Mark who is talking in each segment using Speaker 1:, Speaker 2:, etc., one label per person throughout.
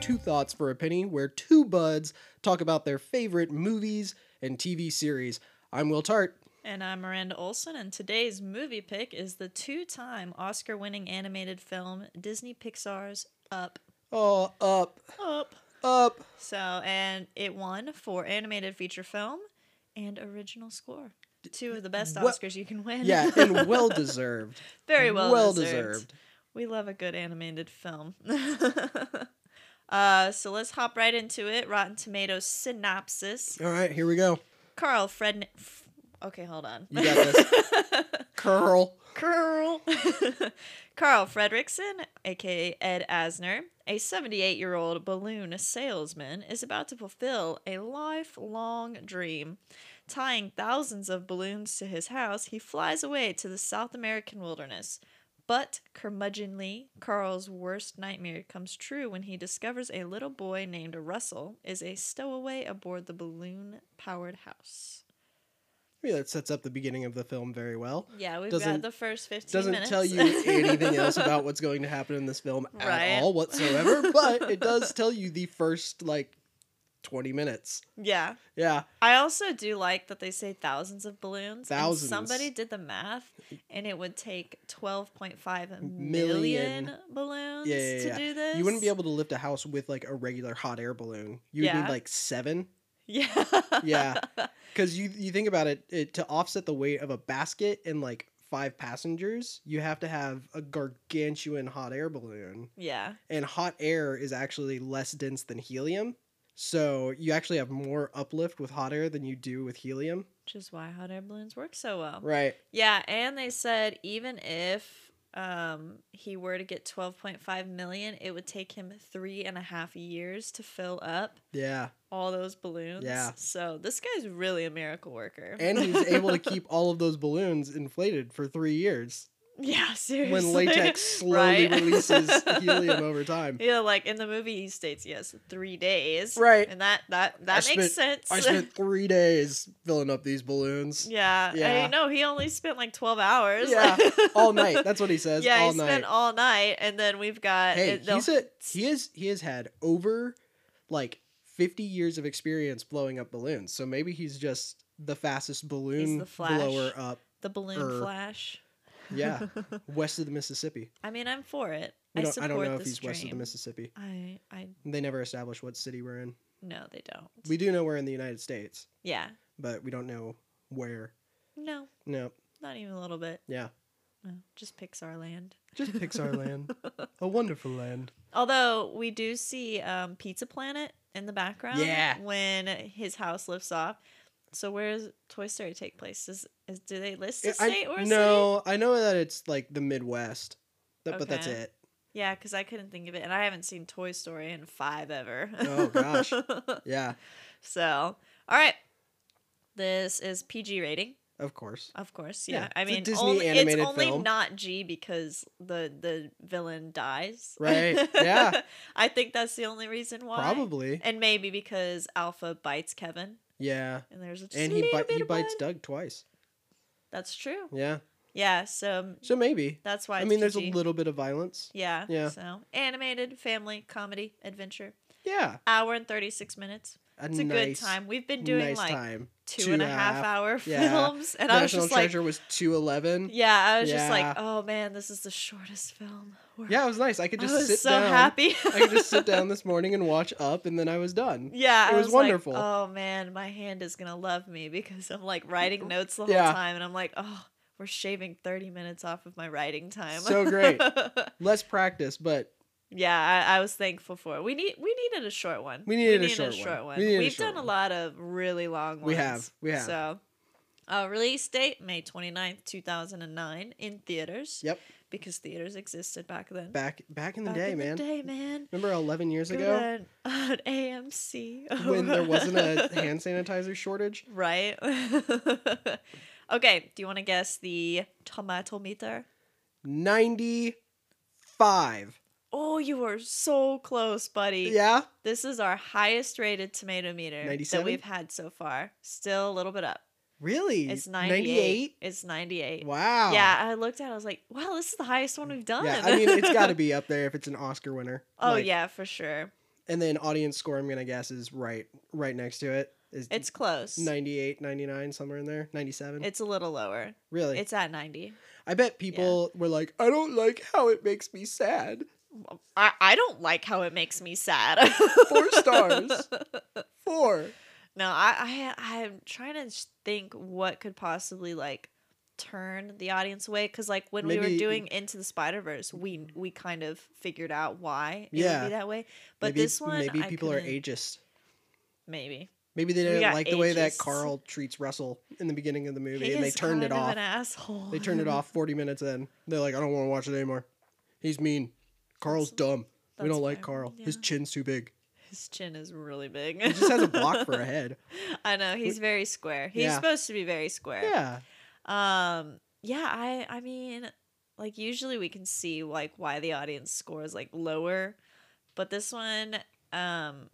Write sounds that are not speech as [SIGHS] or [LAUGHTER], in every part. Speaker 1: Two Thoughts for a Penny, where two buds talk about their favorite movies and TV series. I'm Will Tart.
Speaker 2: And I'm Miranda Olson, and today's movie pick is the two time Oscar winning animated film Disney Pixar's Up.
Speaker 1: Oh, up,
Speaker 2: Up.
Speaker 1: up.
Speaker 2: So, and it won for animated feature film and original score. Two of the best
Speaker 1: What-
Speaker 2: Oscars you can win.
Speaker 1: Yeah, and well deserved.
Speaker 2: [LAUGHS] Very well,
Speaker 1: well
Speaker 2: deserved.
Speaker 1: deserved.
Speaker 2: We love a good animated film. [LAUGHS] uh, so let's hop right into it. Rotten Tomatoes synopsis.
Speaker 1: All right, here we go.
Speaker 2: Carl Fred. F- okay, hold on.
Speaker 1: You got
Speaker 2: [LAUGHS]
Speaker 1: this. Curl.
Speaker 2: Carl. [LAUGHS] Carl Fredrickson, aka Ed Asner, a 78 year old balloon salesman, is about to fulfill a lifelong dream. Tying thousands of balloons to his house, he flies away to the South American wilderness. But curmudgeonly, Carl's worst nightmare comes true when he discovers a little boy named Russell is a stowaway aboard the balloon powered house.
Speaker 1: Yeah, that sets up the beginning of the film very well.
Speaker 2: Yeah, we've
Speaker 1: Doesn't-
Speaker 2: got the first 15
Speaker 1: Doesn't
Speaker 2: minutes.
Speaker 1: tell you
Speaker 2: [LAUGHS]
Speaker 1: anything else about what's going to happen in this film
Speaker 2: Right.
Speaker 1: at all whatsoever, but it
Speaker 2: [LAUGHS]
Speaker 1: does tell you the first like 20 minutes.
Speaker 2: Yeah.
Speaker 1: Yeah.
Speaker 2: I also do like that they say thousands of balloons. and
Speaker 1: Thousands.
Speaker 2: somebody did the math, and it would take 12.5
Speaker 1: Million.
Speaker 2: million, balloons
Speaker 1: Yeah, yeah,
Speaker 2: to
Speaker 1: yeah.
Speaker 2: do this.
Speaker 1: You wouldn't be able to lift a house with like a regular hot air balloon. You would
Speaker 2: Yeah.
Speaker 1: need like 7
Speaker 2: [LAUGHS] Yeah.
Speaker 1: Yeah. cuz you you think about it, it to offset the weight of a basket and like 5 passengers, you have to have a gargantuan hot air balloon.
Speaker 2: [LAUGHS] yeah.
Speaker 1: and hot air is actually less dense than helium. So you actually have more uplift with hot air than you do with helium.
Speaker 2: Which is why hot air balloons work so well.
Speaker 1: Right.
Speaker 2: Yeah, and they said even if um he were to get 12.5 million, it would take him three and a half years to fill up
Speaker 1: Yeah.
Speaker 2: all those balloons.
Speaker 1: Yeah.
Speaker 2: So this guy's really a miracle worker.
Speaker 1: And he's
Speaker 2: [LAUGHS]
Speaker 1: able to keep all of those balloons inflated for three years
Speaker 2: Yeah, [LAUGHS] seriously.
Speaker 1: when latex slowly
Speaker 2: Right?
Speaker 1: releases
Speaker 2: [LAUGHS]
Speaker 1: helium over time.
Speaker 2: Yeah, like in the movie, he states yes, three days.
Speaker 1: Right.
Speaker 2: and that that that
Speaker 1: I
Speaker 2: makes sense.
Speaker 1: I
Speaker 2: [LAUGHS]
Speaker 1: spent three days filling up these balloons
Speaker 2: yeah,
Speaker 1: Yeah.
Speaker 2: I know he only spent like twelve hours. [LAUGHS]
Speaker 1: Yeah, all night. That's what he says.
Speaker 2: yeah,
Speaker 1: all
Speaker 2: he
Speaker 1: night.
Speaker 2: spent all night, and then we've got
Speaker 1: hey,
Speaker 2: it- they'll-
Speaker 1: he's a, he is he has had over like 50 years of experience blowing up balloons. So maybe he's just the fastest balloon
Speaker 2: the Flash.
Speaker 1: blower up.
Speaker 2: the balloon
Speaker 1: er,
Speaker 2: flash. [LAUGHS]
Speaker 1: Yeah, west of the Mississippi.
Speaker 2: I mean, I'm for it.
Speaker 1: We
Speaker 2: I
Speaker 1: don't, I,
Speaker 2: support
Speaker 1: don't know if
Speaker 2: this
Speaker 1: he's west of the
Speaker 2: dream.
Speaker 1: Mississippi.
Speaker 2: I I
Speaker 1: They never established what city we're in.
Speaker 2: no, they don't.
Speaker 1: We do know we're in the United States,
Speaker 2: yeah,
Speaker 1: but we don't know where.
Speaker 2: no,
Speaker 1: No,
Speaker 2: not even a little bit.
Speaker 1: yeah.
Speaker 2: No, just Pixar land.
Speaker 1: Just Pixar
Speaker 2: [LAUGHS]
Speaker 1: land. A wonderful land.
Speaker 2: Although we do see um, Pizza Planet in the background
Speaker 1: Yeah.
Speaker 2: when his house lifts off. So where does Toy Story take place? Is, is do they list a
Speaker 1: I-
Speaker 2: state or a city?
Speaker 1: no, I know that it's like the Midwest, th- but that's
Speaker 2: Okay.
Speaker 1: it.
Speaker 2: Yeah, because I couldn't think of it, and I haven't seen Toy Story in five ever.
Speaker 1: Oh, gosh. Yeah,
Speaker 2: [LAUGHS] so, all right, this is PG rating,
Speaker 1: of course.
Speaker 2: of course.
Speaker 1: Yeah,
Speaker 2: Yeah, I
Speaker 1: it's a
Speaker 2: mean,
Speaker 1: Disney
Speaker 2: only, it's
Speaker 1: animated
Speaker 2: only
Speaker 1: film.
Speaker 2: not G because the the villain dies.
Speaker 1: Right,
Speaker 2: [LAUGHS]
Speaker 1: yeah.
Speaker 2: I think that's the only reason why.
Speaker 1: Probably.
Speaker 2: And maybe because Alpha bites Kevin,
Speaker 1: Yeah.
Speaker 2: and there's a just
Speaker 1: and
Speaker 2: a
Speaker 1: he
Speaker 2: little
Speaker 1: bite,
Speaker 2: bit
Speaker 1: he
Speaker 2: of
Speaker 1: bites
Speaker 2: blood.
Speaker 1: Doug twice.
Speaker 2: That's true.
Speaker 1: Yeah,
Speaker 2: Yeah, so um,
Speaker 1: so maybe.
Speaker 2: that's why.
Speaker 1: I
Speaker 2: It's
Speaker 1: mean, there's a
Speaker 2: PG.
Speaker 1: little bit of violence.
Speaker 2: Yeah.
Speaker 1: Yeah.
Speaker 2: So animated, family, comedy, adventure,
Speaker 1: Yeah,
Speaker 2: hour and thirty six minutes.
Speaker 1: a
Speaker 2: It's a
Speaker 1: nice,
Speaker 2: good time. We've been doing
Speaker 1: nice
Speaker 2: like
Speaker 1: time.
Speaker 2: two and a half hour
Speaker 1: yeah.
Speaker 2: films, and I was
Speaker 1: National
Speaker 2: just like,
Speaker 1: Treasure was two eleven.
Speaker 2: yeah, I was just
Speaker 1: Yeah.
Speaker 2: like, oh man, this is the shortest film. We're-
Speaker 1: Yeah, it was nice. I could just
Speaker 2: I was
Speaker 1: sit
Speaker 2: so
Speaker 1: down.
Speaker 2: happy.
Speaker 1: I could just sit
Speaker 2: [LAUGHS]
Speaker 1: down this morning and watch Up, and then I was done.
Speaker 2: Yeah,
Speaker 1: It
Speaker 2: I
Speaker 1: was
Speaker 2: was,
Speaker 1: wonderful.
Speaker 2: Like, oh man, my hand is gonna love me because I'm like
Speaker 1: [LAUGHS]
Speaker 2: writing notes the whole
Speaker 1: Yeah.
Speaker 2: time, and I'm like, oh, we're shaving 30 minutes off of my writing time.
Speaker 1: So great. Less practice, but
Speaker 2: [LAUGHS] yeah, I, I was thankful for it. We need we needed a short one.
Speaker 1: We needed a short one. We needed a
Speaker 2: We've
Speaker 1: short
Speaker 2: done
Speaker 1: one.
Speaker 2: a lot of really long ones.
Speaker 1: We have. We have.
Speaker 2: So. Uh, release date May 29th, 2009 in theaters.
Speaker 1: Yep.
Speaker 2: Because theaters existed back then.
Speaker 1: back back in the
Speaker 2: Back
Speaker 1: day,
Speaker 2: in
Speaker 1: man.
Speaker 2: The day, man.
Speaker 1: Remember eleven years
Speaker 2: Go
Speaker 1: ago
Speaker 2: to [LAUGHS] an, an AMC.
Speaker 1: when there wasn't
Speaker 2: [LAUGHS]
Speaker 1: a hand sanitizer shortage?
Speaker 2: Right? [LAUGHS] okay, do you want to guess the tomato meter?
Speaker 1: Ninety five.
Speaker 2: Oh, you were so close, buddy.
Speaker 1: Yeah.
Speaker 2: This is our highest rated tomato meter
Speaker 1: 97?
Speaker 2: that we've had so far. Still a little bit up.
Speaker 1: Really?
Speaker 2: It's 98.
Speaker 1: 98?
Speaker 2: It's 98.
Speaker 1: Wow.
Speaker 2: Yeah, I looked at it. I was like, wow, [LAUGHS] this is the highest one we've done.
Speaker 1: Yeah, I mean, it's got to be up there if it's an Oscar winner.
Speaker 2: oh,
Speaker 1: Like,
Speaker 2: yeah, for sure.
Speaker 1: And then audience score, I'm gonna guess, is right right next to it. Is
Speaker 2: It's close.
Speaker 1: 98, 99, somewhere in there, 97.
Speaker 2: It's a little lower.
Speaker 1: really,
Speaker 2: It's at 90.
Speaker 1: I bet people were like, "I don't like how it makes me sad."
Speaker 2: I, I don't like how it makes me sad.
Speaker 1: Four
Speaker 2: [LAUGHS]
Speaker 1: stars. Four.
Speaker 2: No, I, I I'm trying to s- think what could possibly like turn the audience away because like when we
Speaker 1: Maybe-
Speaker 2: were doing Into the Spider Verse, we we kind of figured out why it would
Speaker 1: Yeah.
Speaker 2: be that way. But
Speaker 1: maybe,
Speaker 2: this one,
Speaker 1: maybe
Speaker 2: I
Speaker 1: people are
Speaker 2: couldn't-
Speaker 1: ageist.
Speaker 2: Maybe
Speaker 1: Maybe they
Speaker 2: We
Speaker 1: didn't
Speaker 2: got
Speaker 1: like the way that
Speaker 2: ageist.
Speaker 1: Carl treats Russell in the beginning of the movie,
Speaker 2: He
Speaker 1: and they
Speaker 2: is
Speaker 1: turned it
Speaker 2: kind of
Speaker 1: off.
Speaker 2: An asshole.
Speaker 1: They turned it
Speaker 2: [LAUGHS]
Speaker 1: off 40 minutes in. They're like, I don't want to watch it anymore. He's mean. Carl's dumb. We
Speaker 2: That's
Speaker 1: don't like
Speaker 2: fair.
Speaker 1: Carl. His
Speaker 2: Yeah.
Speaker 1: chin's too big.
Speaker 2: His chin is really big.
Speaker 1: He just has a block
Speaker 2: [LAUGHS]
Speaker 1: for a head.
Speaker 2: I know he's very square. He's
Speaker 1: Yeah.
Speaker 2: supposed to be very square.
Speaker 1: Yeah.
Speaker 2: Um yeah, I I mean like usually we can see like why the audience score is like lower, but this one um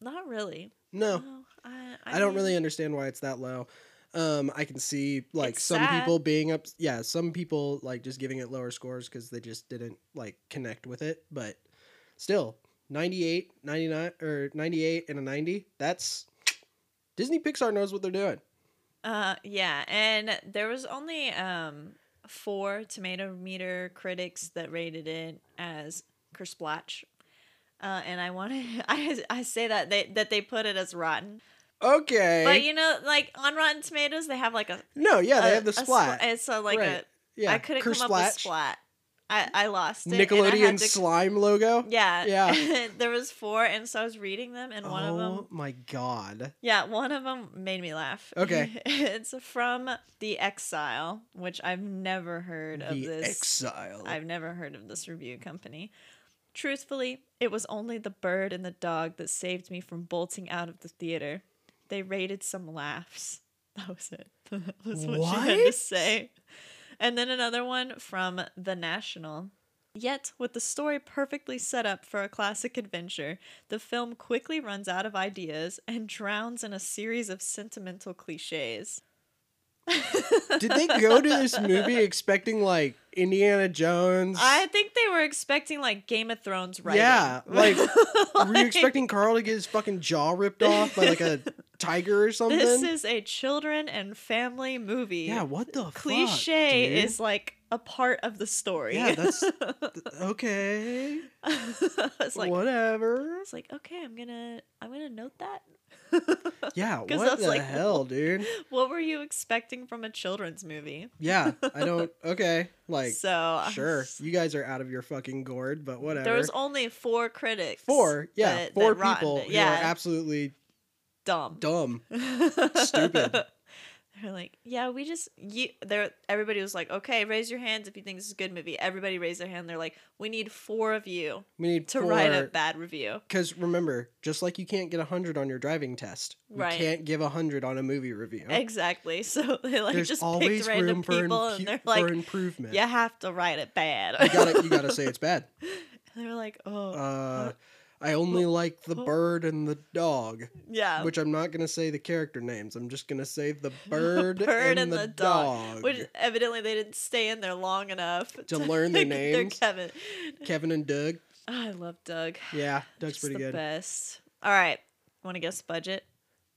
Speaker 2: not really.
Speaker 1: No,
Speaker 2: No, I,
Speaker 1: I don't
Speaker 2: mean,
Speaker 1: really understand why it's that low. Um, I can see like
Speaker 2: It's
Speaker 1: some
Speaker 2: sad.
Speaker 1: people being up. Yeah, some people like just giving it lower scores because they just didn't like connect with it. But still, 98, 99, or 98 and a 90. That's Disney Pixar knows what they're doing.
Speaker 2: Uh yeah, and there was only um four tomato meter critics that rated it as kersplatch. Uh, and I want to [LAUGHS] I, I say that they that they put it as rotten.
Speaker 1: Okay.
Speaker 2: But you know like on Rotten Tomatoes they have like a
Speaker 1: no, yeah, they
Speaker 2: a-
Speaker 1: have the
Speaker 2: a spl-
Speaker 1: splat.
Speaker 2: it's a, like a
Speaker 1: Right. yeah,
Speaker 2: I couldn't come up with
Speaker 1: Kersplatch.
Speaker 2: splat. I, I lost it. and I
Speaker 1: Nickelodeon
Speaker 2: had to-
Speaker 1: slime logo.
Speaker 2: Yeah.
Speaker 1: Yeah.
Speaker 2: [LAUGHS] there was four, and so I was reading them, and one
Speaker 1: oh
Speaker 2: of them.
Speaker 1: my god.
Speaker 2: Yeah, one of them made me laugh.
Speaker 1: Okay.
Speaker 2: [LAUGHS] it's from The Exile, which I've never heard of
Speaker 1: the
Speaker 2: this.
Speaker 1: exile.
Speaker 2: I've [LAUGHS] never heard of this review company. Truthfully, it was only the bird and the dog that saved me from bolting out of the theater. They rated some laughs. [LAUGHS] That was it. That was what, she had to
Speaker 1: What?
Speaker 2: say. And then another one from The National. Yet, with the story perfectly set up for a classic adventure, the film quickly runs out of ideas and drowns in a series of sentimental cliches.
Speaker 1: Did they go to
Speaker 2: [LAUGHS]
Speaker 1: this movie expecting like Indiana Jones?
Speaker 2: I think they were expecting like Game of Thrones writing.
Speaker 1: Yeah, like, Were you
Speaker 2: [LAUGHS] Like,
Speaker 1: expecting Carl to get his fucking jaw ripped off by like
Speaker 2: [LAUGHS]
Speaker 1: a tiger or something?
Speaker 2: This is a children and family movie.
Speaker 1: yeah, what the
Speaker 2: cliche
Speaker 1: fuck, dude?
Speaker 2: is like a part of the story.
Speaker 1: Yeah, that's okay.
Speaker 2: [LAUGHS] it's like
Speaker 1: whatever.
Speaker 2: it's like okay, I'm gonna I'm gonna note that. [LAUGHS]
Speaker 1: Yeah,
Speaker 2: 'Cause
Speaker 1: what
Speaker 2: that's
Speaker 1: the
Speaker 2: like- [LAUGHS]
Speaker 1: hell, dude?
Speaker 2: What were you expecting from a children's movie?
Speaker 1: Yeah, I don't. Okay, like
Speaker 2: [LAUGHS] so I
Speaker 1: sure,
Speaker 2: was-
Speaker 1: you guys are out of your fucking gourd, but whatever.
Speaker 2: There was only four critics.
Speaker 1: four, yeah,
Speaker 2: that- that
Speaker 1: four
Speaker 2: rotted
Speaker 1: people
Speaker 2: it.
Speaker 1: who
Speaker 2: Yeah,
Speaker 1: are absolutely
Speaker 2: dumb.
Speaker 1: dumb.
Speaker 2: Stupid.
Speaker 1: Stupid.
Speaker 2: [LAUGHS] They're like, yeah, we just you. There, everybody was like, okay, raise your hands if you think this is a good movie. Everybody raised their hand. They're like, we need four of you
Speaker 1: We need
Speaker 2: [LAUGHS] to
Speaker 1: four,
Speaker 2: write a bad review.
Speaker 1: Because remember, just like you can't get 100 on your driving test, you
Speaker 2: Right.
Speaker 1: can't give 100 on a movie review.
Speaker 2: [LAUGHS] Exactly. So they like
Speaker 1: There's
Speaker 2: just picked
Speaker 1: always
Speaker 2: random
Speaker 1: room for,
Speaker 2: people,
Speaker 1: impu-
Speaker 2: and they're
Speaker 1: for
Speaker 2: like,
Speaker 1: improvement.
Speaker 2: you have to write it bad.
Speaker 1: you gotta,
Speaker 2: [LAUGHS]
Speaker 1: you gotta say it's bad.
Speaker 2: And they're like, oh,
Speaker 1: Uh, I only like the bird and the dog,
Speaker 2: yeah. [LAUGHS]
Speaker 1: which I'm not gonna say the character names. I'm just gonna say the bird,
Speaker 2: Bird
Speaker 1: and, the, dog.
Speaker 2: Which evidently they didn't stay in there long enough [LAUGHS]
Speaker 1: To learn their names.
Speaker 2: Kevin.
Speaker 1: Kevin and Doug.
Speaker 2: Oh, I love Doug. [LAUGHS]
Speaker 1: Yeah, Doug's
Speaker 2: Just
Speaker 1: pretty
Speaker 2: the
Speaker 1: good.
Speaker 2: Best. All right. Want to guess budget?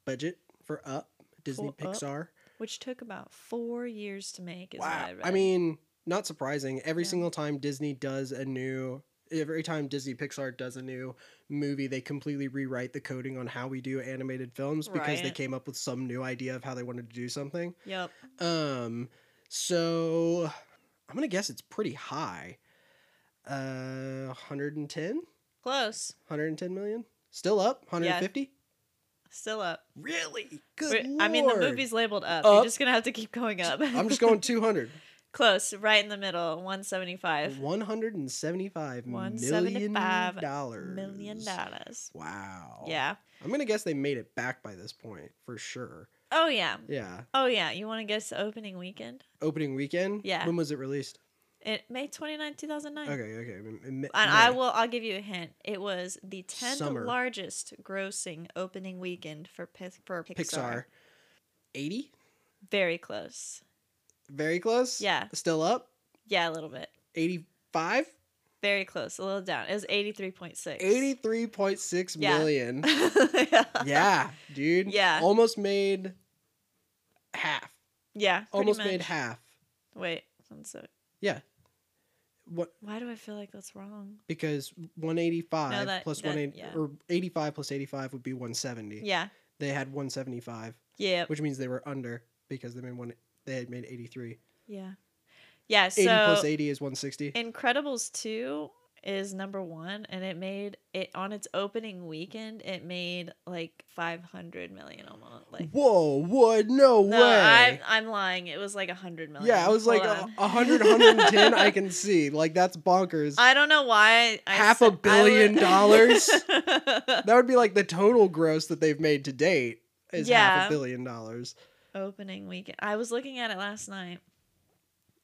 Speaker 1: Budget for Up, Disney
Speaker 2: For Up.
Speaker 1: Pixar.
Speaker 2: Which took about four years to make. Is
Speaker 1: Wow.
Speaker 2: What I, read.
Speaker 1: I mean, not surprising. Every
Speaker 2: Yeah.
Speaker 1: single time Disney does a new, every time Disney Pixar does a new movie, they completely rewrite the coding on how we do animated films because they
Speaker 2: Right.
Speaker 1: came up with some new idea of how they wanted to do something.
Speaker 2: yep.
Speaker 1: Um, so I'm gonna guess it's pretty high. Uh, 110,
Speaker 2: Close.
Speaker 1: 110 million. Still up, 150.
Speaker 2: Still up.
Speaker 1: Really? Good.
Speaker 2: Wait, I mean, the
Speaker 1: lord.
Speaker 2: movie's labeled up. You're
Speaker 1: Up.
Speaker 2: just gonna have to keep going up.
Speaker 1: I'm
Speaker 2: [LAUGHS]
Speaker 1: just going 200.
Speaker 2: close, right in the middle. One seventy-five
Speaker 1: 175 million
Speaker 2: 175
Speaker 1: dollars.
Speaker 2: million dollars.
Speaker 1: Wow.
Speaker 2: Yeah.
Speaker 1: I'm gonna guess they made it back by this point for sure.
Speaker 2: Oh yeah.
Speaker 1: Yeah.
Speaker 2: Oh yeah. You want to guess the opening weekend?
Speaker 1: Opening weekend.
Speaker 2: Yeah.
Speaker 1: When was it released?
Speaker 2: It May 29, two thousand nine.
Speaker 1: Okay. Okay. M- m- May.
Speaker 2: And I will. I'll give you a hint. It was the tenth
Speaker 1: Summer.
Speaker 2: largest grossing opening weekend for Pi- for Pixar.
Speaker 1: Pixar. Eighty.
Speaker 2: Very close.
Speaker 1: Very close.
Speaker 2: Yeah.
Speaker 1: Still up.
Speaker 2: Yeah, a little bit.
Speaker 1: Eighty-five.
Speaker 2: Very close, a little down. It was 83.6.
Speaker 1: Eighty-three point six
Speaker 2: Yeah.
Speaker 1: million.
Speaker 2: [LAUGHS] yeah.
Speaker 1: yeah, dude.
Speaker 2: Yeah.
Speaker 1: Almost made half.
Speaker 2: Yeah. pretty
Speaker 1: Almost
Speaker 2: much.
Speaker 1: made half.
Speaker 2: Wait. One sec.
Speaker 1: What?
Speaker 2: Why do I feel like that's wrong?
Speaker 1: Because one eighty-five
Speaker 2: No, that- that-
Speaker 1: one eighty
Speaker 2: yeah.
Speaker 1: or eighty-five plus eighty-five would be one seventy.
Speaker 2: Yeah.
Speaker 1: They had one seventy-five,
Speaker 2: Yeah.
Speaker 1: which means they were under because they made one. They had made eighty-three.
Speaker 2: Yeah. Yeah.
Speaker 1: Eighty plus
Speaker 2: So
Speaker 1: eighty is one sixty.
Speaker 2: Incredibles 2 is number one, and it made it on its opening weekend, it made like 500 million almost. Like,
Speaker 1: Whoa! What? No,
Speaker 2: no,
Speaker 1: way.
Speaker 2: I'm, I'm lying. It was like 100 million.
Speaker 1: yeah, I was like
Speaker 2: Hold
Speaker 1: a
Speaker 2: on.
Speaker 1: 100, 110,
Speaker 2: [LAUGHS]
Speaker 1: I can see. Like, that's bonkers.
Speaker 2: I don't know why. I
Speaker 1: Half a
Speaker 2: said- I
Speaker 1: billion
Speaker 2: would-
Speaker 1: dollars?
Speaker 2: [LAUGHS]
Speaker 1: that would be like the total gross that they've made to date is half
Speaker 2: Yeah.
Speaker 1: a billion dollars.
Speaker 2: opening weekend. I was looking at it last night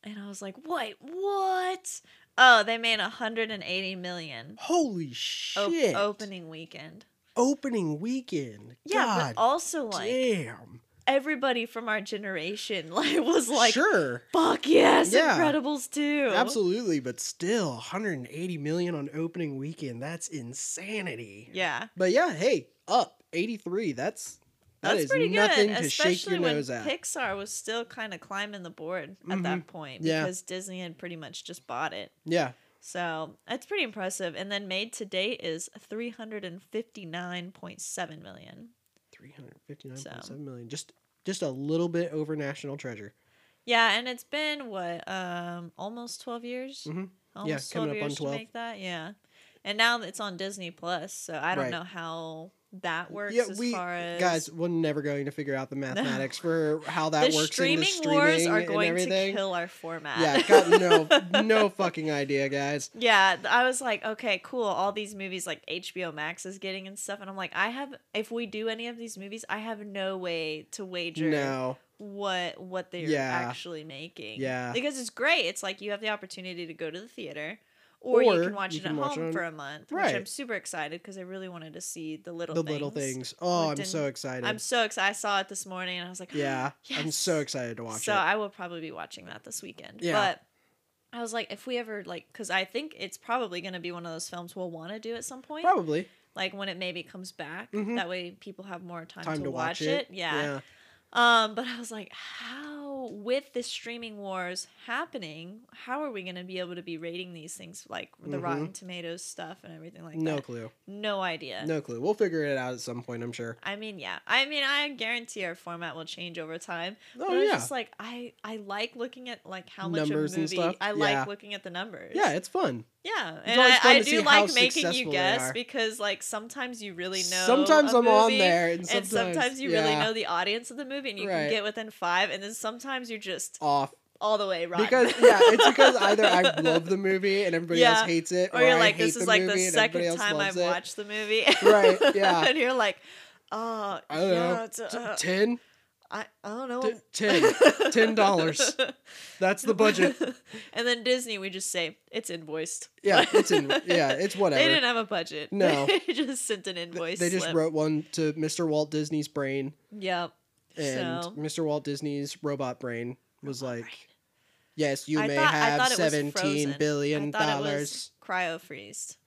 Speaker 2: and I was like, wait, what? Oh, they made 180 million
Speaker 1: Holy
Speaker 2: op-
Speaker 1: shit.
Speaker 2: opening weekend.
Speaker 1: Opening weekend.
Speaker 2: Yeah,
Speaker 1: God
Speaker 2: but also like
Speaker 1: damn.
Speaker 2: everybody from our generation [LAUGHS] like was like,
Speaker 1: sure.
Speaker 2: fuck yes,
Speaker 1: Yeah.
Speaker 2: Incredibles 2.
Speaker 1: Absolutely, but still 180 million on opening weekend. That's insanity.
Speaker 2: Yeah.
Speaker 1: But yeah, hey, up 83. That's that
Speaker 2: That's
Speaker 1: is
Speaker 2: pretty good,
Speaker 1: nothing to
Speaker 2: especially
Speaker 1: shake your
Speaker 2: when
Speaker 1: nose at. Mm-hmm.
Speaker 2: Pixar was still kind of climbing the board at that point
Speaker 1: Yeah.
Speaker 2: because Disney had pretty much just bought it.
Speaker 1: yeah.
Speaker 2: So that's pretty impressive. And then made to date is 359.7 million.
Speaker 1: Three hundred fifty-nine point seven million,
Speaker 2: So.
Speaker 1: Just just a little bit over national treasure.
Speaker 2: Yeah, and it's been what, um, almost 12 years?
Speaker 1: Mhm.
Speaker 2: Almost
Speaker 1: coming
Speaker 2: 12
Speaker 1: up on
Speaker 2: years to
Speaker 1: 12.
Speaker 2: make that. Yeah. And now it's on Disney Plus, so I don't
Speaker 1: Right.
Speaker 2: know how that works as far as
Speaker 1: guys, we're never going to figure
Speaker 2: [LAUGHS]
Speaker 1: out the mathematics for how that
Speaker 2: the
Speaker 1: works
Speaker 2: streaming,
Speaker 1: in the streaming
Speaker 2: wars are
Speaker 1: and
Speaker 2: going to
Speaker 1: everything.
Speaker 2: kill our format.
Speaker 1: yeah,
Speaker 2: [LAUGHS]
Speaker 1: got no no fucking idea, guys.
Speaker 2: Yeah, th- I was like, okay, cool. All these movies like HBO Max is getting and stuff, and I'm like, I have if we do any of these movies, I have no way to wager
Speaker 1: No,
Speaker 2: what what they're
Speaker 1: Yeah.
Speaker 2: actually making.
Speaker 1: Yeah.
Speaker 2: because it's great. It's like you have the opportunity to go to the theater, or, you
Speaker 1: Or
Speaker 2: can watch
Speaker 1: you
Speaker 2: it
Speaker 1: can
Speaker 2: at
Speaker 1: watch
Speaker 2: home
Speaker 1: it on-
Speaker 2: for a month, which
Speaker 1: Right.
Speaker 2: I'm super excited because I really wanted to see the little
Speaker 1: the
Speaker 2: things.
Speaker 1: little things. Oh,
Speaker 2: Looked
Speaker 1: I'm so
Speaker 2: in-
Speaker 1: excited.
Speaker 2: I'm so excited. I saw it this morning, and I was like, [GASPS]
Speaker 1: yeah, I'm so
Speaker 2: yes.
Speaker 1: excited to watch
Speaker 2: So
Speaker 1: it.
Speaker 2: I will probably be watching that this weekend.
Speaker 1: Yeah.
Speaker 2: But I was like, if we ever like, because I think it's probably going to be one of those films we'll want to do at some [LAUGHS] point,
Speaker 1: Probably
Speaker 2: like when it maybe comes back.
Speaker 1: Mhm.
Speaker 2: That way, people have more time,
Speaker 1: time
Speaker 2: to, watch, it. Yeah.
Speaker 1: yeah.
Speaker 2: Um. But I was like, how with the streaming wars happening, how are we going to be able to be rating these things like the
Speaker 1: Mhm.
Speaker 2: Rotten Tomatoes stuff and everything like
Speaker 1: No
Speaker 2: that?
Speaker 1: clue.
Speaker 2: No idea.
Speaker 1: No clue. We'll figure it out at some point, I'm sure.
Speaker 2: I mean, yeah. I mean, I guarantee our format will change over time.
Speaker 1: Oh
Speaker 2: but I was
Speaker 1: yeah.
Speaker 2: just like I I like looking at like how much
Speaker 1: Numbers
Speaker 2: a
Speaker 1: and
Speaker 2: movie
Speaker 1: stuff?
Speaker 2: I like
Speaker 1: Yeah.
Speaker 2: looking at the numbers.
Speaker 1: yeah, it's fun.
Speaker 2: Yeah. And
Speaker 1: always
Speaker 2: I,
Speaker 1: fun
Speaker 2: I
Speaker 1: to see
Speaker 2: do
Speaker 1: how
Speaker 2: like making you
Speaker 1: successful they
Speaker 2: guess
Speaker 1: are.
Speaker 2: because like sometimes you really know
Speaker 1: sometimes
Speaker 2: a
Speaker 1: I'm on
Speaker 2: movie,
Speaker 1: there, and
Speaker 2: and
Speaker 1: sometimes,
Speaker 2: sometimes you really
Speaker 1: yeah,
Speaker 2: know the audience of the movie and you can
Speaker 1: Right.
Speaker 2: get within five and then sometimes you're just
Speaker 1: off
Speaker 2: all the way wrong.
Speaker 1: Because
Speaker 2: [LAUGHS]
Speaker 1: yeah, it's because either I love the movie and everybody
Speaker 2: Yeah.
Speaker 1: else hates it,
Speaker 2: or you're
Speaker 1: I
Speaker 2: like,
Speaker 1: hate
Speaker 2: this is
Speaker 1: the
Speaker 2: like the
Speaker 1: movie and everybody
Speaker 2: second
Speaker 1: else
Speaker 2: time I've
Speaker 1: loves it.
Speaker 2: watched the movie. [LAUGHS]
Speaker 1: Right, yeah.
Speaker 2: and you're like, oh,
Speaker 1: I don't
Speaker 2: yeah,
Speaker 1: know.
Speaker 2: it's, uh,
Speaker 1: T-
Speaker 2: [LAUGHS]
Speaker 1: ten,
Speaker 2: I, I don't know.
Speaker 1: T- ten, ten
Speaker 2: [LAUGHS]
Speaker 1: dollars. That's the budget.
Speaker 2: and then Disney, we just say it's invoiced. [LAUGHS]
Speaker 1: Yeah, it's in. Yeah, it's whatever.
Speaker 2: They didn't have a budget.
Speaker 1: No.
Speaker 2: [LAUGHS] they just sent an
Speaker 1: Th-
Speaker 2: invoice.
Speaker 1: they just
Speaker 2: slip.
Speaker 1: wrote one to Mr. Walt Disney's brain,
Speaker 2: Yep.
Speaker 1: and
Speaker 2: so
Speaker 1: Mr. Walt Disney's robot brain was
Speaker 2: Robot
Speaker 1: like,
Speaker 2: brain.
Speaker 1: "Yes, you
Speaker 2: I
Speaker 1: may
Speaker 2: thought- I
Speaker 1: have
Speaker 2: thought it was
Speaker 1: seventeen
Speaker 2: Frozen.
Speaker 1: billion
Speaker 2: I thought it
Speaker 1: dollars."
Speaker 2: was cryo freezed.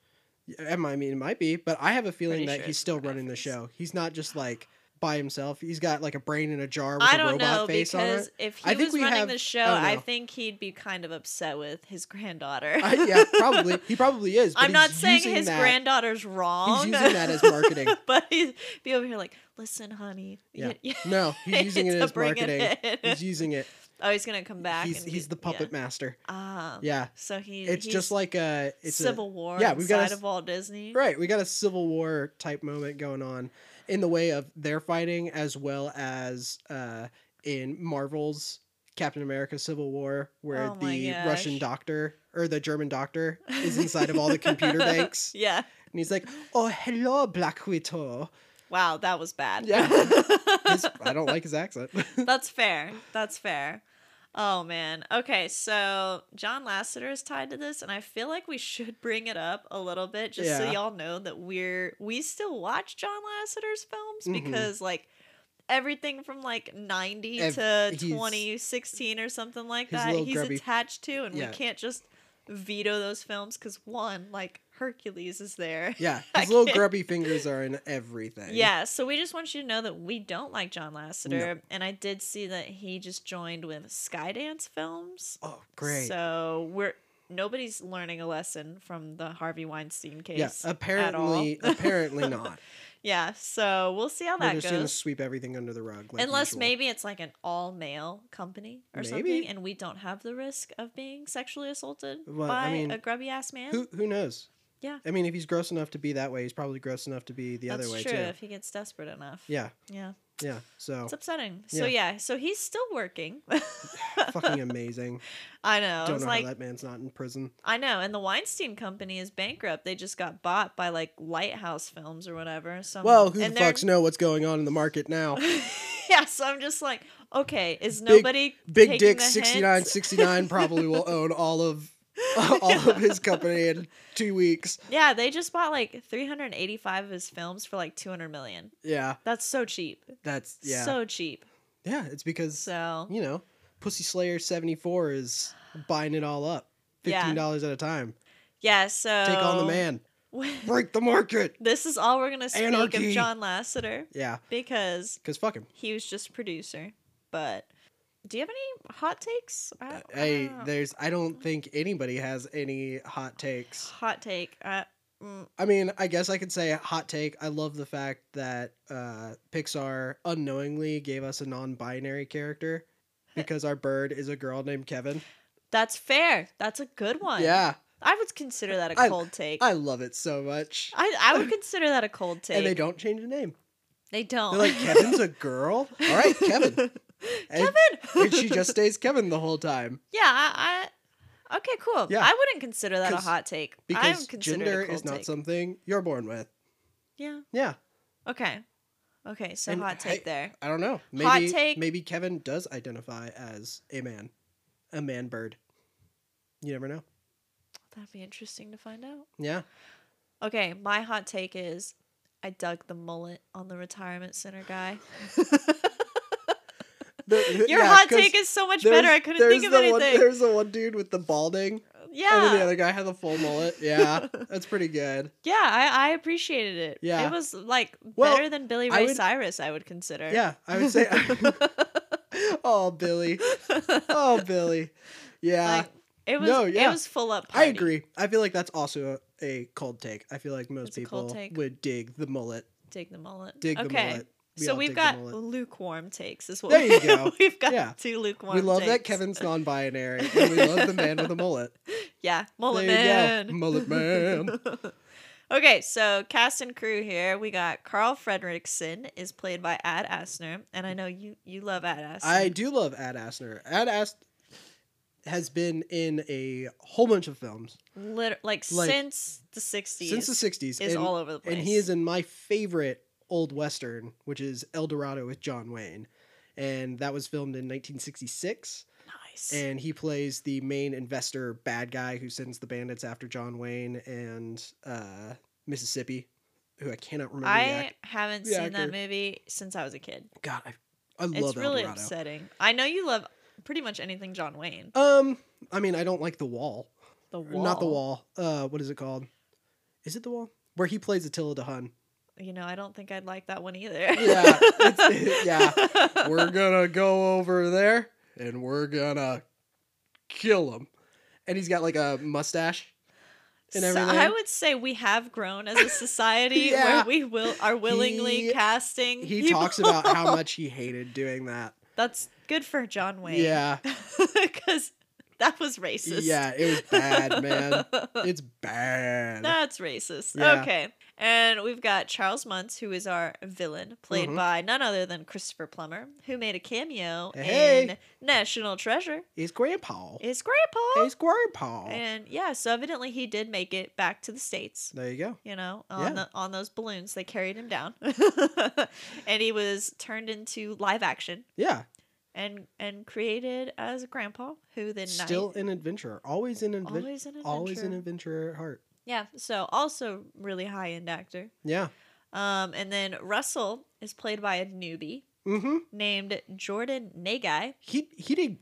Speaker 1: I I mean, it might be, but I have a feeling
Speaker 2: Pretty
Speaker 1: that
Speaker 2: sure
Speaker 1: he's
Speaker 2: it's
Speaker 1: still
Speaker 2: Brad
Speaker 1: running the
Speaker 2: Pitt's.
Speaker 1: show. He's not just like by himself. He's got like a brain in a jar with
Speaker 2: I
Speaker 1: a
Speaker 2: don't
Speaker 1: robot
Speaker 2: know
Speaker 1: face on it.
Speaker 2: because if he
Speaker 1: I think
Speaker 2: was
Speaker 1: we
Speaker 2: running
Speaker 1: have-
Speaker 2: the
Speaker 1: I
Speaker 2: show,
Speaker 1: don't
Speaker 2: I
Speaker 1: know.
Speaker 2: think he'd be kind of upset with his granddaughter. [LAUGHS]
Speaker 1: I, yeah, probably. He probably is. But
Speaker 2: I'm not
Speaker 1: he's
Speaker 2: saying
Speaker 1: using
Speaker 2: his
Speaker 1: that-
Speaker 2: granddaughter's wrong.
Speaker 1: using that as marketing.
Speaker 2: [LAUGHS] but he'd be over here like, listen, honey. [LAUGHS]
Speaker 1: Yeah.
Speaker 2: you-
Speaker 1: No, he's using
Speaker 2: [LAUGHS]
Speaker 1: it
Speaker 2: to
Speaker 1: as
Speaker 2: bring it
Speaker 1: marketing.
Speaker 2: in.
Speaker 1: He's using it.
Speaker 2: oh, he's gonna come [LAUGHS] back.
Speaker 1: he's
Speaker 2: and
Speaker 1: he's the
Speaker 2: do-
Speaker 1: puppet master.
Speaker 2: Yeah. Ah,
Speaker 1: Yeah,
Speaker 2: So he.
Speaker 1: it's
Speaker 2: he's
Speaker 1: just like a it's
Speaker 2: Civil War.
Speaker 1: yeah,
Speaker 2: Yeah,
Speaker 1: we've
Speaker 2: we've
Speaker 1: got a
Speaker 2: got
Speaker 1: s-
Speaker 2: of Walt Disney.
Speaker 1: a right. We got a civil war type moment going on in the way of their fighting as well as uh, in Marvel's. Captain America Civil War, where
Speaker 2: Oh my
Speaker 1: the
Speaker 2: gosh.
Speaker 1: Russian doctor or the German doctor
Speaker 2: [LAUGHS]
Speaker 1: is inside of all the computer banks.
Speaker 2: Yeah.
Speaker 1: And he's like, Oh, hello, Black Widow.
Speaker 2: Wow, that was bad. [LAUGHS]
Speaker 1: Yeah. His- I don't like his accent. [LAUGHS]
Speaker 2: That's fair. That's fair. Oh man. Okay, so John Lasseter is tied to this, and I feel like we should bring it up a little bit just so
Speaker 1: Yeah.
Speaker 2: y'all know that we're we still watch John Lasseter's films
Speaker 1: Mhm.
Speaker 2: because like everything from like ninety
Speaker 1: Ev-
Speaker 2: to
Speaker 1: he's-
Speaker 2: twenty sixteen or something like
Speaker 1: his
Speaker 2: that,
Speaker 1: little
Speaker 2: he's
Speaker 1: grubby-
Speaker 2: attached to, and
Speaker 1: yeah.
Speaker 2: we can't just veto those films because one, like Hercules is there. [LAUGHS]
Speaker 1: Yeah,
Speaker 2: I
Speaker 1: his little
Speaker 2: can't-
Speaker 1: grubby fingers are in everything.
Speaker 2: Yeah, so we just want you to know that we don't like John Lasseter,
Speaker 1: No.
Speaker 2: and I did see that he just joined with Skydance Films.
Speaker 1: Oh, great.
Speaker 2: So we're nobody's learning a lesson from the Harvey Weinstein case.
Speaker 1: yeah, apparently,
Speaker 2: all.
Speaker 1: apparently
Speaker 2: [LAUGHS]
Speaker 1: not.
Speaker 2: Yeah, so we'll see how
Speaker 1: They're
Speaker 2: that
Speaker 1: just gonna
Speaker 2: goes.
Speaker 1: sweep everything under the rug. Like
Speaker 2: Unless
Speaker 1: usual.
Speaker 2: maybe it's like an all male company or
Speaker 1: Maybe.
Speaker 2: something, and we don't have the risk of being sexually assaulted
Speaker 1: Well,
Speaker 2: by
Speaker 1: I mean,
Speaker 2: a grubby ass man.
Speaker 1: who who knows?
Speaker 2: Yeah.
Speaker 1: I mean, if he's gross enough to be that way, he's probably gross enough to be the
Speaker 2: That's
Speaker 1: other way
Speaker 2: true
Speaker 1: too.
Speaker 2: if he gets desperate enough.
Speaker 1: Yeah, Oh.
Speaker 2: Yeah.
Speaker 1: yeah. So
Speaker 2: It's upsetting. So yeah, so he's still working. [LAUGHS]
Speaker 1: fucking amazing.
Speaker 2: I know.
Speaker 1: Don't
Speaker 2: it's
Speaker 1: know
Speaker 2: like
Speaker 1: how that man's not in prison.
Speaker 2: I know, and the Weinstein Company is bankrupt. They just got bought by like Lighthouse Films or whatever. So I'm-
Speaker 1: Well, who the
Speaker 2: um, and they're-
Speaker 1: fucks know what's going on in the market now?
Speaker 2: [LAUGHS] yeah, so I'm just like, okay, is nobody
Speaker 1: Big
Speaker 2: taking
Speaker 1: Dick
Speaker 2: the hint?
Speaker 1: sixty nine sixty nine probably will own all
Speaker 2: [LAUGHS]
Speaker 1: of all of his company in two weeks.
Speaker 2: Yeah, they just bought like 385 of his films for like 200 million.
Speaker 1: Yeah,
Speaker 2: That's so cheap.
Speaker 1: that's yeah,
Speaker 2: So cheap.
Speaker 1: yeah. It's because
Speaker 2: So
Speaker 1: you know, Pussy Slayer seventy four is buying it all up,
Speaker 2: Yeah.
Speaker 1: fifteen dollars at a time.
Speaker 2: yeah, so
Speaker 1: Take on the man,
Speaker 2: man.
Speaker 1: break the market.
Speaker 2: [LAUGHS] this is all we're gonna speak
Speaker 1: Anarchy.
Speaker 2: of John Lasseter
Speaker 1: Yeah,
Speaker 2: because
Speaker 1: because fuck him.
Speaker 2: he was just a producer. But do you have any hot takes? I, I
Speaker 1: Uh, Hey,
Speaker 2: don't Mm. know.
Speaker 1: there's. I don't think anybody has any hot takes.
Speaker 2: hot take. I, mm,
Speaker 1: I mean, I guess I could say a hot take. I love the fact that uh, Pixar unknowingly gave us a non-binary character
Speaker 2: [LAUGHS]
Speaker 1: because our bird is a girl named Kevin.
Speaker 2: that's fair. That's a good one.
Speaker 1: Yeah,
Speaker 2: I would consider that a
Speaker 1: I-
Speaker 2: cold take. I,
Speaker 1: I love it so much.
Speaker 2: I, would consider that a cold take.
Speaker 1: And they don't change the name.
Speaker 2: They don't.
Speaker 1: They're like Kevin's a
Speaker 2: [LAUGHS]
Speaker 1: girl. All right, Kevin. And,
Speaker 2: Kevin.
Speaker 1: and she just stays Kevin the whole time
Speaker 2: [LAUGHS] Yeah. I, I. Okay. Cool.
Speaker 1: Yeah.
Speaker 2: I wouldn't consider that a
Speaker 1: 'Cause-
Speaker 2: hot take. I
Speaker 1: because
Speaker 2: would consider it
Speaker 1: gender
Speaker 2: a cold
Speaker 1: is not
Speaker 2: take.
Speaker 1: something you're born with.
Speaker 2: Yeah.
Speaker 1: Yeah,
Speaker 2: Okay. Okay. So
Speaker 1: And
Speaker 2: hot take
Speaker 1: hey-
Speaker 2: there.
Speaker 1: I don't know. Maybe
Speaker 2: Hot take.
Speaker 1: maybe Kevin does identify as a man, a man bird. You never know.
Speaker 2: That'd be interesting to find out.
Speaker 1: Yeah.
Speaker 2: Okay. My hot take is. I dug the mullet on the retirement center
Speaker 1: [LAUGHS]
Speaker 2: guy.
Speaker 1: The-
Speaker 2: [LAUGHS] Your
Speaker 1: yeah,
Speaker 2: hot
Speaker 1: 'cause
Speaker 2: take is so much
Speaker 1: there's-
Speaker 2: better. I couldn't think
Speaker 1: there's
Speaker 2: of
Speaker 1: the
Speaker 2: anything.
Speaker 1: One, Oh, there's the one dude with the balding, and
Speaker 2: yeah.
Speaker 1: then the other guy had the full mullet.
Speaker 2: [LAUGHS]
Speaker 1: Yeah, that's pretty good.
Speaker 2: Yeah, I, I appreciated it.
Speaker 1: Yeah.
Speaker 2: It was like better
Speaker 1: Well,
Speaker 2: than Billy
Speaker 1: I
Speaker 2: Ray
Speaker 1: would-
Speaker 2: Cyrus, I would consider. [LAUGHS]
Speaker 1: Yeah, I would say. [LAUGHS] oh, Billy. Oh, Billy. Yeah,
Speaker 2: Like, it was
Speaker 1: No, yeah.
Speaker 2: it was full up
Speaker 1: I
Speaker 2: party.
Speaker 1: agree. I feel like that's also a, a cold take. I feel like most
Speaker 2: It's a cold
Speaker 1: people
Speaker 2: take.
Speaker 1: would dig the mullet.
Speaker 2: Dig the mullet.
Speaker 1: Dig
Speaker 2: okay.
Speaker 1: the mullet. We
Speaker 2: so
Speaker 1: all
Speaker 2: we've
Speaker 1: dig the
Speaker 2: got
Speaker 1: mullet.
Speaker 2: lukewarm takes is what
Speaker 1: There you
Speaker 2: we-
Speaker 1: go.
Speaker 2: [LAUGHS] we've got
Speaker 1: Yeah.
Speaker 2: two lukewarm
Speaker 1: We love that
Speaker 2: takes.
Speaker 1: Kevin's
Speaker 2: [LAUGHS]
Speaker 1: non-binary, and we love the man with a mullet.
Speaker 2: Yeah, mullet
Speaker 1: There you go.
Speaker 2: man.
Speaker 1: Mullet man.
Speaker 2: [LAUGHS] okay, so cast and crew here. We got Carl Fredrickson is played by Ad Asner, and I know you you love Ad Asner.
Speaker 1: I do love Ad Asner. Ad Ast has been in a whole bunch of films
Speaker 2: Lit- like,
Speaker 1: Like,
Speaker 2: since the 60s.
Speaker 1: since the '60s,
Speaker 2: is
Speaker 1: and,
Speaker 2: all over the place.
Speaker 1: and he is in my favorite old western, which is El Dorado with John Wayne, and that was filmed in 1966.
Speaker 2: nice.
Speaker 1: and he plays the main investor bad guy who sends the bandits after John Wayne and uh, Mississippi, who I cannot remember. the
Speaker 2: I
Speaker 1: act-
Speaker 2: haven't
Speaker 1: the
Speaker 2: seen
Speaker 1: actor.
Speaker 2: that movie since I was a kid.
Speaker 1: God, I, I love
Speaker 2: it's really
Speaker 1: El Dorado.
Speaker 2: upsetting. I know you love pretty much anything John Wayne.
Speaker 1: Um, I mean, I don't like the wall.
Speaker 2: The
Speaker 1: Or
Speaker 2: wall,
Speaker 1: Not the wall. Uh, what is it called? Is it the wall where he plays Attila the Hun?
Speaker 2: You know, I don't think I'd like that one either.
Speaker 1: Yeah, it's-
Speaker 2: [LAUGHS]
Speaker 1: yeah. [LAUGHS] We're gonna go over there and we're gonna kill him. And he's got like a mustache and
Speaker 2: So
Speaker 1: everything.
Speaker 2: I would say we have grown as a society
Speaker 1: [LAUGHS] Yeah.
Speaker 2: where we will are willingly
Speaker 1: He-
Speaker 2: casting.
Speaker 1: he
Speaker 2: people.
Speaker 1: talks about
Speaker 2: [LAUGHS]
Speaker 1: how much he hated doing that.
Speaker 2: That's good for John Wayne. [LAUGHS]
Speaker 1: Yeah,
Speaker 2: because that was racist.
Speaker 1: yeah, it was
Speaker 2: [LAUGHS]
Speaker 1: bad, man. It's [LAUGHS] bad.
Speaker 2: That's racist.
Speaker 1: Yeah.
Speaker 2: Okay. And we've got Charles Muntz, who is our villain, played
Speaker 1: Mhm.
Speaker 2: by none other than Christopher Plummer, who made a cameo
Speaker 1: Hey.
Speaker 2: in National Treasure.
Speaker 1: It's grandpa.
Speaker 2: Is Grandpa.
Speaker 1: It's grandpa.
Speaker 2: And yeah, so evidently he did make it back to the States.
Speaker 1: There you go.
Speaker 2: You know, on
Speaker 1: Yeah.
Speaker 2: the on those balloons, they carried him down, [LAUGHS] and he was turned into live action
Speaker 1: Yeah,
Speaker 2: and and created as a grandpa who then
Speaker 1: still an adventurer. Always an adventurer.
Speaker 2: always an adventure.
Speaker 1: Always an adventurer at heart.
Speaker 2: yeah. So also really high end actor.
Speaker 1: Yeah.
Speaker 2: Um, and then Russell is played by a newbie
Speaker 1: Mm-hmm.
Speaker 2: named Jordan Nagai.
Speaker 1: He he did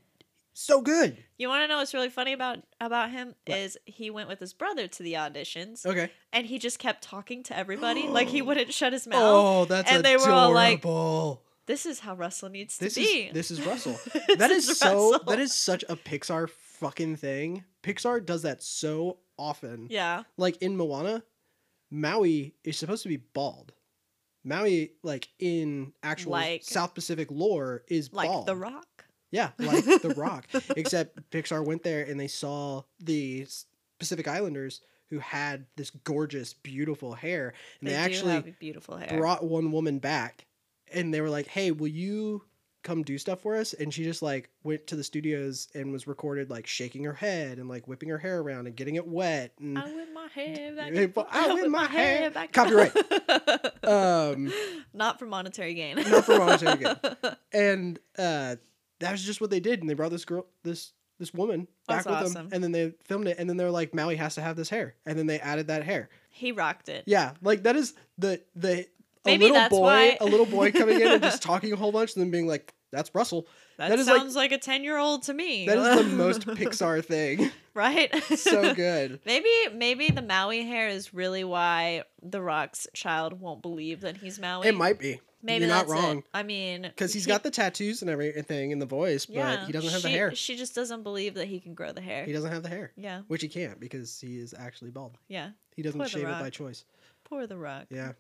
Speaker 1: So good.
Speaker 2: You want to know what's really funny about about him
Speaker 1: What?
Speaker 2: is he went with his brother to the auditions
Speaker 1: Okay.
Speaker 2: and he just kept talking to everybody like
Speaker 1: [GASPS]
Speaker 2: he wouldn't shut his mouth.
Speaker 1: Oh, that's
Speaker 2: and they
Speaker 1: adorable.
Speaker 2: were all like, This is how Russell needs
Speaker 1: this
Speaker 2: to be.
Speaker 1: is
Speaker 2: [LAUGHS]
Speaker 1: this is Russell.
Speaker 2: This
Speaker 1: that is, so
Speaker 2: Russell.
Speaker 1: that is such a Pixar fucking thing. Pixar does that so often.
Speaker 2: yeah.
Speaker 1: Like in Moana, Maui is supposed to be bald. Maui, like in actual
Speaker 2: Like-
Speaker 1: South Pacific lore, is
Speaker 2: Like
Speaker 1: bald.
Speaker 2: The Rock. [LAUGHS]
Speaker 1: Yeah, like The Rock. Except Pixar went there and they saw the s- Pacific Islanders who had this gorgeous, beautiful hair, and
Speaker 2: They,
Speaker 1: they
Speaker 2: do
Speaker 1: actually
Speaker 2: have beautiful hair.
Speaker 1: brought one woman back and they were like, "Hey, will you come do stuff for us?" And she just like went to the studios and was recorded like shaking her head and like whipping her hair around and getting it wet and
Speaker 2: I win my hair back.
Speaker 1: Hey,
Speaker 2: and
Speaker 1: but
Speaker 2: forth.
Speaker 1: I win my hair.
Speaker 2: back and
Speaker 1: Copyright.
Speaker 2: forth.
Speaker 1: um
Speaker 2: [LAUGHS] not for monetary gain.
Speaker 1: Not for monetary gain. and uh that was just what they did and they brought this girl this this woman back
Speaker 2: That's
Speaker 1: with
Speaker 2: awesome.
Speaker 1: them and then they filmed it and then they're like Maui has to have this hair and then they added that hair.
Speaker 2: [LAUGHS] he rocked it.
Speaker 1: Yeah, like that is the the a
Speaker 2: Maybe
Speaker 1: little
Speaker 2: that's
Speaker 1: boy
Speaker 2: why-
Speaker 1: a little boy coming in and
Speaker 2: [LAUGHS]
Speaker 1: just talking a whole bunch and then being like that's Russell.
Speaker 2: that,
Speaker 1: that is like-
Speaker 2: sounds like, a ten-year-old to me.
Speaker 1: That is the
Speaker 2: [LAUGHS]
Speaker 1: most Pixar thing.
Speaker 2: right?
Speaker 1: So
Speaker 2: [LAUGHS]
Speaker 1: good.
Speaker 2: Maybe maybe the Maui hair is really why The Rock's child won't believe that he's Maui.
Speaker 1: It might be
Speaker 2: Maybe
Speaker 1: you're not
Speaker 2: that's it.
Speaker 1: wrong.
Speaker 2: I mean,
Speaker 1: because he's
Speaker 2: he-
Speaker 1: got the tattoos and everything in the voice, but he doesn't have the
Speaker 2: she-
Speaker 1: hair.
Speaker 2: She just doesn't believe that he can grow the hair.
Speaker 1: He doesn't have the hair,
Speaker 2: yeah,
Speaker 1: which he can't because he is actually bald.
Speaker 2: yeah.
Speaker 1: He doesn't
Speaker 2: Poor The
Speaker 1: shave it by
Speaker 2: Rock.
Speaker 1: choice.
Speaker 2: Poor The Rock.
Speaker 1: Yeah,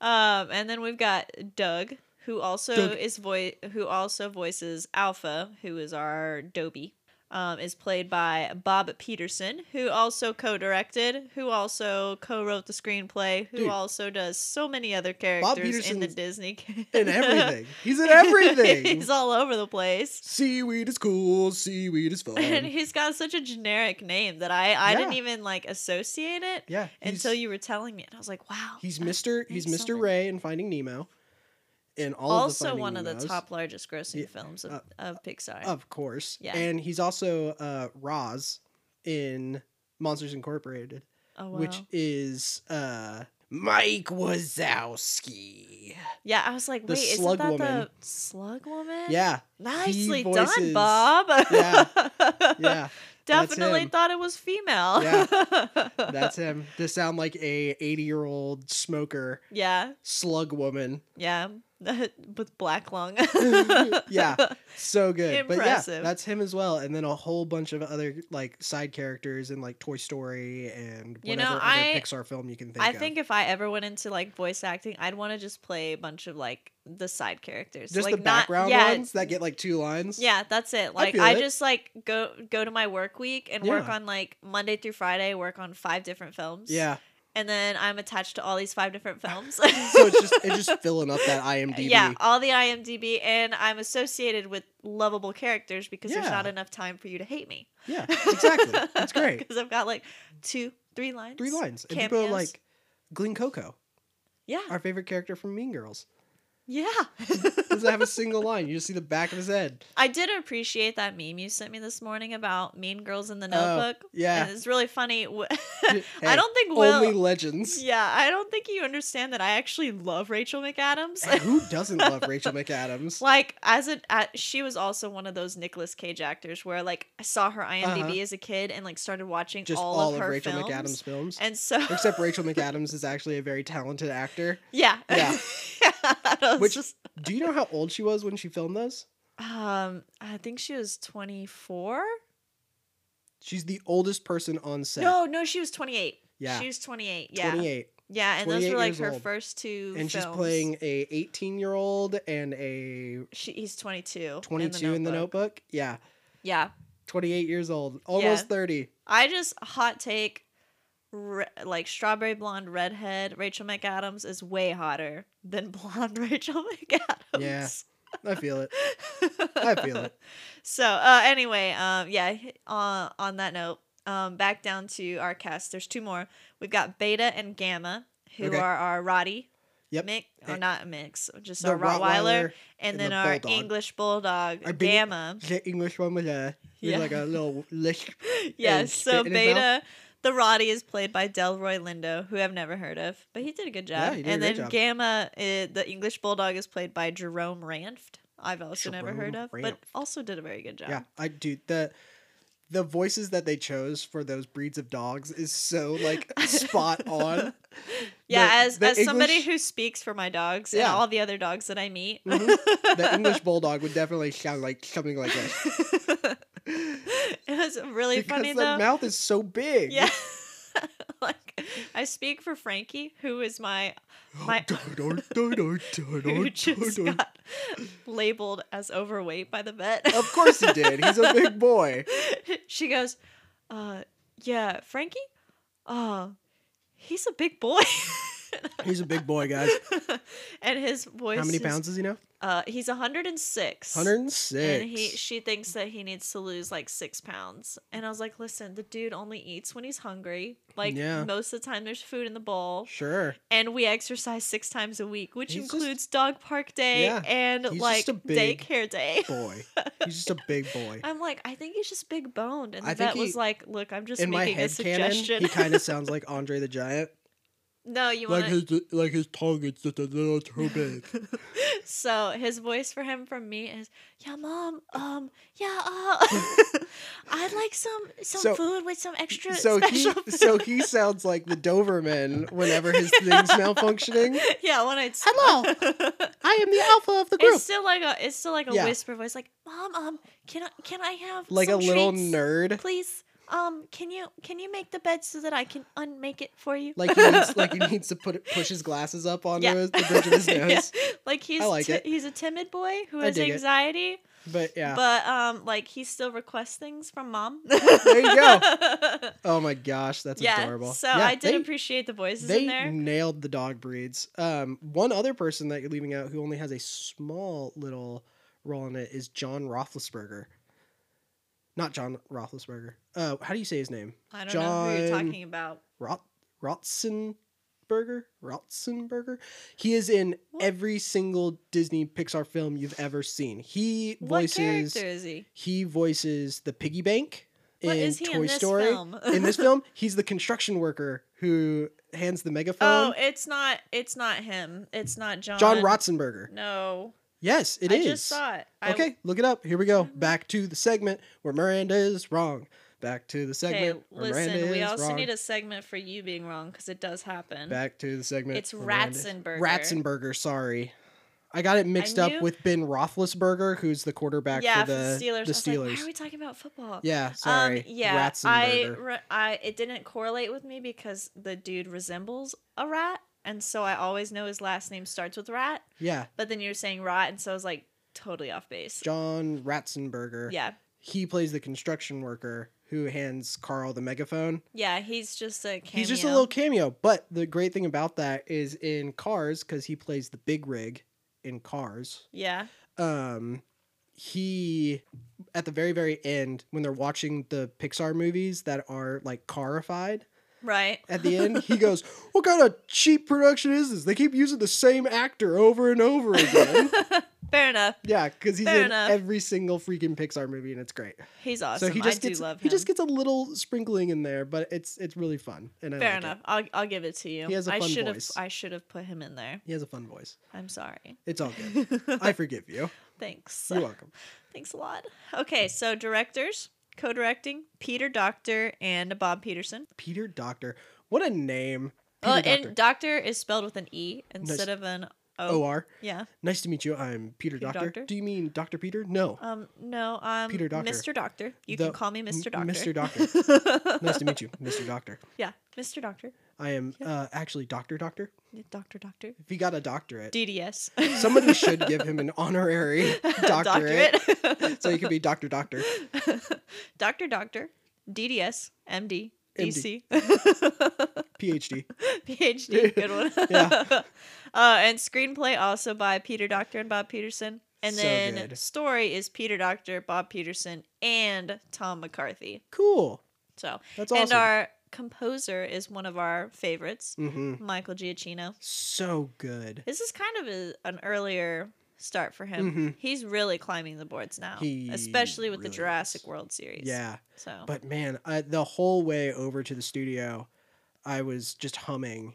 Speaker 2: Um, and then we've got Doug, who also
Speaker 1: Doug.
Speaker 2: is voice, who also voices Alpha, who is our Dobie. Um, is played by Bob Peterson, who also co-directed, who also co-wrote the screenplay, who
Speaker 1: Dude.
Speaker 2: also does so many other characters in the
Speaker 1: Peterson's
Speaker 2: Disney
Speaker 1: [LAUGHS]
Speaker 2: [LAUGHS]
Speaker 1: in everything. he's in everything.
Speaker 2: he's all over the place.
Speaker 1: seaweed is cool. Seaweed is
Speaker 2: [LAUGHS] and
Speaker 1: fun.
Speaker 2: he's got such a generic name that I I didn't
Speaker 1: Yeah.
Speaker 2: even like associate it
Speaker 1: Yeah,
Speaker 2: until
Speaker 1: he's-
Speaker 2: you were telling me, and I was like, wow.
Speaker 1: He's
Speaker 2: that's
Speaker 1: Mr. He's
Speaker 2: name's
Speaker 1: Mr.
Speaker 2: so many-
Speaker 1: Ray in Finding Nemo, and all
Speaker 2: also
Speaker 1: of the Finding
Speaker 2: one of the
Speaker 1: Nemos,
Speaker 2: top largest grossing
Speaker 1: Yeah,
Speaker 2: films of,
Speaker 1: uh,
Speaker 2: of Pixar.
Speaker 1: of course.
Speaker 2: Yeah.
Speaker 1: and he's also uh, Roz in Monsters Incorporated.
Speaker 2: oh wow.
Speaker 1: which is uh Mike Wazowski.
Speaker 2: yeah, I was like,
Speaker 1: the
Speaker 2: wait, isn't
Speaker 1: Slug
Speaker 2: that
Speaker 1: Woman.
Speaker 2: the Slug Woman?
Speaker 1: Yeah,
Speaker 2: Nicely done,
Speaker 1: voices-
Speaker 2: Bob.
Speaker 1: Yeah, yeah,
Speaker 2: [LAUGHS] Definitely
Speaker 1: him.
Speaker 2: thought it was female.
Speaker 1: Yeah,
Speaker 2: [LAUGHS]
Speaker 1: that's him. To sound like a 80-year-old smoker
Speaker 2: yeah,
Speaker 1: slug woman.
Speaker 2: yeah. [LAUGHS] With black
Speaker 1: [LAUGHS]
Speaker 2: lung. [LAUGHS]
Speaker 1: Yeah. So good. But yeah,
Speaker 2: Impressive.
Speaker 1: that's him as well. And then a whole bunch of other like side characters in like Toy Story and whatever
Speaker 2: You know,
Speaker 1: other
Speaker 2: I-
Speaker 1: Pixar film you can think
Speaker 2: I
Speaker 1: of.
Speaker 2: think if I ever went into like voice acting, I'd want to just play a bunch of like the side characters,
Speaker 1: just
Speaker 2: like
Speaker 1: the background
Speaker 2: not, yeah,
Speaker 1: ones that get like two lines.
Speaker 2: Yeah, that's it. Like
Speaker 1: feel
Speaker 2: I,
Speaker 1: it.
Speaker 2: just like go go to my work week and work
Speaker 1: Yeah.
Speaker 2: on like Monday through Friday, work on five different films.
Speaker 1: Yeah.
Speaker 2: And then I'm attached to all these five different films.
Speaker 1: So it's
Speaker 2: [LAUGHS]
Speaker 1: just it's just filling up that IMDb.
Speaker 2: yeah, all the IMDb and I'm associated with lovable characters because
Speaker 1: Yeah.
Speaker 2: there's not enough time for you to hate me.
Speaker 1: Yeah, exactly.
Speaker 2: [LAUGHS]
Speaker 1: That's great.
Speaker 2: Because I've got like two, three lines.
Speaker 1: three lines. And people are
Speaker 2: Cameos.
Speaker 1: like, Glean Coco,
Speaker 2: Yeah.
Speaker 1: our favorite character from Mean Girls,
Speaker 2: Yeah.
Speaker 1: doesn't have a single line. You just see the back of his head.
Speaker 2: I did appreciate that meme you sent me this morning about Mean Girls in the
Speaker 1: Oh,
Speaker 2: Notebook.
Speaker 1: yeah.
Speaker 2: And it's really funny. W- [LAUGHS]
Speaker 1: Hey,
Speaker 2: I don't think Will.
Speaker 1: Only legends.
Speaker 2: yeah, I don't think you understand that I actually love Rachel
Speaker 1: [LAUGHS]
Speaker 2: McAdams.
Speaker 1: And Who doesn't love Rachel McAdams?
Speaker 2: [LAUGHS] like as a uh, she was also one of those Nicolas Cage actors where like I saw her IMDb as a kid and like started watching
Speaker 1: Uh-huh. Just
Speaker 2: all, of, her
Speaker 1: Rachel
Speaker 2: films.
Speaker 1: McAdams films.
Speaker 2: And so
Speaker 1: Except Rachel McAdams is actually a very talented actor.
Speaker 2: [LAUGHS] yeah. [LAUGHS]
Speaker 1: Yeah.
Speaker 2: I was
Speaker 1: Which-
Speaker 2: just
Speaker 1: Do you know how old she was when she filmed those?
Speaker 2: um I think she was 24?
Speaker 1: She's the oldest person on set.
Speaker 2: No, no, she was 28.
Speaker 1: Yeah.
Speaker 2: She was 28. Yeah.
Speaker 1: 28.
Speaker 2: Yeah, and those
Speaker 1: 28
Speaker 2: were like
Speaker 1: years
Speaker 2: her
Speaker 1: old.
Speaker 2: first two
Speaker 1: And she's
Speaker 2: films.
Speaker 1: playing a 18 year old and a
Speaker 2: she, he's 22.
Speaker 1: 22 in the notebook. Yeah.
Speaker 2: Yeah.
Speaker 1: 28 years old. Almost 30.
Speaker 2: I just hot take, re- like strawberry blonde redhead Rachel McAdams is way hotter than [LAUGHS] blonde Rachel McAdams.
Speaker 1: Yeah. I feel
Speaker 2: [LAUGHS]
Speaker 1: it. I feel it.
Speaker 2: So uh, anyway, um, yeah. h- Uh, on that note, um, back down to our cast. There's two more. We've got Beta and Gamma, who
Speaker 1: Okay.
Speaker 2: are our Roddy.
Speaker 1: Yep.
Speaker 2: Mix, or
Speaker 1: Eh.
Speaker 2: not mix, just our Rottweiler, and,
Speaker 1: and
Speaker 2: then
Speaker 1: the
Speaker 2: our
Speaker 1: Bulldog.
Speaker 2: English Bulldog,
Speaker 1: Our big-
Speaker 2: Gamma.
Speaker 1: The English one with a with
Speaker 2: Yeah.
Speaker 1: like a little
Speaker 2: [LAUGHS]
Speaker 1: lish.
Speaker 2: Yes,
Speaker 1: and
Speaker 2: so
Speaker 1: spit in his mouth?
Speaker 2: Beta, the Roddy is played by Delroy Lindo, who I've never heard of, but he did a good job.
Speaker 1: Yeah, he did a
Speaker 2: and
Speaker 1: great
Speaker 2: then eh,
Speaker 1: job.
Speaker 2: Gamma, uh, the English Bulldog, is played by Jerome Ranft. I've also never heard of, but
Speaker 1: Shrimp.
Speaker 2: also did a very good job.
Speaker 1: Yeah, I do the the voices that they chose for those breeds of dogs is so like spot on.
Speaker 2: [LAUGHS] Yeah,
Speaker 1: The-
Speaker 2: as
Speaker 1: the
Speaker 2: as somebody
Speaker 1: English-
Speaker 2: who speaks for my dogs and
Speaker 1: Yeah. Mm-hmm.
Speaker 2: all the other dogs that I meet.
Speaker 1: The English bulldog would definitely sound like something like that
Speaker 2: [LAUGHS] it was [LAUGHS] really
Speaker 1: because
Speaker 2: funny
Speaker 1: the
Speaker 2: though.
Speaker 1: mouth is so big. [GASPS]
Speaker 2: yeah. [LAUGHS] like I speak for Frankie, who is my my- [LAUGHS]
Speaker 1: [LAUGHS]
Speaker 2: who just got [LAUGHS] labeled as overweight by the vet.
Speaker 1: of course he did. He's a big boy.
Speaker 2: [LAUGHS] she goes, uh, yeah, Frankie? Uh, he's a big boy.
Speaker 1: He's a big boy, guys.
Speaker 2: [LAUGHS] and his voice
Speaker 1: How many
Speaker 2: is-
Speaker 1: pounds is he now?
Speaker 2: Uh, he's 106.
Speaker 1: 106.
Speaker 2: And he, she thinks that he needs to lose like six pounds. And I was like, listen, the dude only eats when he's hungry. Like
Speaker 1: Yeah.
Speaker 2: most of the time, there's food in the bowl.
Speaker 1: sure.
Speaker 2: And we exercise six times a week, which
Speaker 1: He's just-
Speaker 2: includes dog park day
Speaker 1: Yeah.
Speaker 2: and
Speaker 1: He's
Speaker 2: like
Speaker 1: just a big
Speaker 2: daycare
Speaker 1: [LAUGHS]
Speaker 2: day. [LAUGHS]
Speaker 1: Boy. He's just a big boy.
Speaker 2: I'm like, I think he's just big boned. And the
Speaker 1: I think
Speaker 2: vet was
Speaker 1: he-
Speaker 2: like, look, I'm just
Speaker 1: In my
Speaker 2: making a
Speaker 1: head canon,
Speaker 2: suggestion.
Speaker 1: he kind of sounds like Andre the Giant.
Speaker 2: [LAUGHS] no, you want to.
Speaker 1: his like his tongue is just a little
Speaker 2: [LAUGHS]
Speaker 1: too big.
Speaker 2: so his voice for him from me is, yeah, mom, um, yeah, uh, [LAUGHS] I'd like some some
Speaker 1: So-
Speaker 2: food with some extra
Speaker 1: so he
Speaker 2: special. [LAUGHS] food."
Speaker 1: so he sounds like the Doberman whenever his thing's
Speaker 2: [LAUGHS]
Speaker 1: malfunctioning.
Speaker 2: yeah, when I [LAUGHS]
Speaker 1: Hello. I am the alpha of the
Speaker 2: It's still like a it's still like a
Speaker 1: Yeah.
Speaker 2: whisper voice, like mom, um, can I can I have
Speaker 1: Like a
Speaker 2: some
Speaker 1: little
Speaker 2: treats, [LAUGHS]
Speaker 1: nerd.
Speaker 2: please? Um, can you can you make the bed so that I can unmake it for you?
Speaker 1: Like he needs like he needs to put push his glasses up onto
Speaker 2: Yeah.
Speaker 1: his, the bridge
Speaker 2: [LAUGHS]
Speaker 1: of his
Speaker 2: Yeah.
Speaker 1: nose.
Speaker 2: [LAUGHS] like he's
Speaker 1: like
Speaker 2: ti-
Speaker 1: it.
Speaker 2: he's a timid boy who
Speaker 1: I
Speaker 2: has
Speaker 1: dig it.
Speaker 2: anxiety,
Speaker 1: But yeah.
Speaker 2: but um, like he still requests things from mom.
Speaker 1: [LAUGHS] there you
Speaker 2: [LAUGHS]
Speaker 1: go. Oh my gosh, that's
Speaker 2: yeah.
Speaker 1: adorable.
Speaker 2: So
Speaker 1: Yeah,
Speaker 2: I did
Speaker 1: they-
Speaker 2: appreciate the voices
Speaker 1: they
Speaker 2: in there.
Speaker 1: nailed the dog breeds. Um, one other person that you're leaving out who only has a small little role in it is John Roethlisberger. Not John Roethlisberger. Uh, how do you say his name?
Speaker 2: I don't know who you're
Speaker 1: John-
Speaker 2: talking about.
Speaker 1: Rot Rotzenberger. Rotzenberger. He is in
Speaker 2: What?
Speaker 1: every single Disney Pixar film you've ever seen. He
Speaker 2: What
Speaker 1: voices.
Speaker 2: character is he?
Speaker 1: He voices the piggy bank
Speaker 2: What
Speaker 1: in
Speaker 2: is he
Speaker 1: Toy
Speaker 2: in this
Speaker 1: Story.
Speaker 2: film?
Speaker 1: in this film, he's the construction worker who hands the megaphone.
Speaker 2: [LAUGHS] Oh, it's not. It's not him. It's not John.
Speaker 1: John Rotzenberger.
Speaker 2: No,
Speaker 1: Yes, it
Speaker 2: Oh, I
Speaker 1: is.
Speaker 2: just saw it. I- Mm-hmm.
Speaker 1: Okay, look it up. Here we go. Back to the segment where Miranda is wrong. Back to the
Speaker 2: Okay.
Speaker 1: segment where Miranda
Speaker 2: Listen, we
Speaker 1: is
Speaker 2: also
Speaker 1: wrong.
Speaker 2: need a segment for you being wrong because it does happen.
Speaker 1: Back to the segment.
Speaker 2: It's
Speaker 1: where Miranda is-
Speaker 2: Ratzenberger.
Speaker 1: Ratzenberger. Sorry, I got it mixed up
Speaker 2: knew-
Speaker 1: with Ben Roethlisberger, who's the quarterback
Speaker 2: yeah,
Speaker 1: for the
Speaker 2: Steelers.
Speaker 1: The
Speaker 2: I was like,
Speaker 1: Steelers.
Speaker 2: Why are we talking about football?
Speaker 1: yeah, sorry.
Speaker 2: Um, yeah, I,
Speaker 1: Ratzenberger.
Speaker 2: re- I, it didn't correlate with me because the dude resembles a rat, and so I always know his last name starts with rat.
Speaker 1: Yeah,
Speaker 2: But then you're saying rot, and so I was like totally off base.
Speaker 1: John Ratzenberger.
Speaker 2: Yeah,
Speaker 1: he plays the construction worker who hands Carl the megaphone.
Speaker 2: yeah, he's just a cameo.
Speaker 1: He's just a little cameo, but the great thing about that is in Cars because he plays the big rig in Cars.
Speaker 2: yeah.
Speaker 1: um he at the very very end when they're watching the pixar movies that are like carified
Speaker 2: Right.
Speaker 1: at the end he goes what kind of cheap production is this they keep using the same actor over and over
Speaker 2: [LAUGHS]
Speaker 1: again
Speaker 2: Fair enough.
Speaker 1: yeah because he's
Speaker 2: Fair
Speaker 1: in
Speaker 2: enough.
Speaker 1: every single freaking pixar movie and it's great
Speaker 2: He's awesome.
Speaker 1: so he just
Speaker 2: I
Speaker 1: gets
Speaker 2: do love him.
Speaker 1: he just gets a little sprinkling in there but it's it's really fun and I
Speaker 2: Fair
Speaker 1: like it.
Speaker 2: enough. I'll, I'll give it to you.
Speaker 1: He has a
Speaker 2: I
Speaker 1: fun
Speaker 2: should have
Speaker 1: voice.
Speaker 2: I should have put him in there.
Speaker 1: he has a fun voice
Speaker 2: I'm sorry.
Speaker 1: it's all good
Speaker 2: [LAUGHS]
Speaker 1: i forgive you
Speaker 2: Thanks.
Speaker 1: you're welcome
Speaker 2: Thanks a lot. Okay, so directors, co-directing Peter Doctor and Bob Peterson.
Speaker 1: peter doctor what a name
Speaker 2: Oh,
Speaker 1: peter
Speaker 2: and Doctor is spelled with an e instead of an o.
Speaker 1: or
Speaker 2: Yeah.
Speaker 1: Nice to meet you. I'm Peter,
Speaker 2: Peter
Speaker 1: Doctor.
Speaker 2: Doctor?
Speaker 1: Do you mean Dr. Peter? No.
Speaker 2: Um no, um
Speaker 1: Peter Doctor.
Speaker 2: Mr. Doctor. You
Speaker 1: The-
Speaker 2: can call me Mr.
Speaker 1: M-
Speaker 2: Doctor. [LAUGHS]
Speaker 1: Mr. Doctor. nice to meet you, Mr. Doctor.
Speaker 2: Yeah, Mr. Doctor.
Speaker 1: I am uh, actually Dr. Doctor.
Speaker 2: Doctor Doctor.
Speaker 1: If he got a doctorate,
Speaker 2: [LAUGHS] DDS.
Speaker 1: somebody should give him an
Speaker 2: [LAUGHS]
Speaker 1: honorary doctorate. [LAUGHS]
Speaker 2: Doctorate.
Speaker 1: so he could be Dr. Doctor.
Speaker 2: [LAUGHS] Doctor Doctor. DDS. MD.
Speaker 1: MD.
Speaker 2: DC.
Speaker 1: PhD. [LAUGHS]
Speaker 2: PhD, good one. [LAUGHS]
Speaker 1: Yeah.
Speaker 2: uh, and screenplay also by Peter Doctor and Bob Peterson. And
Speaker 1: So
Speaker 2: then
Speaker 1: good.
Speaker 2: story is Peter Doctor, Bob Peterson, and Tom McCarthy.
Speaker 1: Cool.
Speaker 2: So
Speaker 1: That's
Speaker 2: and
Speaker 1: awesome.
Speaker 2: our composer is one of our favorites,
Speaker 1: hmm
Speaker 2: Michael Giacchino.
Speaker 1: So good.
Speaker 2: This is kind of a, an earlier start for him.
Speaker 1: Mhm.
Speaker 2: He's really climbing the boards now,
Speaker 1: He
Speaker 2: especially with
Speaker 1: really
Speaker 2: the Jurassic
Speaker 1: is.
Speaker 2: World series. Oh.
Speaker 1: Yeah.
Speaker 2: So
Speaker 1: But man, I, the whole way over to the studio, I was
Speaker 2: [LAUGHS]
Speaker 1: just humming.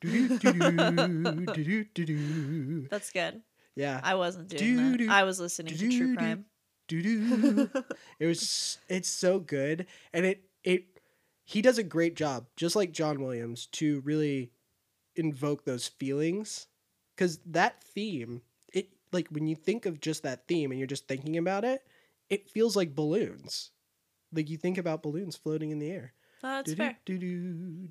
Speaker 1: Doo-doo-doo-doo, doo-doo-doo-doo.
Speaker 2: that's good.
Speaker 1: Yeah.
Speaker 2: I wasn't doing
Speaker 1: Doo-doo.
Speaker 2: that. I was listening to True
Speaker 1: Doo-doo.
Speaker 2: Crime.
Speaker 1: Doo doo. It was it's so good and it it he does a great job just like John Williams to really invoke those feelings cuz that theme it like when you think of just that theme and you're just thinking about it it feels like balloons like you think about balloons floating in the air
Speaker 2: That's fair. Kind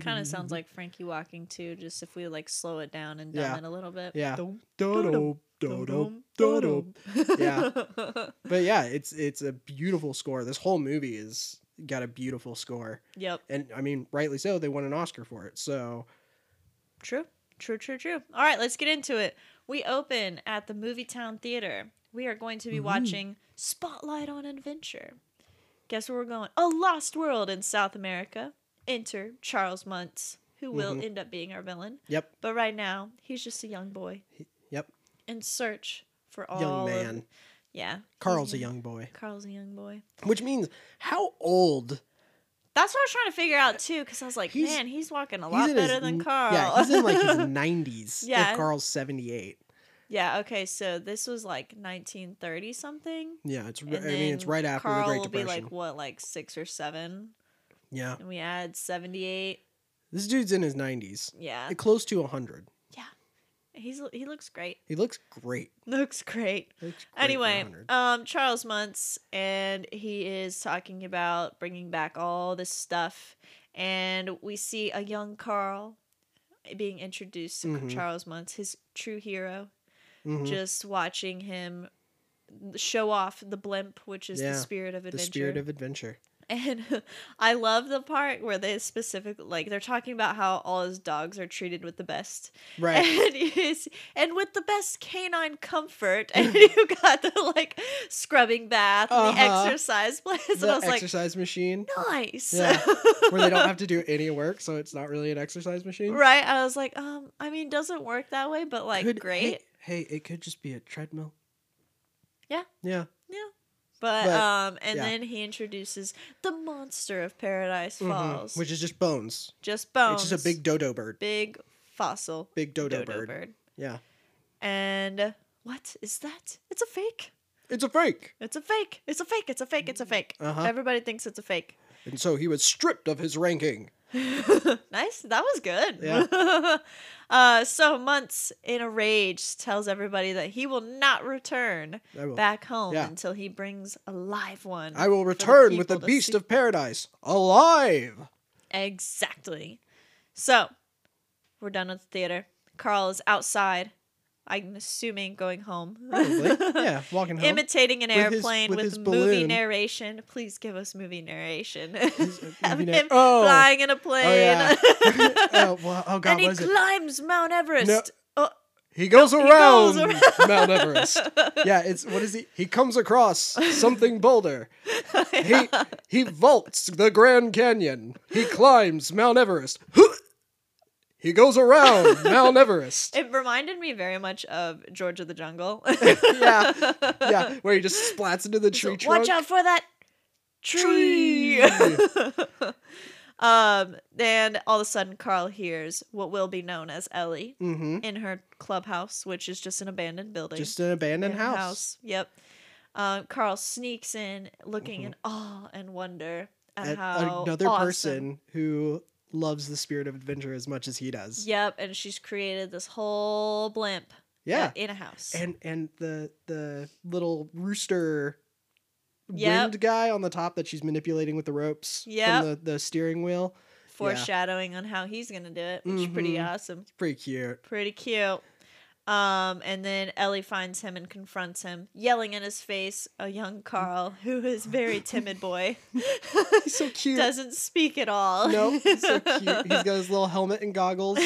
Speaker 1: kind
Speaker 2: of sounds like Frankie walking too, just if we like slow it down and dumb
Speaker 1: Mm-hmm. Yeah.
Speaker 2: it a little bit.
Speaker 1: Yeah.
Speaker 2: Dum,
Speaker 1: Dodo,
Speaker 2: dum,
Speaker 1: dodo,
Speaker 2: dum,
Speaker 1: dodo.
Speaker 2: dum.
Speaker 1: Yeah. But yeah, it's it's a beautiful score. This whole movie is got a beautiful score.
Speaker 2: [LAUGHS] yep.
Speaker 1: And I mean, rightly so, they won an Oscar for it. So
Speaker 2: True. True, true, true. All right, let's get into it. We open at the Movie Town Theater. We are going to be
Speaker 1: Mhm.
Speaker 2: watching Spotlight on Adventure. Guess where we're going? A Lost World in South America. Enter Charles Muntz, who will
Speaker 1: Mhm.
Speaker 2: end up being our villain.
Speaker 1: Yep.
Speaker 2: But right now, he's just a young boy.
Speaker 1: yep.
Speaker 2: In search for all
Speaker 1: young
Speaker 2: of-
Speaker 1: man.
Speaker 2: yeah. Mm-hmm.
Speaker 1: Carl's a
Speaker 2: he's-
Speaker 1: young boy.
Speaker 2: Carl's a young boy.
Speaker 1: Which means how old
Speaker 2: That's what I was trying to figure out too, because I was like,
Speaker 1: He's-
Speaker 2: man, he's walking a
Speaker 1: he's
Speaker 2: lot
Speaker 1: in his
Speaker 2: better than
Speaker 1: n-
Speaker 2: Carl.
Speaker 1: Yeah, he's in like
Speaker 2: [LAUGHS]
Speaker 1: his nineties.
Speaker 2: Yeah.
Speaker 1: If Carl's seventy eight.
Speaker 2: Yeah, okay, so this was like 1930 something.
Speaker 1: Yeah, it's
Speaker 2: And
Speaker 1: I mean it's
Speaker 2: then
Speaker 1: right after
Speaker 2: Carl
Speaker 1: the Great
Speaker 2: will
Speaker 1: Depression.
Speaker 2: be like what, like six or seven,
Speaker 1: yeah.
Speaker 2: and we add 78.
Speaker 1: This dude's in his nineties.
Speaker 2: Yeah,
Speaker 1: Close to hundred.
Speaker 2: he's he looks great. [LAUGHS]
Speaker 1: He looks great.
Speaker 2: Looks great.
Speaker 1: He looks great for
Speaker 2: Anyway,
Speaker 1: 100.
Speaker 2: um, Charles Muntz, and he is talking about bringing back all this stuff, and we see a young Carl being introduced to
Speaker 1: Mhm.
Speaker 2: Charles Muntz, his true hero,
Speaker 1: Mhm.
Speaker 2: just watching him show off the blimp, which is
Speaker 1: Yeah,
Speaker 2: the spirit of
Speaker 1: the
Speaker 2: adventure.
Speaker 1: spirit of adventure.
Speaker 2: [LAUGHS] and I love the part where they specifically like they're talking about how all his dogs are treated with the best,
Speaker 1: Right.
Speaker 2: [LAUGHS] and he's, and with the best canine
Speaker 1: [LAUGHS]
Speaker 2: comfort, and you got the like scrubbing bath, and the
Speaker 1: Uh-huh.
Speaker 2: exercise place,
Speaker 1: the
Speaker 2: and I was
Speaker 1: exercise
Speaker 2: [LAUGHS]
Speaker 1: machine.
Speaker 2: like, nice,
Speaker 1: Yeah, where they don't
Speaker 2: [LAUGHS]
Speaker 1: have to do any work, so it's not really an exercise machine.
Speaker 2: right? I was like, um, I mean, doesn't work that way, but like,
Speaker 1: Could-
Speaker 2: great.
Speaker 1: Hey, hey, it could just be a treadmill.
Speaker 2: Yeah.
Speaker 1: Yeah.
Speaker 2: But,
Speaker 1: But,
Speaker 2: um, and
Speaker 1: yeah.
Speaker 2: then he introduces the monster of Paradise
Speaker 1: Mhm.
Speaker 2: Falls,
Speaker 1: Which is just bones.
Speaker 2: just bones.
Speaker 1: It's just a big dodo bird.
Speaker 2: big fossil
Speaker 1: Big dodo,
Speaker 2: dodo
Speaker 1: bird.
Speaker 2: bird.
Speaker 1: Yeah.
Speaker 2: And uh, what is that? It's a fake.
Speaker 1: It's a fake.
Speaker 2: It's a fake. It's a fake. It's a fake. It's a fake.
Speaker 1: Uh-huh.
Speaker 2: Everybody thinks it's a fake.
Speaker 1: And so he was stripped of his ranking.
Speaker 2: [LAUGHS] nice. That was good. [LAUGHS] uh, so Muntz, in a rage, tells everybody that he will not return
Speaker 1: I will,
Speaker 2: back home
Speaker 1: Yeah.
Speaker 2: until he brings a live one.
Speaker 1: I will return with
Speaker 2: people
Speaker 1: the
Speaker 2: to
Speaker 1: beast
Speaker 2: see-
Speaker 1: of paradise
Speaker 2: [LAUGHS]
Speaker 1: alive.
Speaker 2: Exactly. So we're done with the theater. Carl is outside. I'm assuming going home.
Speaker 1: Probably. yeah, walking home.
Speaker 2: [LAUGHS] imitating an
Speaker 1: With his-
Speaker 2: airplane
Speaker 1: with
Speaker 2: with,
Speaker 1: his
Speaker 2: movie
Speaker 1: balloon. uh,
Speaker 2: narration. Please give us movie narration. [LAUGHS]
Speaker 1: movie
Speaker 2: Have
Speaker 1: nar-
Speaker 2: him
Speaker 1: Oh.
Speaker 2: flying in a plane.
Speaker 1: oh
Speaker 2: [LAUGHS]
Speaker 1: yeah. [LAUGHS] oh, well, oh god,
Speaker 2: and he
Speaker 1: what is it?
Speaker 2: climbs Mount Everest. Oh,
Speaker 1: He goes
Speaker 2: he
Speaker 1: around [LAUGHS]
Speaker 2: goes
Speaker 1: Mount Everest. yeah, it's what is he? He comes across something
Speaker 2: [LAUGHS]
Speaker 1: bolder. He he vaults the Grand Canyon. He climbs Mount Everest. He goes
Speaker 2: [LAUGHS]
Speaker 1: around Mount Everest.
Speaker 2: It reminded me very much of George of the Jungle.
Speaker 1: [LAUGHS] Yeah,
Speaker 2: [LAUGHS]
Speaker 1: yeah, where he just splats into the tree
Speaker 2: So
Speaker 1: trunk.
Speaker 2: Watch out for that tree. [LAUGHS] um, and all of a sudden, Carl hears what will be known as Ellie
Speaker 1: Mm-hmm.
Speaker 2: in her clubhouse, which is just an abandoned building.
Speaker 1: Just an abandoned
Speaker 2: abandoned
Speaker 1: house.
Speaker 2: Yep. Um, Carl sneaks in, looking in awe and wonder at,
Speaker 1: Mm-hmm. At
Speaker 2: how
Speaker 1: another
Speaker 2: awesome-
Speaker 1: person who loves the spirit of adventure as much as he does.
Speaker 2: Yep, and she's created this whole blimp.
Speaker 1: Yeah.
Speaker 2: in a house.
Speaker 1: And and the the little rooster
Speaker 2: Yep.
Speaker 1: wind guy on the top that she's manipulating with the ropes
Speaker 2: Yep.
Speaker 1: from the, the steering wheel.
Speaker 2: foreshadowing on how he's gonna do it, which is pretty
Speaker 1: Mhm.
Speaker 2: awesome.
Speaker 1: Pretty cute.
Speaker 2: pretty cute. Um, and then Ellie finds him and confronts him, yelling in his face, a young Carl who is
Speaker 1: [LAUGHS]
Speaker 2: very timid boy,
Speaker 1: He's so cute.
Speaker 2: doesn't speak at all.
Speaker 1: No, he's
Speaker 2: [LAUGHS]
Speaker 1: so cute. He's got his little helmet and goggles,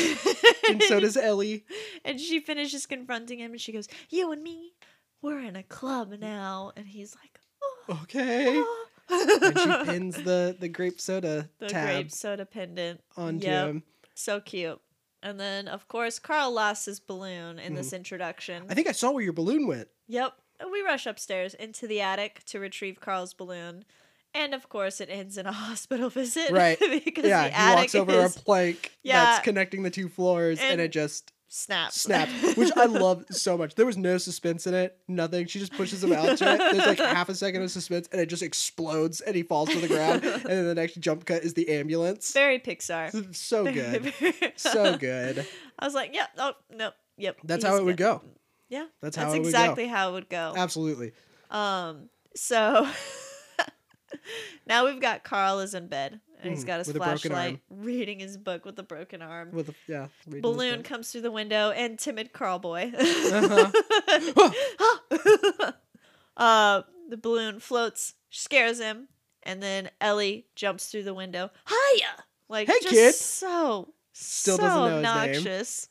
Speaker 1: and so does Ellie.
Speaker 2: And she finishes confronting him, and she goes, "You and me, we're in a club now." And he's like, "Oh."
Speaker 1: Okay. And
Speaker 2: [LAUGHS]
Speaker 1: she pins the the grape soda
Speaker 2: the
Speaker 1: tab
Speaker 2: grape soda pendant
Speaker 1: onto
Speaker 2: Yep.
Speaker 1: him.
Speaker 2: So cute. And then, of course, Carl lost his balloon in this introduction.
Speaker 1: Mm-hmm. I think I saw where your balloon went.
Speaker 2: Yep. We rush upstairs into the attic to retrieve Carl's balloon. And of course, it ends in a [LAUGHS] hospital visit.
Speaker 1: Right.
Speaker 2: [LAUGHS] because
Speaker 1: yeah,
Speaker 2: the
Speaker 1: he
Speaker 2: attic
Speaker 1: walks over
Speaker 2: is
Speaker 1: a plank
Speaker 2: Yeah.
Speaker 1: that's connecting the two floors, and,
Speaker 2: And-
Speaker 1: it just
Speaker 2: Snap.
Speaker 1: Snap,
Speaker 2: [LAUGHS]
Speaker 1: which I love so much. There was no suspense in it, nothing. She just pushes him out to it. There's like half a second of suspense, and it just explodes, and he falls to the ground. And then the next jump cut is the ambulance.
Speaker 2: Very [LAUGHS] Pixar.
Speaker 1: [LAUGHS] So good, so good.
Speaker 2: I was like, yep, oh, nope, yep.
Speaker 1: That's
Speaker 2: he's
Speaker 1: how it would
Speaker 2: good.
Speaker 1: go.
Speaker 2: Yeah.
Speaker 1: That's how
Speaker 2: That's
Speaker 1: it would go.
Speaker 2: exactly how it would go.
Speaker 1: Absolutely.
Speaker 2: Um, so [LAUGHS] now we've got Carl is in bed and he's
Speaker 1: Mhm,
Speaker 2: got his
Speaker 1: with a broken
Speaker 2: flashlight reading his book with a broken arm.
Speaker 1: With a, yeah, reading this
Speaker 2: Balloon
Speaker 1: book.
Speaker 2: comes through the window and timid Carl boy.
Speaker 1: Uh-huh.
Speaker 2: [LAUGHS] uh, the balloon floats, scares him, and then Ellie jumps through the window. Hiya! Like
Speaker 1: Hey,
Speaker 2: just
Speaker 1: kid.
Speaker 2: so
Speaker 1: Still
Speaker 2: so
Speaker 1: doesn't know his name.
Speaker 2: obnoxious.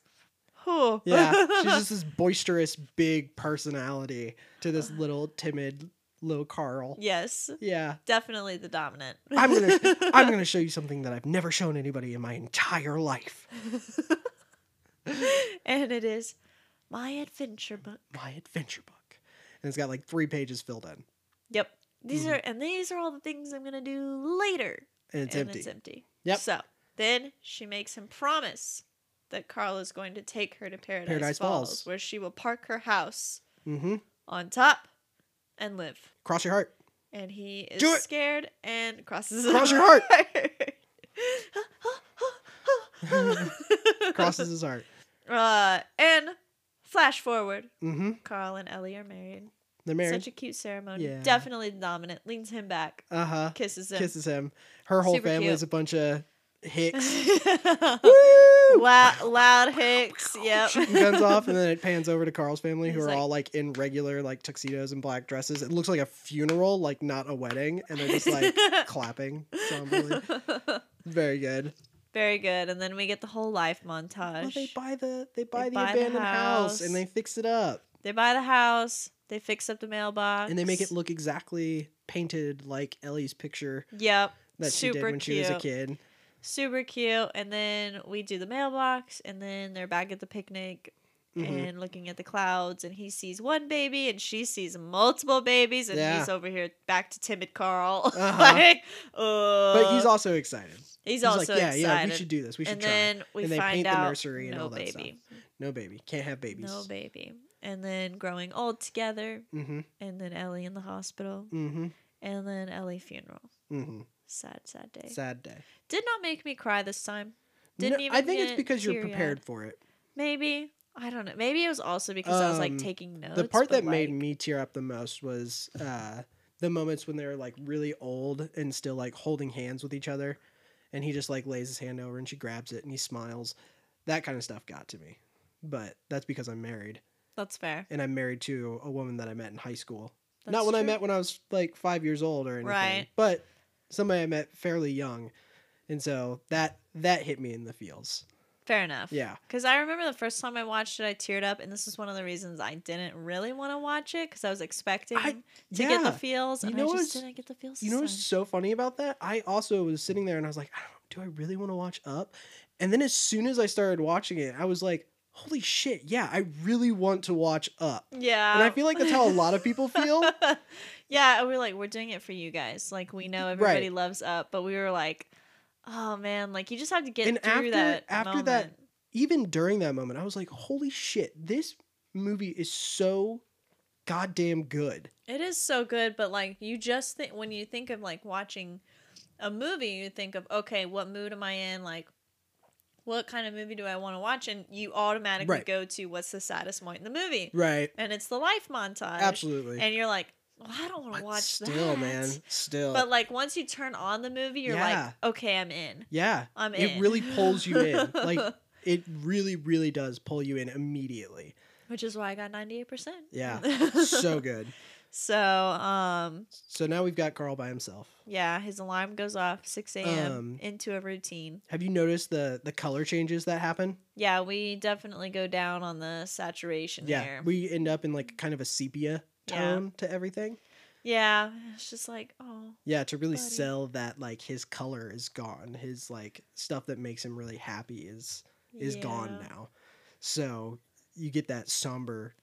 Speaker 2: Whew. [LAUGHS]
Speaker 1: Yeah, she's just this boisterous big personality to this little timid little Carl.
Speaker 2: yes,
Speaker 1: Yeah.
Speaker 2: definitely the dominant.
Speaker 1: I'm gonna
Speaker 2: [LAUGHS]
Speaker 1: I'm gonna show you something that I've never shown anybody in my entire life.
Speaker 2: [LAUGHS] and it is my adventure book.
Speaker 1: My adventure book. And it's got like three pages filled in.
Speaker 2: Yep. These
Speaker 1: Mhm.
Speaker 2: are and these are all the things I'm gonna do later.
Speaker 1: And it's
Speaker 2: and
Speaker 1: empty.
Speaker 2: it's empty.
Speaker 1: Yep.
Speaker 2: So then she makes him promise that Carl is going to take her to Paradise,
Speaker 1: Paradise
Speaker 2: Falls,
Speaker 1: Falls.
Speaker 2: where she will park her house
Speaker 1: mm-hmm.
Speaker 2: on top and live.
Speaker 1: Cross your heart.
Speaker 2: And he is
Speaker 1: Do it.
Speaker 2: scared and crosses
Speaker 1: Cross your [LAUGHS]
Speaker 2: [LAUGHS]
Speaker 1: Crosses his heart.
Speaker 2: uh, and flash forward,
Speaker 1: Mm-hmm.
Speaker 2: Carl and Ellie are married.
Speaker 1: They're married.
Speaker 2: Such a cute ceremony.
Speaker 1: Yeah.
Speaker 2: Definitely the dominant leans him back,
Speaker 1: uh-huh.
Speaker 2: kisses him.
Speaker 1: Kisses him. Her whole
Speaker 2: Super
Speaker 1: family
Speaker 2: cute.
Speaker 1: is a bunch of
Speaker 2: [LAUGHS]
Speaker 1: hicks. Woo!
Speaker 2: loud,
Speaker 1: [LAUGHS]
Speaker 2: loud hicks. Yep.
Speaker 1: shooting guns off, and then it pans over to Carl's family, who
Speaker 2: He's
Speaker 1: are
Speaker 2: like-
Speaker 1: all like in regular like tuxedos and black dresses. It looks like a funeral, like not a wedding, and they're just
Speaker 2: [LAUGHS]
Speaker 1: like clapping somberly. Very good.
Speaker 2: Very good. And then we get the whole life montage.
Speaker 1: Well, they
Speaker 2: they,
Speaker 1: buy
Speaker 2: buy-
Speaker 1: the they buy the
Speaker 2: buy the
Speaker 1: abandoned house.
Speaker 2: house.
Speaker 1: and they fix it up
Speaker 2: the house. They fix up the mailbox.
Speaker 1: and they make it look exactly painted like Ellie's picture
Speaker 2: Yep.
Speaker 1: that she did
Speaker 2: Super
Speaker 1: when she was a
Speaker 2: cute.
Speaker 1: kid.
Speaker 2: Super cute. And then we do the mailbox. And then they're back at the picnic.
Speaker 1: Mhm.
Speaker 2: And looking at the clouds, and he sees one baby, and she sees multiple babies, and
Speaker 1: Yeah.
Speaker 2: he's over here back to timid Carl, [LAUGHS]
Speaker 1: Uh-huh.
Speaker 2: like, uh,
Speaker 1: But he's also excited.
Speaker 2: he's
Speaker 1: like,
Speaker 2: also
Speaker 1: yeah,
Speaker 2: excited.
Speaker 1: yeah, we should do this. We should
Speaker 2: and
Speaker 1: try.
Speaker 2: then we
Speaker 1: And they
Speaker 2: find
Speaker 1: paint the
Speaker 2: out
Speaker 1: nursery and
Speaker 2: no
Speaker 1: all that stuff.
Speaker 2: baby,
Speaker 1: no baby, can't have babies.
Speaker 2: no baby, and then growing old together,
Speaker 1: mm-hmm.
Speaker 2: and then Ellie in the hospital,
Speaker 1: Mm-hmm.
Speaker 2: and then Ellie funeral.
Speaker 1: Mm-hmm.
Speaker 2: Sad, sad day.
Speaker 1: Sad day.
Speaker 2: Did not make me cry this time.
Speaker 1: No,
Speaker 2: Didn't
Speaker 1: I
Speaker 2: even
Speaker 1: think it's
Speaker 2: get
Speaker 1: because you're
Speaker 2: teary-eyed.
Speaker 1: prepared for it.
Speaker 2: Maybe I don't know. Maybe it was also because I was like
Speaker 1: Um,
Speaker 2: taking notes.
Speaker 1: the part
Speaker 2: but,
Speaker 1: that made
Speaker 2: like-
Speaker 1: me tear up the most was uh, the moments when they're like really old and still like holding hands with each other and he just like lays his hand over and she grabs it and he smiles that kind of stuff got to me but that's because i'm married
Speaker 2: that's fair.
Speaker 1: and i'm married to a woman that i met in high school
Speaker 2: That's
Speaker 1: not when i
Speaker 2: true.
Speaker 1: met when i was like five years old or anything
Speaker 2: Right.
Speaker 1: but somebody i met fairly young and so that that hit me in the
Speaker 2: [SIGHS]
Speaker 1: feels
Speaker 2: Fair enough.
Speaker 1: yeah
Speaker 2: Because I remember the first time I watched it, I teared up, and this is one of the reasons I didn't really want to watch it because I was expecting to
Speaker 1: yeah
Speaker 2: get the feels,
Speaker 1: You
Speaker 2: and
Speaker 1: know
Speaker 2: I
Speaker 1: what's-
Speaker 2: just didn't get the feels.
Speaker 1: You
Speaker 2: this
Speaker 1: know what's
Speaker 2: time.
Speaker 1: so funny about that? I also was sitting there and I was like, I don't, do I really want to watch Up? And then as soon as I started watching it, I was like, holy shit, yeah, I really want to watch Up.
Speaker 2: yeah,
Speaker 1: And I feel like that's how a lot
Speaker 2: [LAUGHS]
Speaker 1: of people feel.
Speaker 2: yeah, and we're like, we're doing it for you guys. Like we know everybody loves up, but we were like, oh man, like you just have to get
Speaker 1: And
Speaker 2: through
Speaker 1: after-
Speaker 2: that.
Speaker 1: after
Speaker 2: moment.
Speaker 1: that- Even during that moment, I was like, holy shit, this movie is so goddamn good.
Speaker 2: it is so good. But like you just think when you think of like watching a movie, you think of okay, what mood am I in? Like. What kind of movie do I want to watch? And you automatically
Speaker 1: Right.
Speaker 2: go to what's the saddest point in the movie,
Speaker 1: Right.
Speaker 2: and it's the life montage.
Speaker 1: Absolutely.
Speaker 2: And you're like, well, I don't want
Speaker 1: But
Speaker 2: to watch
Speaker 1: still,
Speaker 2: that.
Speaker 1: man. Still.
Speaker 2: But like once you turn on the movie, you're
Speaker 1: Yeah.
Speaker 2: like, okay, I'm in.
Speaker 1: yeah.
Speaker 2: I'm in.
Speaker 1: It really pulls you in. Like, it really, really does pull you in immediately.
Speaker 2: [LAUGHS] which is why I got 98%. [LAUGHS]
Speaker 1: Yeah. [LAUGHS] So good.
Speaker 2: so, um,
Speaker 1: So now we've got Carl by himself.
Speaker 2: yeah, his alarm goes off 6 a.m.
Speaker 1: Um,
Speaker 2: into a routine.
Speaker 1: Have you noticed the the color changes that happen?
Speaker 2: Yeah, we definitely go down on the saturation
Speaker 1: Yeah,
Speaker 2: here.
Speaker 1: we end up in like kind of a sepia
Speaker 2: Yeah.
Speaker 1: tone to everything.
Speaker 2: yeah, it's just like, oh,
Speaker 1: Yeah, to really
Speaker 2: Buddy.
Speaker 1: sell that like his color is gone, his like stuff that makes him really happy is is gone
Speaker 2: yeah.
Speaker 1: now. So you get that somber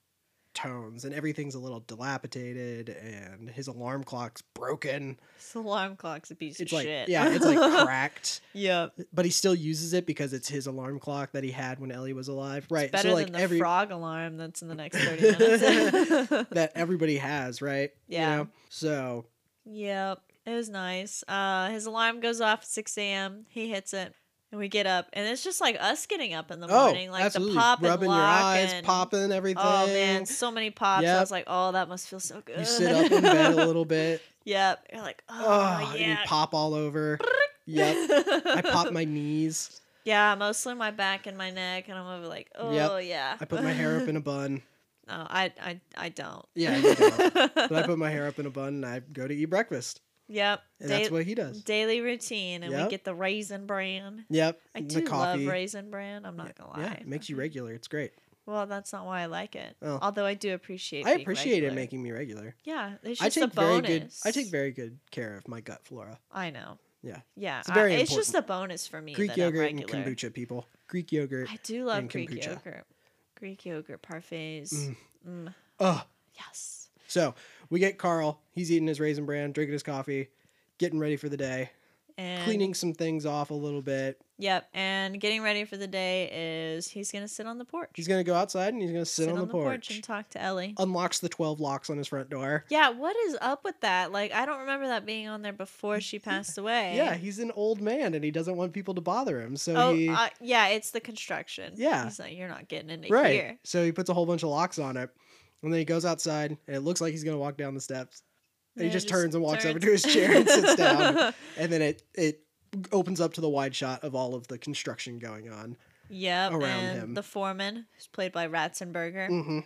Speaker 1: tones and everything's a little dilapidated and his alarm clock's broken.
Speaker 2: His alarm clock's a piece
Speaker 1: It's
Speaker 2: of
Speaker 1: like
Speaker 2: shit.
Speaker 1: yeah,
Speaker 2: [LAUGHS]
Speaker 1: it's like cracked,
Speaker 2: yeah.
Speaker 1: but he still uses it because it's his alarm clock that he had when Ellie was alive. Right.
Speaker 2: Better
Speaker 1: so like
Speaker 2: than the
Speaker 1: every
Speaker 2: frog alarm that's in the next 30
Speaker 1: [LAUGHS]
Speaker 2: minutes.
Speaker 1: that everybody has, right?
Speaker 2: Yeah.
Speaker 1: So
Speaker 2: Yep. It was nice. Uh, his alarm goes off at 6 a.m. He hits it, and we get up. And it's just like us getting up in the morning.
Speaker 1: oh,
Speaker 2: like
Speaker 1: absolutely.
Speaker 2: the pop
Speaker 1: rubbing
Speaker 2: and lock
Speaker 1: your eyes,
Speaker 2: and,
Speaker 1: popping everything.
Speaker 2: Oh, man. So many pops. I
Speaker 1: Yep.
Speaker 2: was like, oh, that must feel so good. [LAUGHS]
Speaker 1: You sit up in bed a little bit.
Speaker 2: yep. You're like,
Speaker 1: Oh,
Speaker 2: oh,
Speaker 1: and you
Speaker 2: yeah.
Speaker 1: pop all over. yep. I
Speaker 2: [LAUGHS]
Speaker 1: pop my knees.
Speaker 2: Yeah, mostly my back and my neck, and I'm over like, oh
Speaker 1: Yep.
Speaker 2: yeah.
Speaker 1: I put my hair
Speaker 2: [LAUGHS]
Speaker 1: up in a bun.
Speaker 2: no, I I I don't.
Speaker 1: Yeah, you don't. But I put my hair up in a bun and I go to eat breakfast.
Speaker 2: [LAUGHS] yep.
Speaker 1: And
Speaker 2: da-
Speaker 1: that's what he does.
Speaker 2: daily routine, and we
Speaker 1: Yep.
Speaker 2: get the raisin bran.
Speaker 1: Yep.
Speaker 2: I
Speaker 1: and
Speaker 2: do love raisin bran. I'm not gonna lie.
Speaker 1: Yeah, it makes you regular. It's great.
Speaker 2: Well, that's not why I like it.
Speaker 1: Oh.
Speaker 2: Although I do appreciate.
Speaker 1: I
Speaker 2: being
Speaker 1: appreciate it
Speaker 2: regular.
Speaker 1: making me regular.
Speaker 2: Yeah, it's
Speaker 1: I
Speaker 2: just
Speaker 1: take
Speaker 2: a
Speaker 1: very
Speaker 2: bonus.
Speaker 1: good I take very good care of my gut flora.
Speaker 2: I know.
Speaker 1: Yeah.
Speaker 2: Yeah,
Speaker 1: It's very
Speaker 2: I, it's just a bonus for me.
Speaker 1: Greek
Speaker 2: that I'm
Speaker 1: yogurt and
Speaker 2: regular.
Speaker 1: kombucha people. Greek yogurt.
Speaker 2: I do love
Speaker 1: and
Speaker 2: Greek
Speaker 1: kombucha.
Speaker 2: yogurt. Greek yogurt parfaits.
Speaker 1: Mm.
Speaker 2: Mm,
Speaker 1: Ugh.
Speaker 2: Yes.
Speaker 1: So we get Carl. He's eating his raisin bran, drinking his coffee, getting ready for the day,
Speaker 2: And
Speaker 1: cleaning some things off a little bit.
Speaker 2: Yep, and getting ready for the day is he's gonna sit on the porch.
Speaker 1: He's gonna go outside and he's gonna sit, on, the, porch. Oh.
Speaker 2: and talk to Ellie.
Speaker 1: Unlocks the twelve locks on his front door.
Speaker 2: yeah, what is up with that? Like, I don't remember that being on there before she passed away.
Speaker 1: [LAUGHS] Yeah, he's an old man and he doesn't want people to bother him. So
Speaker 2: oh,
Speaker 1: he
Speaker 2: uh, yeah, it's the construction.
Speaker 1: Yeah.
Speaker 2: he's like, you're not getting into
Speaker 1: right.
Speaker 2: here.
Speaker 1: So he puts a whole bunch of locks on it, and then he goes outside and it looks like he's gonna walk down the steps. And he
Speaker 2: Yeah,
Speaker 1: just, turns and walks over
Speaker 2: turns.
Speaker 1: to his chair and sits
Speaker 2: [LAUGHS]
Speaker 1: down. and then it it opens up to the wide shot of all of the construction going on.
Speaker 2: yep,
Speaker 1: around
Speaker 2: and
Speaker 1: him.
Speaker 2: the foreman, who's played by Ratzenberger,
Speaker 1: hmm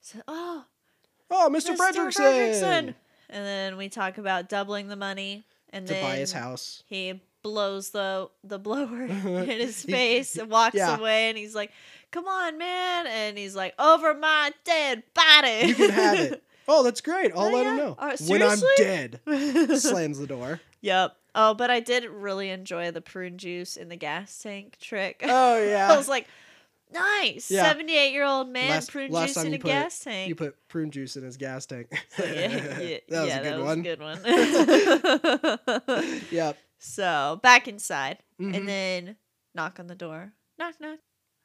Speaker 2: said, "Oh,
Speaker 1: Oh, Mr.
Speaker 2: Mr.
Speaker 1: Fredrickson!
Speaker 2: Fredrickson!" And then we talk about doubling the money, and
Speaker 1: to
Speaker 2: then
Speaker 1: buy his house.
Speaker 2: he blows the
Speaker 1: [LAUGHS]
Speaker 2: the blower [LAUGHS] in his face and walks
Speaker 1: yeah.
Speaker 2: away and he's like come on man and he's like over my dead body
Speaker 1: You can have
Speaker 2: [LAUGHS]
Speaker 1: it. Oh, that's great. I'll
Speaker 2: Oh,
Speaker 1: let
Speaker 2: yeah?
Speaker 1: him know.
Speaker 2: Uh,
Speaker 1: when I'm
Speaker 2: seriously? [LAUGHS]
Speaker 1: dead. Slams the door.
Speaker 2: yep oh but i did really enjoy the prune juice in the gas tank trick
Speaker 1: Oh
Speaker 2: [LAUGHS] [LAUGHS] i
Speaker 1: yeah.
Speaker 2: was like nice
Speaker 1: Yeah.
Speaker 2: 78 year old man
Speaker 1: Last-
Speaker 2: prune
Speaker 1: last
Speaker 2: juice
Speaker 1: time
Speaker 2: in
Speaker 1: you
Speaker 2: a
Speaker 1: put it-
Speaker 2: gas tank
Speaker 1: You put prune juice in his gas tank.
Speaker 2: yeah, [LAUGHS] yeah,
Speaker 1: [LAUGHS] that was
Speaker 2: yeah,
Speaker 1: a good
Speaker 2: that
Speaker 1: one.
Speaker 2: was a
Speaker 1: [LAUGHS]
Speaker 2: good one [LAUGHS]
Speaker 1: Yep.
Speaker 2: so back inside
Speaker 1: Mhm.
Speaker 2: and then knock on the door knock knock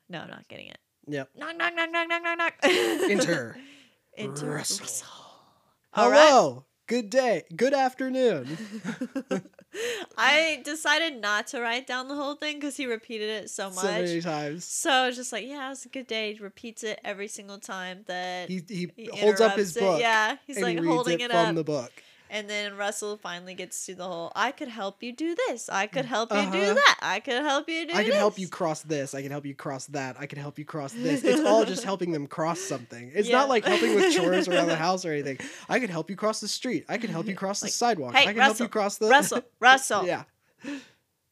Speaker 2: no i'm not getting it
Speaker 1: Yep.
Speaker 2: Knock, knock, knock, knock, knock, knock, knock.
Speaker 1: Enter.
Speaker 2: [LAUGHS] Enter.
Speaker 1: Russell.
Speaker 2: Russell. All right.
Speaker 1: Hello. Good day. Good afternoon.
Speaker 2: I decided not to write down the whole thing because he repeated it [LAUGHS] so
Speaker 1: so many
Speaker 2: much.
Speaker 1: times.
Speaker 2: So I was just like, yeah, it's a good day. He repeats it every single time that
Speaker 1: He he,
Speaker 2: he
Speaker 1: holds up his
Speaker 2: interrupts it.
Speaker 1: book.
Speaker 2: Yeah, he's
Speaker 1: and
Speaker 2: like
Speaker 1: he reads
Speaker 2: holding it,
Speaker 1: it,
Speaker 2: up.
Speaker 1: from the book.
Speaker 2: And then Russell finally gets to the whole, I could help you do this. I could help you do
Speaker 1: Uh-huh.
Speaker 2: that. I could help you do
Speaker 1: I can
Speaker 2: this."
Speaker 1: help
Speaker 2: [LAUGHS]
Speaker 1: you cross this. I can help you cross that. I can help you cross this. It's all just helping them cross something. It's
Speaker 2: Yeah.
Speaker 1: not like helping with
Speaker 2: [LAUGHS]
Speaker 1: chores around the house or anything. I can help you cross the street. I can help you cross
Speaker 2: Like,
Speaker 1: the sidewalk.
Speaker 2: "Hey,
Speaker 1: I can help
Speaker 2: Russell,
Speaker 1: you cross the [LAUGHS]
Speaker 2: Russell, Russell.
Speaker 1: yeah.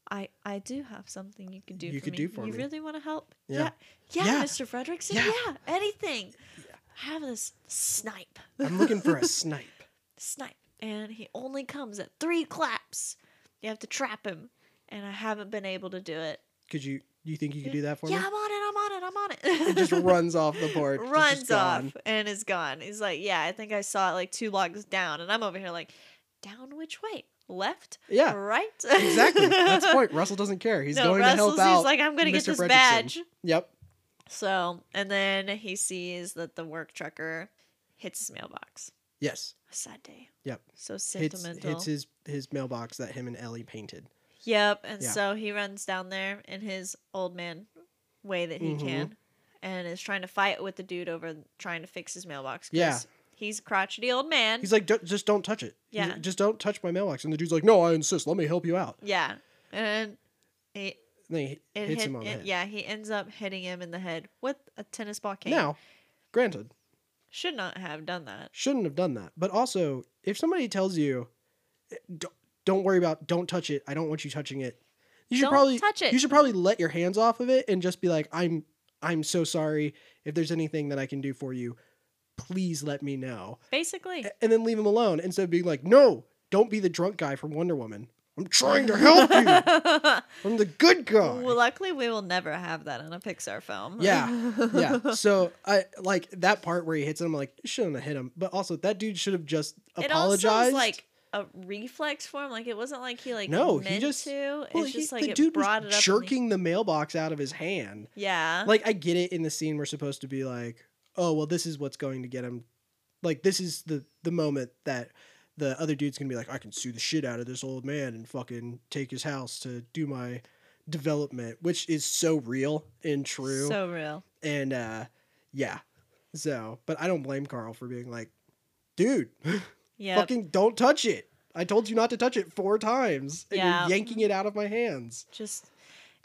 Speaker 2: I I do have something you can do.
Speaker 1: You
Speaker 2: for
Speaker 1: could
Speaker 2: me.
Speaker 1: do for
Speaker 2: you
Speaker 1: me."
Speaker 2: really want to help?
Speaker 1: Yeah.
Speaker 2: yeah,
Speaker 1: Yeah.
Speaker 2: Mr. Fredrickson. Yeah,
Speaker 1: Yeah.
Speaker 2: anything. I have this snipe,
Speaker 1: I'm looking for a snipe.
Speaker 2: [LAUGHS] snipe, and he only comes at three claps. You have to trap him, and I haven't been able to do it.
Speaker 1: Could you you think you could do that for
Speaker 2: yeah,
Speaker 1: me?
Speaker 2: I'm on it. I'm on it. I'm on it.
Speaker 1: It
Speaker 2: [LAUGHS]
Speaker 1: just runs off the board. just-
Speaker 2: runs
Speaker 1: just
Speaker 2: off
Speaker 1: gone.
Speaker 2: and is gone. He's like, yeah, I think I saw it like two blocks down, and I'm over here like, down which way? Left?
Speaker 1: Yeah.
Speaker 2: Right?
Speaker 1: Exactly.
Speaker 2: [LAUGHS]
Speaker 1: That's the point. Russell doesn't care. He's
Speaker 2: no,
Speaker 1: going
Speaker 2: Russell's
Speaker 1: to help out.
Speaker 2: he's like, I'm gonna get
Speaker 1: Mr.
Speaker 2: this
Speaker 1: Fredrickson."
Speaker 2: badge.
Speaker 1: Yep.
Speaker 2: So, and then he sees that the work trucker hits his mailbox.
Speaker 1: Yes.
Speaker 2: A sad day.
Speaker 1: Yep.
Speaker 2: So
Speaker 1: Hits,
Speaker 2: sentimental.
Speaker 1: hits his his mailbox that him and Ellie painted.
Speaker 2: yep. And
Speaker 1: Yeah.
Speaker 2: so he runs down there in his old man way that he
Speaker 1: Mhm.
Speaker 2: can and is trying to fight with the dude over trying to fix his mailbox. 'cause
Speaker 1: Yeah.
Speaker 2: He's a crotchety old man.
Speaker 1: He's like, "Don't- just don't touch it. He's
Speaker 2: Yeah.
Speaker 1: like, Just don't touch my mailbox. And the dude's like, no, I insist. Let me help you out.
Speaker 2: yeah. And he,
Speaker 1: And then he
Speaker 2: it
Speaker 1: hits
Speaker 2: hit,
Speaker 1: him on the
Speaker 2: it-
Speaker 1: head.
Speaker 2: Yeah. He ends up hitting him in the head with a tennis ball cane.
Speaker 1: Now, granted,
Speaker 2: Should not have done that.
Speaker 1: shouldn't have done that. But also, if somebody tells you, don't, don't worry about, don't touch it. I don't want you touching it. You should
Speaker 2: Don't
Speaker 1: probably
Speaker 2: touch it.
Speaker 1: You should probably let your hands off of it and just be like, I'm, I'm so sorry. If there's anything that I can do for you, please let me know.
Speaker 2: Basically.
Speaker 1: Eh, A- And then leave him alone instead of being like, no, don't be the drunk guy from Wonder Woman. I'm trying to help
Speaker 2: [LAUGHS]
Speaker 1: you. I'm the good guy.
Speaker 2: Well, luckily, we will never have that in a Pixar film.
Speaker 1: Yeah, yeah. [LAUGHS] So I like that part where he hits him. Like you shouldn't have hit him, but also that dude should have just
Speaker 2: [LAUGHS] It also was
Speaker 1: apologized.
Speaker 2: like a reflex form. Like it wasn't like he like
Speaker 1: No,
Speaker 2: meant
Speaker 1: he just-
Speaker 2: to. It's
Speaker 1: well, he-
Speaker 2: just like
Speaker 1: the
Speaker 2: it
Speaker 1: dude
Speaker 2: brought
Speaker 1: was
Speaker 2: it up. and he-
Speaker 1: jerking the mailbox out of his hand.
Speaker 2: yeah.
Speaker 1: Like I get it in the scene we're supposed to be like, oh well, this is what's going to get him. Like this is the the moment that the other dude's gonna be like, I can sue the shit out of this old man and fucking take his house to do my development, which is so real and true.
Speaker 2: So real.
Speaker 1: and uh yeah so but i don't blame carl for being like dude
Speaker 2: Yeah.
Speaker 1: fucking don't touch it i told you not to touch it four times and
Speaker 2: Yeah.
Speaker 1: you're yanking it out of my hands
Speaker 2: Just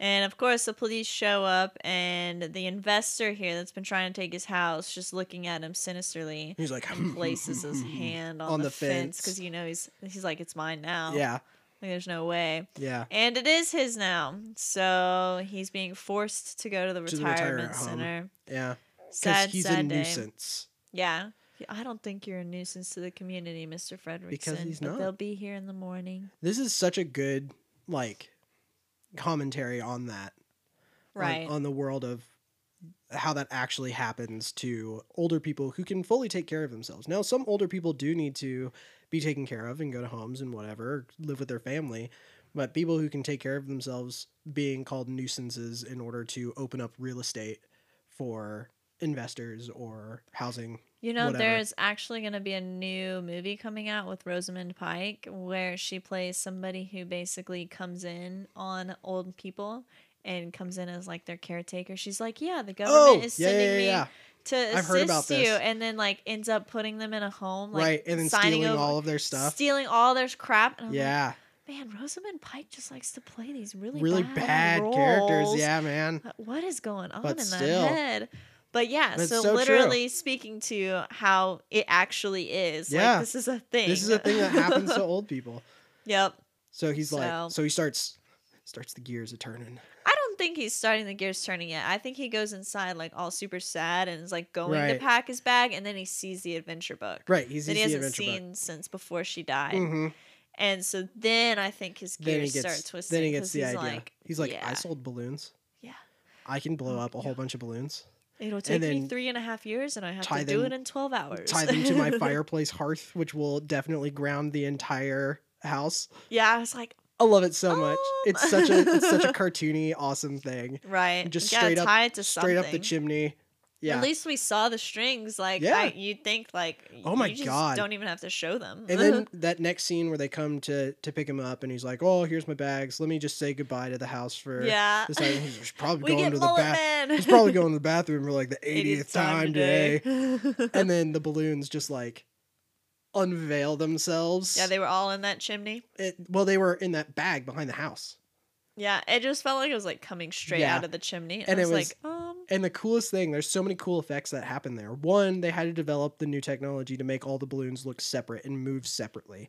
Speaker 2: and of course the police show up and the investor here that's been trying to take his house just looking at him
Speaker 1: [LAUGHS]
Speaker 2: sinisterly
Speaker 1: he's like
Speaker 2: and places his hand on, the, fence because you know he's he's like it's mine now.
Speaker 1: yeah
Speaker 2: Like, there's no way.
Speaker 1: yeah
Speaker 2: And it is his now. So he's being forced to go to the
Speaker 1: To the
Speaker 2: retirement,
Speaker 1: retirement home.
Speaker 2: center.
Speaker 1: yeah because
Speaker 2: Sad,
Speaker 1: he's
Speaker 2: sad
Speaker 1: a
Speaker 2: day.
Speaker 1: nuisance
Speaker 2: Yeah. I don't think you're a nuisance to the community, Mr. Frederickson.
Speaker 1: he's
Speaker 2: but
Speaker 1: not.
Speaker 2: They'll be here in the morning.
Speaker 1: this is such a good like commentary on that on-
Speaker 2: Right.
Speaker 1: on, the world of how that actually happens to older people who can fully take care of themselves. Now, some older people do need to be taken care of and go to homes and whatever, live with their family, but people who can take care of themselves being called nuisances in order to open up real estate for investors or housing.
Speaker 2: You know,
Speaker 1: whatever.
Speaker 2: there's actually going to be a new movie coming out with Rosamund Pike where she plays somebody who basically comes in on old people and comes in as like their caretaker. She's like, "Yeah, the government is
Speaker 1: Oh, yeah,
Speaker 2: sending
Speaker 1: yeah, yeah,
Speaker 2: me
Speaker 1: yeah.
Speaker 2: to
Speaker 1: I've
Speaker 2: assist
Speaker 1: heard about
Speaker 2: you,"
Speaker 1: this.
Speaker 2: and then like ends up putting them in a home, like,
Speaker 1: right, and then
Speaker 2: signing
Speaker 1: stealing
Speaker 2: over-
Speaker 1: all of their stuff.
Speaker 2: stealing all their crap. And I'm like,
Speaker 1: yeah,
Speaker 2: man, Rosamund Pike just likes to play these really
Speaker 1: really
Speaker 2: bad,
Speaker 1: bad, characters.
Speaker 2: roles.
Speaker 1: Yeah, man.
Speaker 2: But What is going on
Speaker 1: But
Speaker 2: in
Speaker 1: still.
Speaker 2: that head? But yeah,
Speaker 1: That's
Speaker 2: so,
Speaker 1: so true.
Speaker 2: literally speaking to how it actually is.
Speaker 1: Yeah.
Speaker 2: like, this is a thing.
Speaker 1: This is a thing that happens
Speaker 2: [LAUGHS]
Speaker 1: to old people.
Speaker 2: yep.
Speaker 1: So he's
Speaker 2: So-
Speaker 1: like, so he starts, starts the gears a turning.
Speaker 2: I don't think he's starting the gears turning yet. I think he goes inside like all super sad and is like going to
Speaker 1: Right.
Speaker 2: pack his bag, and then he sees the adventure book
Speaker 1: Right, he's
Speaker 2: that he
Speaker 1: he's the
Speaker 2: hasn't
Speaker 1: adventure
Speaker 2: seen since before she died.
Speaker 1: hmm
Speaker 2: And so then I think his
Speaker 1: Then he
Speaker 2: gears
Speaker 1: gets,
Speaker 2: start twisting.
Speaker 1: then he gets
Speaker 2: 'cause
Speaker 1: the
Speaker 2: he's
Speaker 1: idea.
Speaker 2: Like,
Speaker 1: he's like,
Speaker 2: yeah.
Speaker 1: I sold balloons.
Speaker 2: Yeah.
Speaker 1: I can blow
Speaker 2: Oh,
Speaker 1: up a whole
Speaker 2: yeah.
Speaker 1: bunch of balloons,
Speaker 2: It'll take me
Speaker 1: then
Speaker 2: three and a half years, and I have to
Speaker 1: tie
Speaker 2: do
Speaker 1: them-
Speaker 2: it in twelve hours.
Speaker 1: tie them
Speaker 2: [LAUGHS]
Speaker 1: to my fireplace hearth, which will definitely ground the entire house.
Speaker 2: yeah, I was like,
Speaker 1: I love it so much. It's
Speaker 2: Um. [LAUGHS]
Speaker 1: such a it's such a cartoony, awesome thing.
Speaker 2: right,
Speaker 1: Just
Speaker 2: you gotta
Speaker 1: straight up-
Speaker 2: tie it to
Speaker 1: Straight up the
Speaker 2: something.
Speaker 1: chimney. Yeah.
Speaker 2: At least we saw the strings. Like,
Speaker 1: Yeah.
Speaker 2: I, you'd think, like,
Speaker 1: Oh my
Speaker 2: you just
Speaker 1: God.
Speaker 2: don't even have to show them.
Speaker 1: and then that next scene where they come to to pick him up, and he's like, "Oh, here's my bags. Let me just say goodbye to the house for
Speaker 2: [LAUGHS] yeah,
Speaker 1: this night." And He's probably
Speaker 2: [LAUGHS] we
Speaker 1: going
Speaker 2: get
Speaker 1: to the
Speaker 2: mullet
Speaker 1: bath.
Speaker 2: man.
Speaker 1: He's probably
Speaker 2: [LAUGHS]
Speaker 1: going to the bathroom for like the 80th,
Speaker 2: 80th
Speaker 1: time, today.
Speaker 2: [LAUGHS] today.
Speaker 1: and then the balloons just like unveil themselves.
Speaker 2: yeah, they were all in that chimney.
Speaker 1: It, well, they were in that bag behind the house.
Speaker 2: Yeah, it just felt like it was like coming straight
Speaker 1: Yeah.
Speaker 2: out of the chimney, and,
Speaker 1: And
Speaker 2: I
Speaker 1: it
Speaker 2: was,
Speaker 1: was-
Speaker 2: like, um,
Speaker 1: And the coolest thing, there's so many cool effects that happen there. One, they had to develop the new technology to make all the balloons look separate and move separately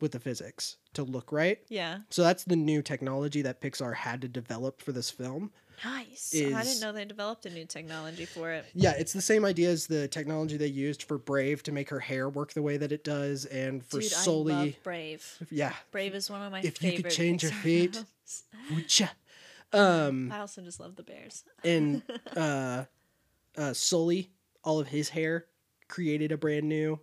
Speaker 1: with the physics to look right.
Speaker 2: yeah,
Speaker 1: So that's the new technology that Pixar had to develop for this film.
Speaker 2: nice. I didn't
Speaker 1: Is-
Speaker 2: know they developed a new technology for it.
Speaker 1: Yeah, it's the same idea as the technology they used for Brave to make her hair work the way that it does and for
Speaker 2: Dude,
Speaker 1: Sully.
Speaker 2: I love Brave.
Speaker 1: Yeah.
Speaker 2: Brave is one of my
Speaker 1: If you
Speaker 2: favorite.
Speaker 1: could change
Speaker 2: [LAUGHS]
Speaker 1: your
Speaker 2: Pixar
Speaker 1: fate.
Speaker 2: films.
Speaker 1: Woocha. Um
Speaker 2: I also just love the bears. [LAUGHS]
Speaker 1: and [LAUGHS] uh, uh, Sully, all of his hair, created a brand new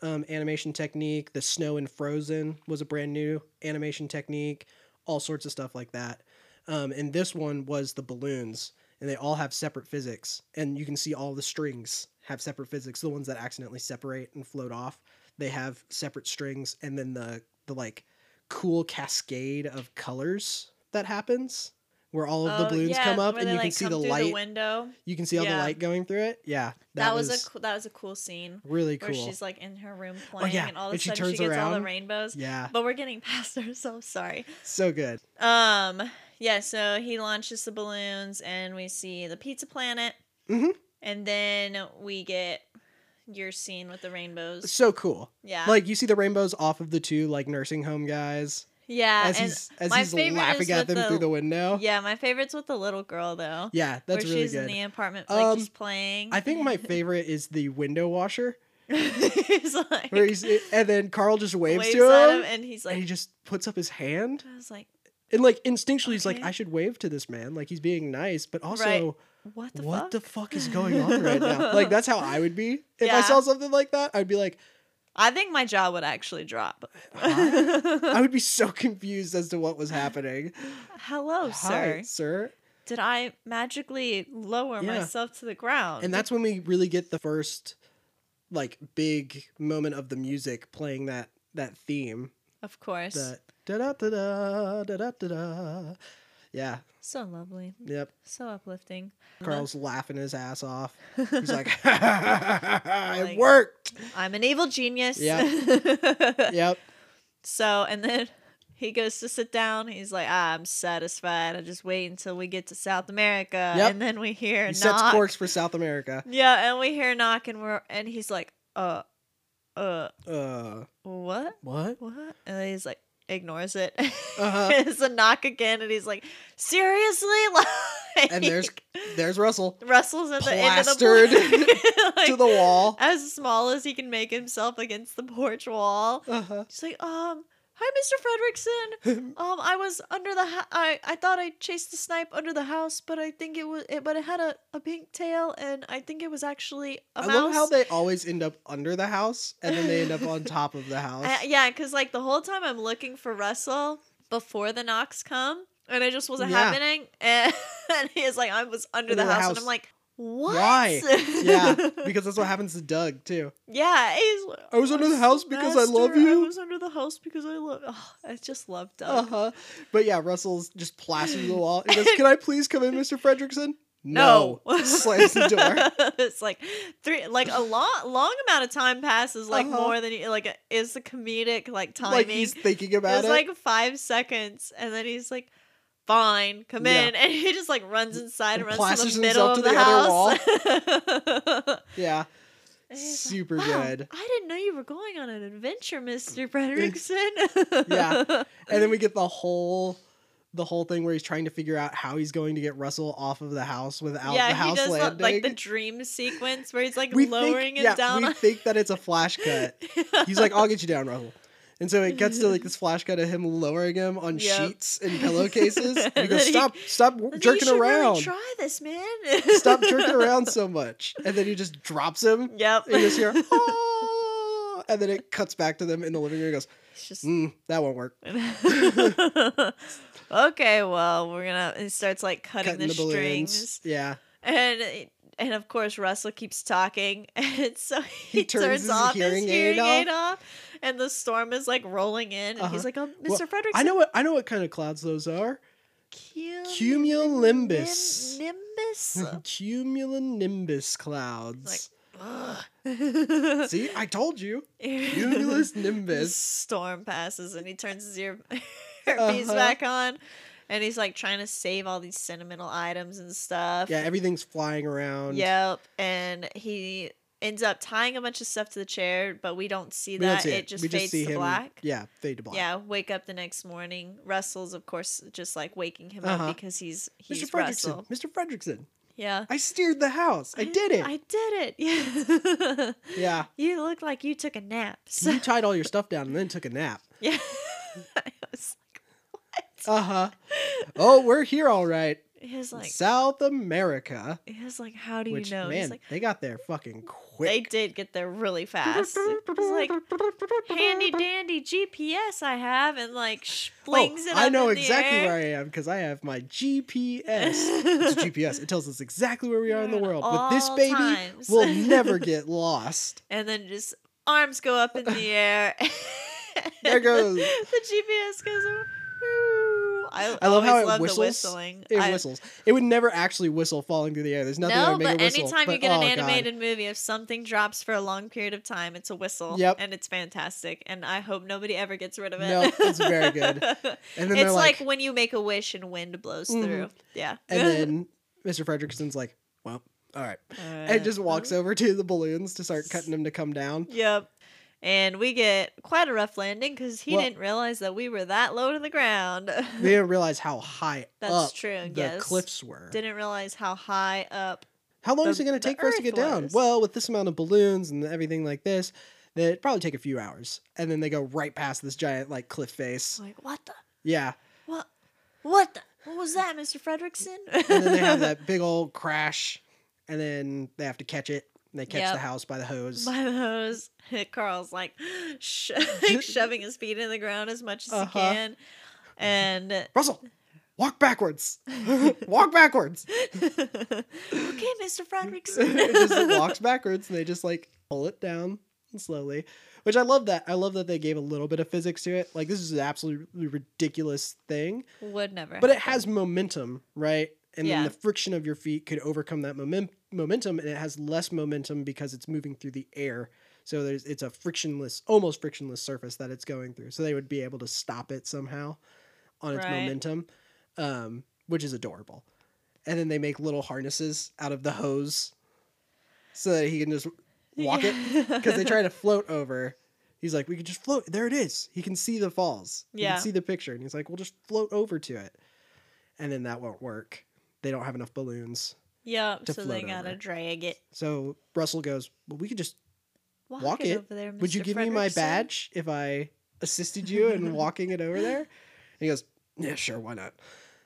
Speaker 1: um, animation technique. The snow in Frozen was a brand new animation technique. All sorts of stuff like that. Um, and this one was the balloons, and they all have separate physics. And you can see all the strings have separate physics. The ones that accidentally separate and float off, they have separate strings. And then the the like cool cascade of colors that happens, where all of the
Speaker 2: Oh,
Speaker 1: balloons
Speaker 2: yeah,
Speaker 1: come up,
Speaker 2: where
Speaker 1: and
Speaker 2: they,
Speaker 1: you can
Speaker 2: like,
Speaker 1: see
Speaker 2: come
Speaker 1: the
Speaker 2: through
Speaker 1: light.
Speaker 2: window.
Speaker 1: You can see all
Speaker 2: Yeah.
Speaker 1: the light going through it. Yeah,
Speaker 2: That, was, a cool, that was a cool scene
Speaker 1: really cool. Oh,
Speaker 2: where she's like in her room playing,
Speaker 1: yeah,
Speaker 2: and all of a
Speaker 1: and she
Speaker 2: sudden
Speaker 1: turns
Speaker 2: she gets all the
Speaker 1: around.
Speaker 2: rainbows.
Speaker 1: yeah,
Speaker 2: But we're getting [LAUGHS] past ourselves. Sorry.
Speaker 1: so
Speaker 2: [LAUGHS]
Speaker 1: good.
Speaker 2: Um. Yeah. So he launches the balloons, and we see the pizza planet,
Speaker 1: Mhm.
Speaker 2: and then we get your scene with the rainbows.
Speaker 1: So cool.
Speaker 2: Yeah.
Speaker 1: Like you see the rainbows off of the two like nursing home guys
Speaker 2: yeah.
Speaker 1: as
Speaker 2: and
Speaker 1: he's as
Speaker 2: my
Speaker 1: he's
Speaker 2: favorite is
Speaker 1: laughing at
Speaker 2: with
Speaker 1: them
Speaker 2: the-
Speaker 1: through the window. Yeah,
Speaker 2: yeah, my favorite's with the little girl though.
Speaker 1: that's
Speaker 2: where
Speaker 1: really
Speaker 2: she's in
Speaker 1: good.
Speaker 2: the apartment, like
Speaker 1: Um,
Speaker 2: just playing.
Speaker 1: I think my favorite is the window washer
Speaker 2: [LAUGHS] he's like,
Speaker 1: Where
Speaker 2: [LAUGHS]
Speaker 1: he's, and then Carl just waves,
Speaker 2: waves
Speaker 1: to
Speaker 2: at
Speaker 1: him,
Speaker 2: him, and he's
Speaker 1: and he
Speaker 2: like,
Speaker 1: just puts up his hand.
Speaker 2: I was like,
Speaker 1: And like instinctually, he's like,
Speaker 2: Okay.
Speaker 1: I should wave to this man. Like he's being nice, but also,
Speaker 2: what the
Speaker 1: what
Speaker 2: fuck?
Speaker 1: the fuck is going on right now? Like that's how I would be if I
Speaker 2: [LAUGHS] Yeah.
Speaker 1: saw something like that. I'd be like,
Speaker 2: I think my jaw would actually drop.
Speaker 1: I would be so confused as to what was happening.
Speaker 2: [LAUGHS]
Speaker 1: Hi,
Speaker 2: Hello, Oh, sir.
Speaker 1: sir.
Speaker 2: Did I magically lower
Speaker 1: Yeah.
Speaker 2: myself to the ground?
Speaker 1: And that's when we really get the first like big moment of the music playing that that theme.
Speaker 2: of course.
Speaker 1: The da da da da da da da da. Yeah.
Speaker 2: So lovely.
Speaker 1: Yep.
Speaker 2: So uplifting.
Speaker 1: Carl's laughing his ass off. He's like, [LAUGHS] it worked.
Speaker 2: [LAUGHS] I'm an evil genius. [LAUGHS]
Speaker 1: Yeah. Yep.
Speaker 2: So, and then he goes to sit down. He's like, ah, I'm satisfied. I just wait until we get to South America.
Speaker 1: Yep.
Speaker 2: And then we hear
Speaker 1: He
Speaker 2: knock.
Speaker 1: sets corks for South
Speaker 2: [LAUGHS]
Speaker 1: America.
Speaker 2: Yeah, and we hear knock and we're and he's like, uh, uh,
Speaker 1: Uh,
Speaker 2: what?
Speaker 1: what?
Speaker 2: What? And then he's like, ignores it.
Speaker 1: Uh-huh.
Speaker 2: [LAUGHS] it's a knock again, and he's like, seriously? [LAUGHS] Like,
Speaker 1: And
Speaker 2: [LAUGHS]
Speaker 1: there's there's Russell
Speaker 2: Russell's at the end of
Speaker 1: Plastered
Speaker 2: [LAUGHS] the
Speaker 1: [LAUGHS] to the wall.
Speaker 2: as small as he can make himself against the porch wall.
Speaker 1: Uh-huh. [LAUGHS]
Speaker 2: She's like, um, hi, Mr. Fredrickson. Um, I was under the, ha- I, I thought I chased the snipe under the house, but I think it was, it, but it had a, a pink tail, and I think it was actually a
Speaker 1: I
Speaker 2: mouse.
Speaker 1: love how they always end up under the house and then they end up on top of the house.
Speaker 2: [LAUGHS] I- yeah, because like the whole time I'm looking for Russell before the knocks come, and it just wasn't
Speaker 1: Yeah.
Speaker 2: happening. [LAUGHS] And, and he is like, I was under, the, house, and I'm like, what?
Speaker 1: Why?
Speaker 2: [LAUGHS]
Speaker 1: yeah, because that's what happens to Doug too.
Speaker 2: yeah. He's,
Speaker 1: I was under the house because I love
Speaker 2: "Master,
Speaker 1: you."
Speaker 2: I was under the house because I love. Oh, I just love
Speaker 1: Uh
Speaker 2: Doug.
Speaker 1: huh. But yeah, Russell's just plastered to the wall.
Speaker 2: [LAUGHS]
Speaker 1: He goes, "Can I please come in, Mister Fredrickson?" Slams the door.
Speaker 2: it's like three, like a long, long amount of time passes, like
Speaker 1: Uh-huh.
Speaker 2: more than you, like is the comedic like timing.
Speaker 1: Like he's thinking
Speaker 2: It
Speaker 1: about
Speaker 2: was
Speaker 1: it.
Speaker 2: like five seconds, and then he's like, "Fine, come
Speaker 1: Yeah.
Speaker 2: in," [LAUGHS] and he just like runs inside and,
Speaker 1: And
Speaker 2: runs to
Speaker 1: plasters
Speaker 2: the middle
Speaker 1: himself
Speaker 2: of
Speaker 1: to
Speaker 2: the,
Speaker 1: the other
Speaker 2: house.
Speaker 1: yeah,
Speaker 2: [LAUGHS] And he's like,
Speaker 1: super
Speaker 2: eh, "Wow,
Speaker 1: good.
Speaker 2: I didn't know you were going on an
Speaker 1: [LAUGHS]
Speaker 2: adventure, Mister Fredrickson.
Speaker 1: Yeah. And then we get the whole, the whole thing where he's trying to figure out how he's going to get Russell off of the house without
Speaker 2: [LAUGHS] yeah,
Speaker 1: the
Speaker 2: he
Speaker 1: house
Speaker 2: does
Speaker 1: landing.
Speaker 2: that, like the dream sequence where he's like
Speaker 1: we
Speaker 2: lowering
Speaker 1: think,
Speaker 2: him
Speaker 1: yeah,
Speaker 2: down.
Speaker 1: we
Speaker 2: [LAUGHS] on-
Speaker 1: think that it's a flash cut. He's like, "I'll get you down, Russell." And so it gets to like this flash cut of him lowering him on
Speaker 2: Yep.
Speaker 1: sheets and
Speaker 2: [LAUGHS]
Speaker 1: pillowcases. And he
Speaker 2: And
Speaker 1: goes,
Speaker 2: then he-
Speaker 1: "Stop! stop
Speaker 2: I think you
Speaker 1: jerking
Speaker 2: should really
Speaker 1: around!
Speaker 2: try this, man. [LAUGHS]
Speaker 1: stop jerking around so much!" And then he just drops him. And
Speaker 2: Yep.
Speaker 1: you just
Speaker 2: [LAUGHS]
Speaker 1: hear, "Ah," and then it cuts back to them in the living room. He goes,
Speaker 2: It's just
Speaker 1: mm, "That won't
Speaker 2: [LAUGHS]
Speaker 1: work."
Speaker 2: okay, well, we're gonna. He starts like cutting,
Speaker 1: Cutting the
Speaker 2: the,
Speaker 1: balloons.
Speaker 2: strings,
Speaker 1: Yeah,
Speaker 2: and and of course Russell keeps talking, [LAUGHS] and so he,
Speaker 1: [LAUGHS] He turns
Speaker 2: turns,
Speaker 1: his
Speaker 2: off
Speaker 1: hearing
Speaker 2: his
Speaker 1: aid
Speaker 2: hearing aid off. and the storm is like rolling in, and
Speaker 1: Uh-huh.
Speaker 2: he's like, "Oh,
Speaker 1: Well,
Speaker 2: Mr. Frederickson,
Speaker 1: I know what I know what kind of clouds those are.
Speaker 2: cum-
Speaker 1: Cumulonimbus.
Speaker 2: nim-
Speaker 1: [LAUGHS]
Speaker 2: nimbus."
Speaker 1: Cumulonimbus
Speaker 2: like,
Speaker 1: clouds.
Speaker 2: [LAUGHS] ugh.
Speaker 1: [LAUGHS] See, I told you.
Speaker 2: [LAUGHS]
Speaker 1: Cumulus
Speaker 2: The
Speaker 1: nimbus.
Speaker 2: storm passes and he turns his ear [LAUGHS] earpiece
Speaker 1: Uh-huh.
Speaker 2: back on and he's like trying to save all these sentimental items and stuff.
Speaker 1: Yeah, everything's flying around.
Speaker 2: Yep. And he ends up tying a bunch of stuff to the chair, but we don't see
Speaker 1: We don't
Speaker 2: that.
Speaker 1: see
Speaker 2: it. just fades to black.
Speaker 1: Yeah, fade to black.
Speaker 2: Yeah, wake up the next morning. Russell's, of course, just like waking him
Speaker 1: Uh-huh.
Speaker 2: up because he's
Speaker 1: Mr.
Speaker 2: he's
Speaker 1: Fredrickson,
Speaker 2: Russell.
Speaker 1: Mr. Fredrickson,
Speaker 2: Yeah,
Speaker 1: I steered the house. I did it.
Speaker 2: I did it. [LAUGHS] Yeah,
Speaker 1: yeah.
Speaker 2: you look like you took
Speaker 1: [LAUGHS]
Speaker 2: a nap. So
Speaker 1: You tied all your stuff down and then took a nap.
Speaker 2: yeah, [LAUGHS] I was
Speaker 1: Uh huh. Oh, we're here all right.
Speaker 2: He was like,
Speaker 1: South America.
Speaker 2: he was like, how do you
Speaker 1: Which,
Speaker 2: know?
Speaker 1: man,
Speaker 2: He's like,
Speaker 1: they got there fucking
Speaker 2: they
Speaker 1: quick.
Speaker 2: did get there really fast. He's like,
Speaker 1: [LAUGHS]
Speaker 2: handy dandy GPS I have, and like sh- flings it.
Speaker 1: Oh, I
Speaker 2: up
Speaker 1: know
Speaker 2: in the
Speaker 1: exactly
Speaker 2: air. [LAUGHS]
Speaker 1: where I am because I have my GPS. it's GPS. It tells us exactly where we are in the
Speaker 2: At
Speaker 1: world. With this
Speaker 2: all
Speaker 1: baby,
Speaker 2: times.
Speaker 1: we'll
Speaker 2: [LAUGHS]
Speaker 1: never get lost.
Speaker 2: And then just arms go up
Speaker 1: [LAUGHS]
Speaker 2: in the air.
Speaker 1: There goes-
Speaker 2: [LAUGHS] the GPS goes. "Ooh." I,
Speaker 1: I love how
Speaker 2: always
Speaker 1: it
Speaker 2: love
Speaker 1: whistles.
Speaker 2: The whistling.
Speaker 1: It
Speaker 2: I-
Speaker 1: whistles. It would never actually whistle falling through the air. There's nothing that
Speaker 2: no,
Speaker 1: would make
Speaker 2: but
Speaker 1: it whistle.
Speaker 2: anytime you
Speaker 1: but-
Speaker 2: get an
Speaker 1: oh, God.
Speaker 2: animated movie, if something drops for a long period of time, it's a whistle.
Speaker 1: Yep.
Speaker 2: And it's fantastic. And I hope nobody ever gets rid of it.
Speaker 1: No, it's very good.
Speaker 2: [LAUGHS]
Speaker 1: and then they're
Speaker 2: it's
Speaker 1: like,
Speaker 2: like, when you make a wish and wind blows
Speaker 1: Mhm.
Speaker 2: through. Yeah. [LAUGHS]
Speaker 1: and then Mr. Fredrickson's like, well, all right,
Speaker 2: Uh-huh.
Speaker 1: and just walks over to the balloons to start cutting them to come down.
Speaker 2: Yep. And we get quite a rough landing because he
Speaker 1: Well-
Speaker 2: didn't realize that we were that low to the ground. [LAUGHS]
Speaker 1: They didn't realize how high
Speaker 2: That's
Speaker 1: up
Speaker 2: true,
Speaker 1: the
Speaker 2: yes.
Speaker 1: cliffs were.
Speaker 2: didn't realize how high up
Speaker 1: How long
Speaker 2: The-
Speaker 1: is it going
Speaker 2: the
Speaker 1: to take for us to
Speaker 2: Earth
Speaker 1: get down?
Speaker 2: was.
Speaker 1: Well, with this amount of balloons and everything like this, that it'd probably take a few hours. And then they go right past this giant like cliff face.
Speaker 2: Like what the
Speaker 1: Yeah.
Speaker 2: what what the, what was that, Mister Fredrickson?
Speaker 1: And then they
Speaker 2: [LAUGHS]
Speaker 1: have that big old crash, and then they have to catch it. And they catch
Speaker 2: Yep.
Speaker 1: the house by the hose.
Speaker 2: by the [LAUGHS] hose. Carl's like [GASPS] sho-
Speaker 1: [LAUGHS]
Speaker 2: shoving his feet in the ground as much as
Speaker 1: Uh-huh.
Speaker 2: he can, and [LAUGHS]
Speaker 1: Russell, walk backwards. [LAUGHS] walk backwards.
Speaker 2: okay, Mister
Speaker 1: it [LAUGHS] just
Speaker 2: Fredrickson.
Speaker 1: walks backwards and they just like pull it down slowly which i love that i love that they gave a little bit of physics to it like this is an absolutely ridiculous thing
Speaker 2: [LAUGHS] Would never.
Speaker 1: but it has momentum right and
Speaker 2: Yeah.
Speaker 1: then the friction of your feet could overcome that momen- momentum and it has less momentum because it's moving through the air so there's it's a frictionless almost frictionless surface that it's going through so they would be able to stop it somehow on its
Speaker 2: Right.
Speaker 1: momentum um, which is adorable and then they make little harnesses out of the hose so that he can just walk it because
Speaker 2: [LAUGHS]
Speaker 1: they try to float over. He's like, we can just float. There it is. He can see the falls. He
Speaker 2: Yeah.
Speaker 1: can see the picture. And he's like, we'll just float over to it. And then that won't work. They don't have enough balloons.
Speaker 2: yeah,
Speaker 1: to
Speaker 2: so they
Speaker 1: float
Speaker 2: gotta
Speaker 1: over.
Speaker 2: drag it.
Speaker 1: So Russell goes, well, we could just,
Speaker 2: Walk,
Speaker 1: Walk
Speaker 2: it,
Speaker 1: it.
Speaker 2: over there. Mr.
Speaker 1: would you give me my
Speaker 2: Fredrickson?"
Speaker 1: badge if I assisted you
Speaker 2: [LAUGHS]
Speaker 1: in walking it over there? And he goes, yeah, sure. Why not?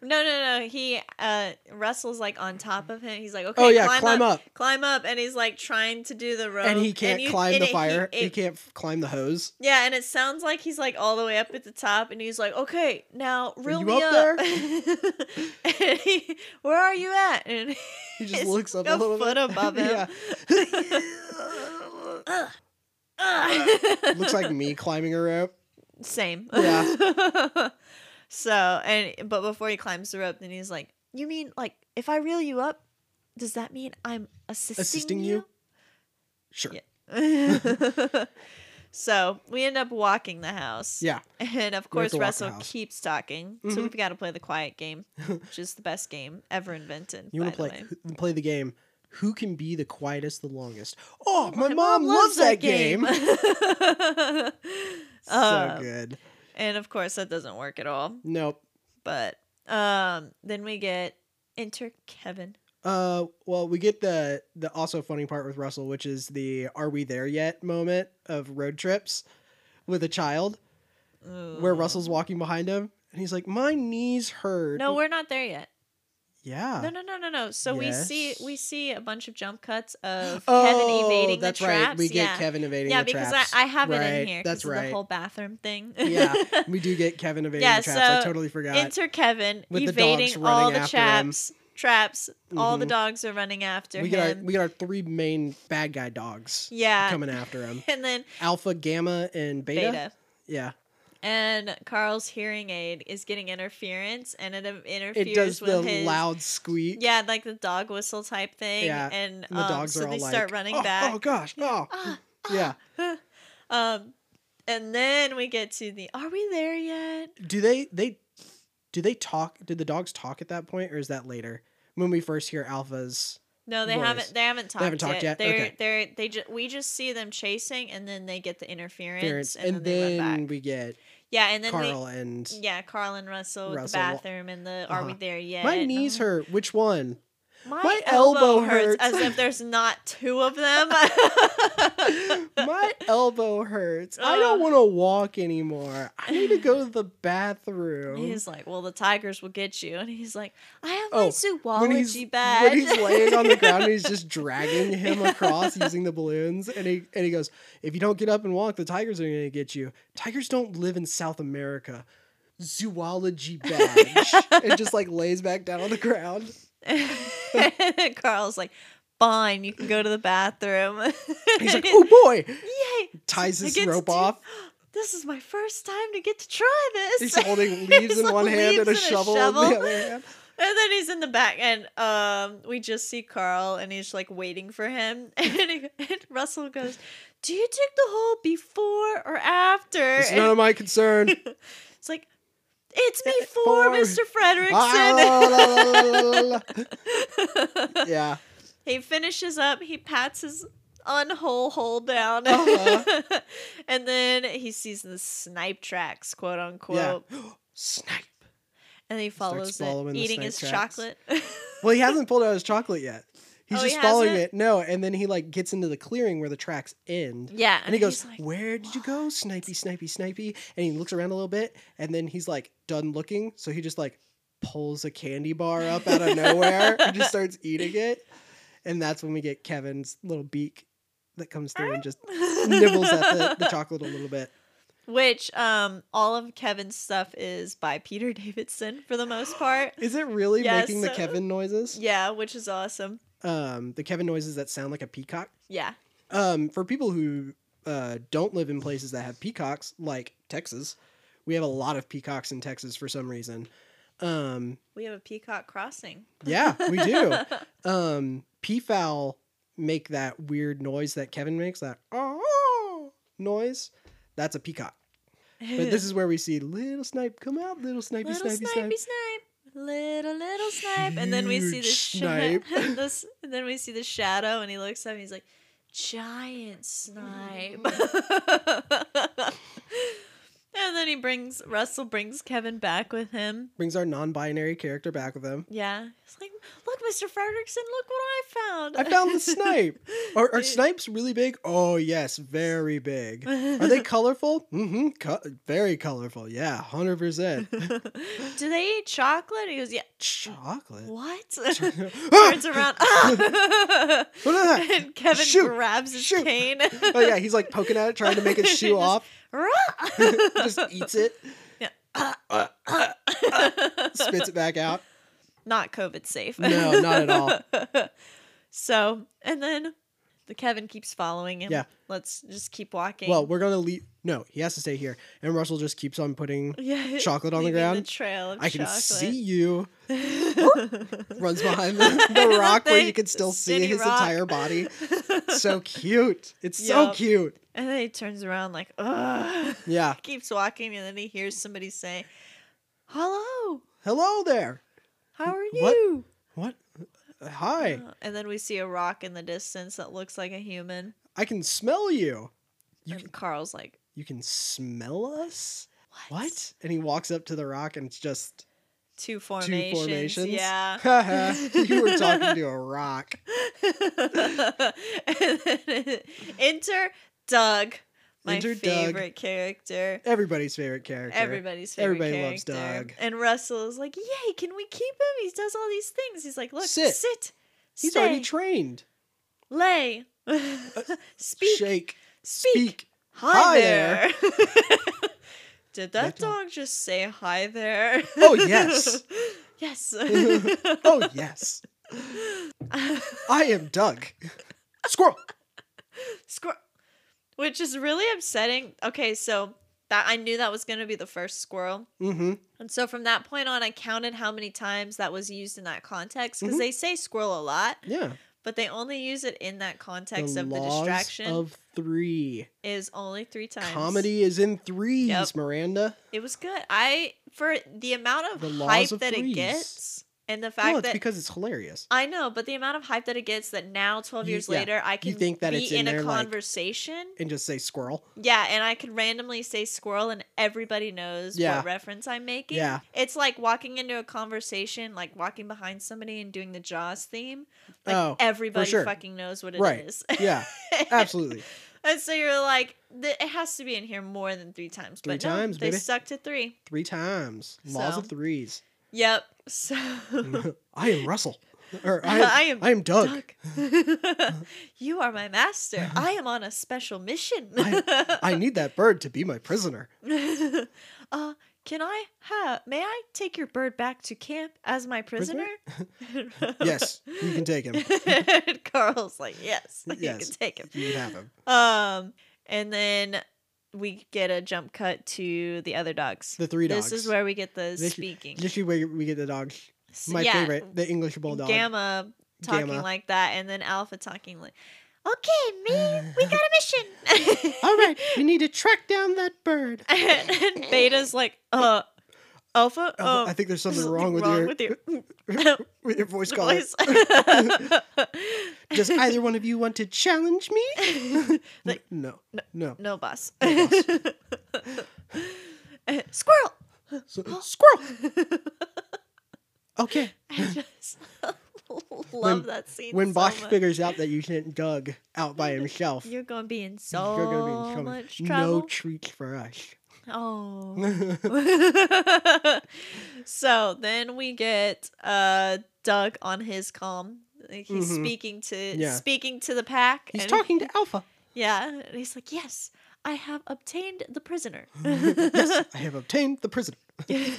Speaker 2: No, no, no. He uh Russell's like on top of him. He's like, okay,
Speaker 1: oh yeah. Climb,
Speaker 2: climb up,
Speaker 1: up.
Speaker 2: climb up, and he's like trying to do the rope,
Speaker 1: And he can't
Speaker 2: you-
Speaker 1: climb
Speaker 2: and
Speaker 1: the
Speaker 2: it- he-
Speaker 1: fire. He,
Speaker 2: it-
Speaker 1: can't f- climb the hose.
Speaker 2: Yeah, and it sounds like he's like all the way up at the top, and he's like, "Okay, now reel
Speaker 1: you
Speaker 2: me
Speaker 1: up
Speaker 2: up." [LAUGHS] And he, Where are you at? And
Speaker 1: He just
Speaker 2: [LAUGHS] it's
Speaker 1: looks up a
Speaker 2: a
Speaker 1: little
Speaker 2: foot
Speaker 1: bit. [LAUGHS]
Speaker 2: above him.
Speaker 1: yeah. [LAUGHS]
Speaker 2: Ugh. [LAUGHS] Ugh.
Speaker 1: Looks like me climbing a rope.
Speaker 2: [LAUGHS] same.
Speaker 1: Yeah.
Speaker 2: [LAUGHS] so and but before he climbs the rope, then he's like, "You mean like if I reel you up, does that mean I'm assisting,
Speaker 1: Assisting
Speaker 2: you?"
Speaker 1: you? Sure.
Speaker 2: Yeah. [LAUGHS] so we end up walking the house.
Speaker 1: Yeah.
Speaker 2: And of
Speaker 1: We have
Speaker 2: course,
Speaker 1: to walk the
Speaker 2: Russell
Speaker 1: house.
Speaker 2: keeps talking. So
Speaker 1: Mhm.
Speaker 2: we've got to play the
Speaker 1: [LAUGHS]
Speaker 2: quiet game, which is the best game ever invented.
Speaker 1: You
Speaker 2: by
Speaker 1: want
Speaker 2: the
Speaker 1: to play
Speaker 2: way.
Speaker 1: who- play the game? Who can be the quietest the longest? Oh, my, mom, loves that game. [LAUGHS] so [LAUGHS]
Speaker 2: Um,
Speaker 1: good.
Speaker 2: [LAUGHS] And of course, that doesn't work at all.
Speaker 1: Nope.
Speaker 2: But um, then we get enter Kevin.
Speaker 1: Uh, well, we get the the also funny part with Russell, which is the "Are we there yet?" moment of road trips with a child, where
Speaker 2: Ooh.
Speaker 1: Russell's walking behind him, and he's like, "My knees hurt."
Speaker 2: No, we're not there yet.
Speaker 1: yeah.
Speaker 2: No, no, no, no, no. So we see
Speaker 1: Yes.
Speaker 2: we see a bunch of jump cuts of
Speaker 1: [GASPS] Oh,
Speaker 2: Kevin evading
Speaker 1: that's
Speaker 2: the traps.
Speaker 1: right. We get
Speaker 2: yeah.
Speaker 1: Kevin evading
Speaker 2: yeah,
Speaker 1: the traps.
Speaker 2: because I, I have it in
Speaker 1: Right,
Speaker 2: here. 'cause
Speaker 1: That's
Speaker 2: of
Speaker 1: right.
Speaker 2: The whole bathroom thing.
Speaker 1: [LAUGHS]
Speaker 2: [LAUGHS]
Speaker 1: yeah, we do get Kevin evading
Speaker 2: Yeah,
Speaker 1: the traps. I
Speaker 2: so
Speaker 1: totally forgot.
Speaker 2: Enter Kevin
Speaker 1: With the
Speaker 2: evading
Speaker 1: dogs
Speaker 2: all
Speaker 1: running
Speaker 2: the
Speaker 1: after him.
Speaker 2: traps. Traps. All the
Speaker 1: Mhm.
Speaker 2: dogs are running after
Speaker 1: we got our
Speaker 2: him.
Speaker 1: we got our three main bad guy dogs
Speaker 2: yeah.
Speaker 1: coming after him.
Speaker 2: [LAUGHS] And then
Speaker 1: Alpha, Gamma, and Beta.
Speaker 2: Beta.
Speaker 1: Yeah,
Speaker 2: And Carl's hearing aid is getting interference, and it um, interferes
Speaker 1: it does
Speaker 2: with
Speaker 1: the
Speaker 2: his
Speaker 1: loud squeak.
Speaker 2: yeah, like the dog whistle type thing.
Speaker 1: Yeah,
Speaker 2: And,
Speaker 1: and the
Speaker 2: um,
Speaker 1: dogs
Speaker 2: so
Speaker 1: are all
Speaker 2: they
Speaker 1: like,
Speaker 2: start running
Speaker 1: oh,
Speaker 2: back.
Speaker 1: Oh gosh,
Speaker 2: [LAUGHS]
Speaker 1: oh
Speaker 2: [GASPS] Ah,
Speaker 1: yeah.
Speaker 2: um, and then we get to the are we there yet?
Speaker 1: Do they they do they talk? Did the dogs talk at that point, or is that later when we first hear Alpha's?
Speaker 2: No, they
Speaker 1: voice.
Speaker 2: haven't. They haven't talked.
Speaker 1: haven't talked yet?
Speaker 2: They're
Speaker 1: Okay.
Speaker 2: they're they just we just see them chasing, and then they get the interference,
Speaker 1: parents?
Speaker 2: and, then, they run back.
Speaker 1: we get
Speaker 2: Yeah, and then
Speaker 1: Carl and
Speaker 2: we yeah Carl and Russell, with the
Speaker 1: Russell wa-
Speaker 2: bathroom and the are we
Speaker 1: Uh-huh.
Speaker 2: there yet?
Speaker 1: my
Speaker 2: and
Speaker 1: knees
Speaker 2: all-
Speaker 1: hurt. Which
Speaker 2: [LAUGHS]
Speaker 1: one?
Speaker 2: My,
Speaker 1: my
Speaker 2: elbow,
Speaker 1: elbow hurts.
Speaker 2: hurts. as if there's not two of
Speaker 1: [LAUGHS]
Speaker 2: them. [LAUGHS]
Speaker 1: My elbow hurts. I don't
Speaker 2: Uh.
Speaker 1: want to walk anymore. I need to go to
Speaker 2: [LAUGHS]
Speaker 1: the bathroom.
Speaker 2: He's like, well, the tigers will get you, and he's like, I have my
Speaker 1: Oh,
Speaker 2: zoology badge.
Speaker 1: when he's laying on the ground and he's just dragging him across using the balloons and he and he goes if you don't get up and walk the tigers are going to get you tigers don't live in south america
Speaker 2: [LAUGHS]
Speaker 1: zoology badge and just like lays back down on the ground
Speaker 2: [LAUGHS] and Carl's like, fine, you can go to the bathroom.
Speaker 1: he's
Speaker 2: [LAUGHS]
Speaker 1: like oh boy
Speaker 2: yay!
Speaker 1: ties
Speaker 2: I
Speaker 1: his
Speaker 2: get to
Speaker 1: rope
Speaker 2: do-
Speaker 1: off
Speaker 2: This is my first time to get to try this.
Speaker 1: he's
Speaker 2: [LAUGHS]
Speaker 1: holding leaves
Speaker 2: He's
Speaker 1: in one
Speaker 2: holding
Speaker 1: hand and a
Speaker 2: leaves and a
Speaker 1: shovel in
Speaker 2: shovel.
Speaker 1: the other hand
Speaker 2: [LAUGHS] And then he's in the back, and um, we just see Carl, and he's like waiting for him. [LAUGHS] And, he- and Russell goes, "Do you dig the hole before or after?"
Speaker 1: it's
Speaker 2: And
Speaker 1: none of my
Speaker 2: [LAUGHS]
Speaker 1: concern
Speaker 2: it's like, "It's
Speaker 1: Before.
Speaker 2: before, Mr.
Speaker 1: Eh, Ah,
Speaker 2: Frederickson."
Speaker 1: la, la, la, la, la, la. yeah
Speaker 2: [LAUGHS] he finishes up. He pats his unhole hole down,
Speaker 1: Uh-huh.
Speaker 2: [LAUGHS] and then he sees the snipe tracks, quote unquote,
Speaker 1: yeah snipe
Speaker 2: and he
Speaker 1: starts
Speaker 2: follows
Speaker 1: following
Speaker 2: it,
Speaker 1: the
Speaker 2: eating
Speaker 1: snipe
Speaker 2: his
Speaker 1: tracks. [LAUGHS]
Speaker 2: chocolate.
Speaker 1: well he hasn't pulled out his chocolate yet He's
Speaker 2: Oh, he
Speaker 1: just following it.
Speaker 2: hasn't?
Speaker 1: No, and then he like gets into the clearing where the tracks end.
Speaker 2: Yeah,
Speaker 1: And he goes,
Speaker 2: he's like,
Speaker 1: Where did you go? Snipey, snipey, snipey. And he looks around a little bit and then he's like done looking. So he just like pulls a candy bar up out of nowhere and just
Speaker 2: [LAUGHS]
Speaker 1: starts eating it. And that's when we get Kevin's little beak that comes through and
Speaker 2: [LAUGHS]
Speaker 1: just nibbles at the, the chocolate a little bit.
Speaker 2: Which um, all of Kevin's stuff is by Peter [LAUGHS] Davidson for the most part.
Speaker 1: Is it really
Speaker 2: Yeah,
Speaker 1: making the
Speaker 2: so-
Speaker 1: Kevin noises?
Speaker 2: yeah, which is awesome.
Speaker 1: Um, the Kevin noises that sound like a peacock.
Speaker 2: Yeah.
Speaker 1: Um, for people who uh, don't live in places that have peacocks, like Texas, we have a lot of peacocks in Texas for some reason. Um,
Speaker 2: We have a peacock crossing.
Speaker 1: yeah, we
Speaker 2: [LAUGHS]
Speaker 1: do. um, peafowl make that weird noise that Kevin makes, that oh noise. That's a peacock. But this is where we see little snipe come out, little snipey,
Speaker 2: little
Speaker 1: snipey,
Speaker 2: snipey,
Speaker 1: snipe.
Speaker 2: snipe. Little little snipe, and then we see this [LAUGHS]
Speaker 1: Huge
Speaker 2: snipe.
Speaker 1: snipe.
Speaker 2: this, and then we see the shadow, and he looks up, and he's like, "Giant snipe." [LAUGHS] and then he brings Russell brings Kevin back with him.
Speaker 1: Brings our non-binary character back with him.
Speaker 2: Yeah, he's like, "Look, Mr. Frederickson, look what I found!
Speaker 1: I found
Speaker 2: [LAUGHS]
Speaker 1: the snipe. Are, are
Speaker 2: Dude.
Speaker 1: snipes really big? Oh yes, very big. Are
Speaker 2: [LAUGHS]
Speaker 1: they colorful? Mm-hmm. Co- very colorful. Yeah, hundred
Speaker 2: [LAUGHS]
Speaker 1: percent.
Speaker 2: Do they eat chocolate? He goes, "Yeah."
Speaker 1: Chocolate.
Speaker 2: What?
Speaker 1: Ah!
Speaker 2: [LAUGHS]
Speaker 1: [LAUGHS]
Speaker 2: Turns around. Ah!
Speaker 1: What is that?
Speaker 2: [LAUGHS] and Kevin
Speaker 1: Shoot!
Speaker 2: grabs his
Speaker 1: Shoot!
Speaker 2: cane.
Speaker 1: Oh yeah, he's like poking at it, trying to make
Speaker 2: [LAUGHS]
Speaker 1: his shoe
Speaker 2: Just-
Speaker 1: off. [LAUGHS] Just eats it, spits it back
Speaker 2: [LAUGHS]
Speaker 1: out.
Speaker 2: [LAUGHS] Not COVID safe.
Speaker 1: No, not at
Speaker 2: all. [LAUGHS] so, and then the Kevin keeps following him.
Speaker 1: Yeah.
Speaker 2: Let's just keep walking.
Speaker 1: Well, we're gonna leave. No, he has to stay here. And Russell just keeps on putting.
Speaker 2: [LAUGHS] yeah,
Speaker 1: [LAUGHS] chocolate on the
Speaker 2: leaving
Speaker 1: ground.
Speaker 2: trail of
Speaker 1: I can
Speaker 2: chocolate.
Speaker 1: see you.
Speaker 2: the
Speaker 1: Runs
Speaker 2: [LAUGHS]
Speaker 1: behind the, the rock where you
Speaker 2: thing.
Speaker 1: can still see
Speaker 2: Skinny
Speaker 1: his
Speaker 2: rock.
Speaker 1: entire body.
Speaker 2: [LAUGHS]
Speaker 1: So cute. It's so
Speaker 2: Yup.
Speaker 1: cute.
Speaker 2: [LAUGHS] and then he turns around like, ugh. [LAUGHS]
Speaker 1: Yeah.
Speaker 2: Keeps walking, and then he hears somebody say, "Hello,
Speaker 1: Hello there.
Speaker 2: how are
Speaker 1: What?
Speaker 2: you?"
Speaker 1: What? Hi.
Speaker 2: Uh, And then we see a rock in the distance that looks like a human.
Speaker 1: I can smell you. You can,
Speaker 2: And Carl's like,
Speaker 1: you can smell us?
Speaker 2: "What?"
Speaker 1: What? And he walks up to the rock and it's just
Speaker 2: Two formations.
Speaker 1: two formations. [LAUGHS]
Speaker 2: Yeah.
Speaker 1: Haha, you were talking
Speaker 2: [LAUGHS]
Speaker 1: to a rock.
Speaker 2: And then Enter Doug, my
Speaker 1: Enter Doug.
Speaker 2: favorite character.
Speaker 1: Everybody's favorite character.
Speaker 2: Everybody's favorite
Speaker 1: Everybody loves Doug.
Speaker 2: character. And Russell is like, "Yay! Can we keep him? He does all these things. He's like, look,
Speaker 1: Sit.
Speaker 2: sit,
Speaker 1: He's
Speaker 2: stay,
Speaker 1: already trained.
Speaker 2: lay, [LAUGHS] speak,
Speaker 1: Shake.
Speaker 2: speak,
Speaker 1: Speak.
Speaker 2: Hi,
Speaker 1: Hi
Speaker 2: there. [LAUGHS] Did
Speaker 1: That
Speaker 2: that
Speaker 1: dog-
Speaker 2: dog just say hi there?
Speaker 1: Oh, yes.
Speaker 2: [LAUGHS]
Speaker 1: [LAUGHS]
Speaker 2: yes. [LAUGHS]
Speaker 1: Oh yes. I am
Speaker 2: [LAUGHS]
Speaker 1: Doug. Squirrel.
Speaker 2: Squirrel. Which is really upsetting. Okay, so that I knew that was going to be the first squirrel.
Speaker 1: Mm-hmm.
Speaker 2: And so from that point on, I counted how many times that was used in that context because
Speaker 1: Mhm.
Speaker 2: they say squirrel a lot,
Speaker 1: Yeah.
Speaker 2: but they only use it in that context of the
Speaker 1: laws
Speaker 2: distraction
Speaker 1: of three.
Speaker 2: is only three times.
Speaker 1: Comedy is in threes,
Speaker 2: Yep.
Speaker 1: Miranda.
Speaker 2: It was good. I for the amount of
Speaker 1: The laws
Speaker 2: hype
Speaker 1: of
Speaker 2: that
Speaker 1: threes.
Speaker 2: it gets and the fact
Speaker 1: Well, it's
Speaker 2: that
Speaker 1: because it's hilarious.
Speaker 2: I know, but the amount of hype that it gets that now 12
Speaker 1: You-
Speaker 2: years
Speaker 1: yeah.
Speaker 2: later I can
Speaker 1: think that
Speaker 2: be
Speaker 1: it's in
Speaker 2: in,
Speaker 1: there,
Speaker 2: a
Speaker 1: like-
Speaker 2: conversation.
Speaker 1: And just say squirrel.
Speaker 2: Yeah, and I could randomly say squirrel and everybody knows
Speaker 1: Yeah.
Speaker 2: what reference I'm making. [LAUGHS]
Speaker 1: Yeah.
Speaker 2: It's like walking into a conversation, like walking behind somebody and doing the Jaws theme. Like
Speaker 1: Oh, for
Speaker 2: everybody
Speaker 1: sure.
Speaker 2: fucking knows what it is.
Speaker 1: Right. Yeah. Absolutely.
Speaker 2: [LAUGHS] and so you're like, th- it has to be in here more than three times.
Speaker 1: Three
Speaker 2: but no,
Speaker 1: times,
Speaker 2: they
Speaker 1: baby.
Speaker 2: stuck to three.
Speaker 1: Three times. Laws of
Speaker 2: So. [LAUGHS]
Speaker 1: threes. [LAUGHS]
Speaker 2: Yep. So [LAUGHS]
Speaker 1: I am Russell. Or I am, I
Speaker 2: I
Speaker 1: am,
Speaker 2: am
Speaker 1: Doug.
Speaker 2: Doug, [LAUGHS] you are my master. I am on a special mission.
Speaker 1: [LAUGHS] I, I need that bird to be my prisoner.
Speaker 2: [LAUGHS] uh, can I have? May I take your bird back to camp as my prisoner?
Speaker 1: Prisoner? [LAUGHS] Yes, you can take him.
Speaker 2: and [LAUGHS] Carl's like, yes, [LAUGHS] you
Speaker 1: Yes.
Speaker 2: can take him.
Speaker 1: You can have him.
Speaker 2: Um, and then we get a jump cut to the other dogs.
Speaker 1: The three dogs.
Speaker 2: this is where we get the
Speaker 1: This-
Speaker 2: speaking.
Speaker 1: literally where we get the dogs.
Speaker 2: S-
Speaker 1: My
Speaker 2: yeah,
Speaker 1: favorite, the English bulldog.
Speaker 2: Gamma talking
Speaker 1: Gamma.
Speaker 2: like that, and then Alpha talking like, okay,
Speaker 1: [SIGHS]
Speaker 2: me, we got a mission.
Speaker 1: [LAUGHS]
Speaker 2: [LAUGHS]
Speaker 1: All right, we need to track down that bird.
Speaker 2: and, Beta's like, uh, Alpha,
Speaker 1: Oh,
Speaker 2: um,
Speaker 1: I think there's something
Speaker 2: something
Speaker 1: wrong with your
Speaker 2: with your mm,
Speaker 1: [LAUGHS]
Speaker 2: [LAUGHS]
Speaker 1: with your voice color. [LAUGHS]
Speaker 2: voice. [LAUGHS]
Speaker 1: Does either one of you want to challenge me?
Speaker 2: Like-
Speaker 1: N- no, no.
Speaker 2: no boss.
Speaker 1: [LAUGHS] No
Speaker 2: Eh, [LAUGHS] Squirrel. [LAUGHS] [GASPS]
Speaker 1: So, squirrel. Okay,
Speaker 2: I just [LAUGHS] love
Speaker 1: when-
Speaker 2: that scene.
Speaker 1: when
Speaker 2: so
Speaker 1: Bosch
Speaker 2: much.
Speaker 1: figures out that you sent Doug out by himself,
Speaker 2: You're gonna be in so
Speaker 1: you're gonna be in trouble.
Speaker 2: much
Speaker 1: No
Speaker 2: trouble.
Speaker 1: treats for us.
Speaker 2: [LAUGHS]
Speaker 1: [LAUGHS]
Speaker 2: oh. [LAUGHS]
Speaker 1: Doug
Speaker 2: so then we get uh Doug on his com. He's
Speaker 1: Mhm.
Speaker 2: speaking to
Speaker 1: Yeah.
Speaker 2: speaking to the pack.
Speaker 1: He's
Speaker 2: and-
Speaker 1: talking
Speaker 2: [LAUGHS]
Speaker 1: to Alpha.
Speaker 2: Yeah, and he's like, "Yes, I have obtained
Speaker 1: [LAUGHS]
Speaker 2: the prisoner." [LAUGHS]
Speaker 1: yes, I have obtained the prisoner. [LAUGHS]
Speaker 2: Yes.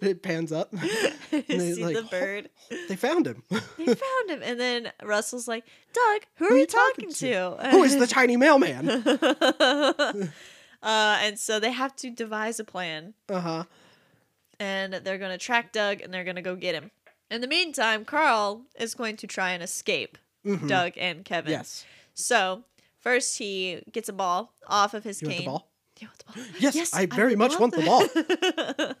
Speaker 1: it pans
Speaker 2: [LAUGHS]
Speaker 1: up. they,
Speaker 2: See
Speaker 1: like,
Speaker 2: the
Speaker 1: "Ho-
Speaker 2: bird.
Speaker 1: They found him. [LAUGHS]
Speaker 2: They found him, and then Russell's like, "Doug, who, are you talking, to?
Speaker 1: Who is the tiny mailman?
Speaker 2: [LAUGHS] uh, and so they have to devise a plan,
Speaker 1: Uh huh.
Speaker 2: and they're going to track Doug, and they're going to go get him. In the meantime, Carl is going to try and escape
Speaker 1: Mhm.
Speaker 2: Doug and Kevin.
Speaker 1: Yes.
Speaker 2: So first, he gets a ball off of his
Speaker 1: You
Speaker 2: cane.
Speaker 1: want the ball?
Speaker 2: You want the ball?
Speaker 1: Yes, I very
Speaker 2: would
Speaker 1: much want the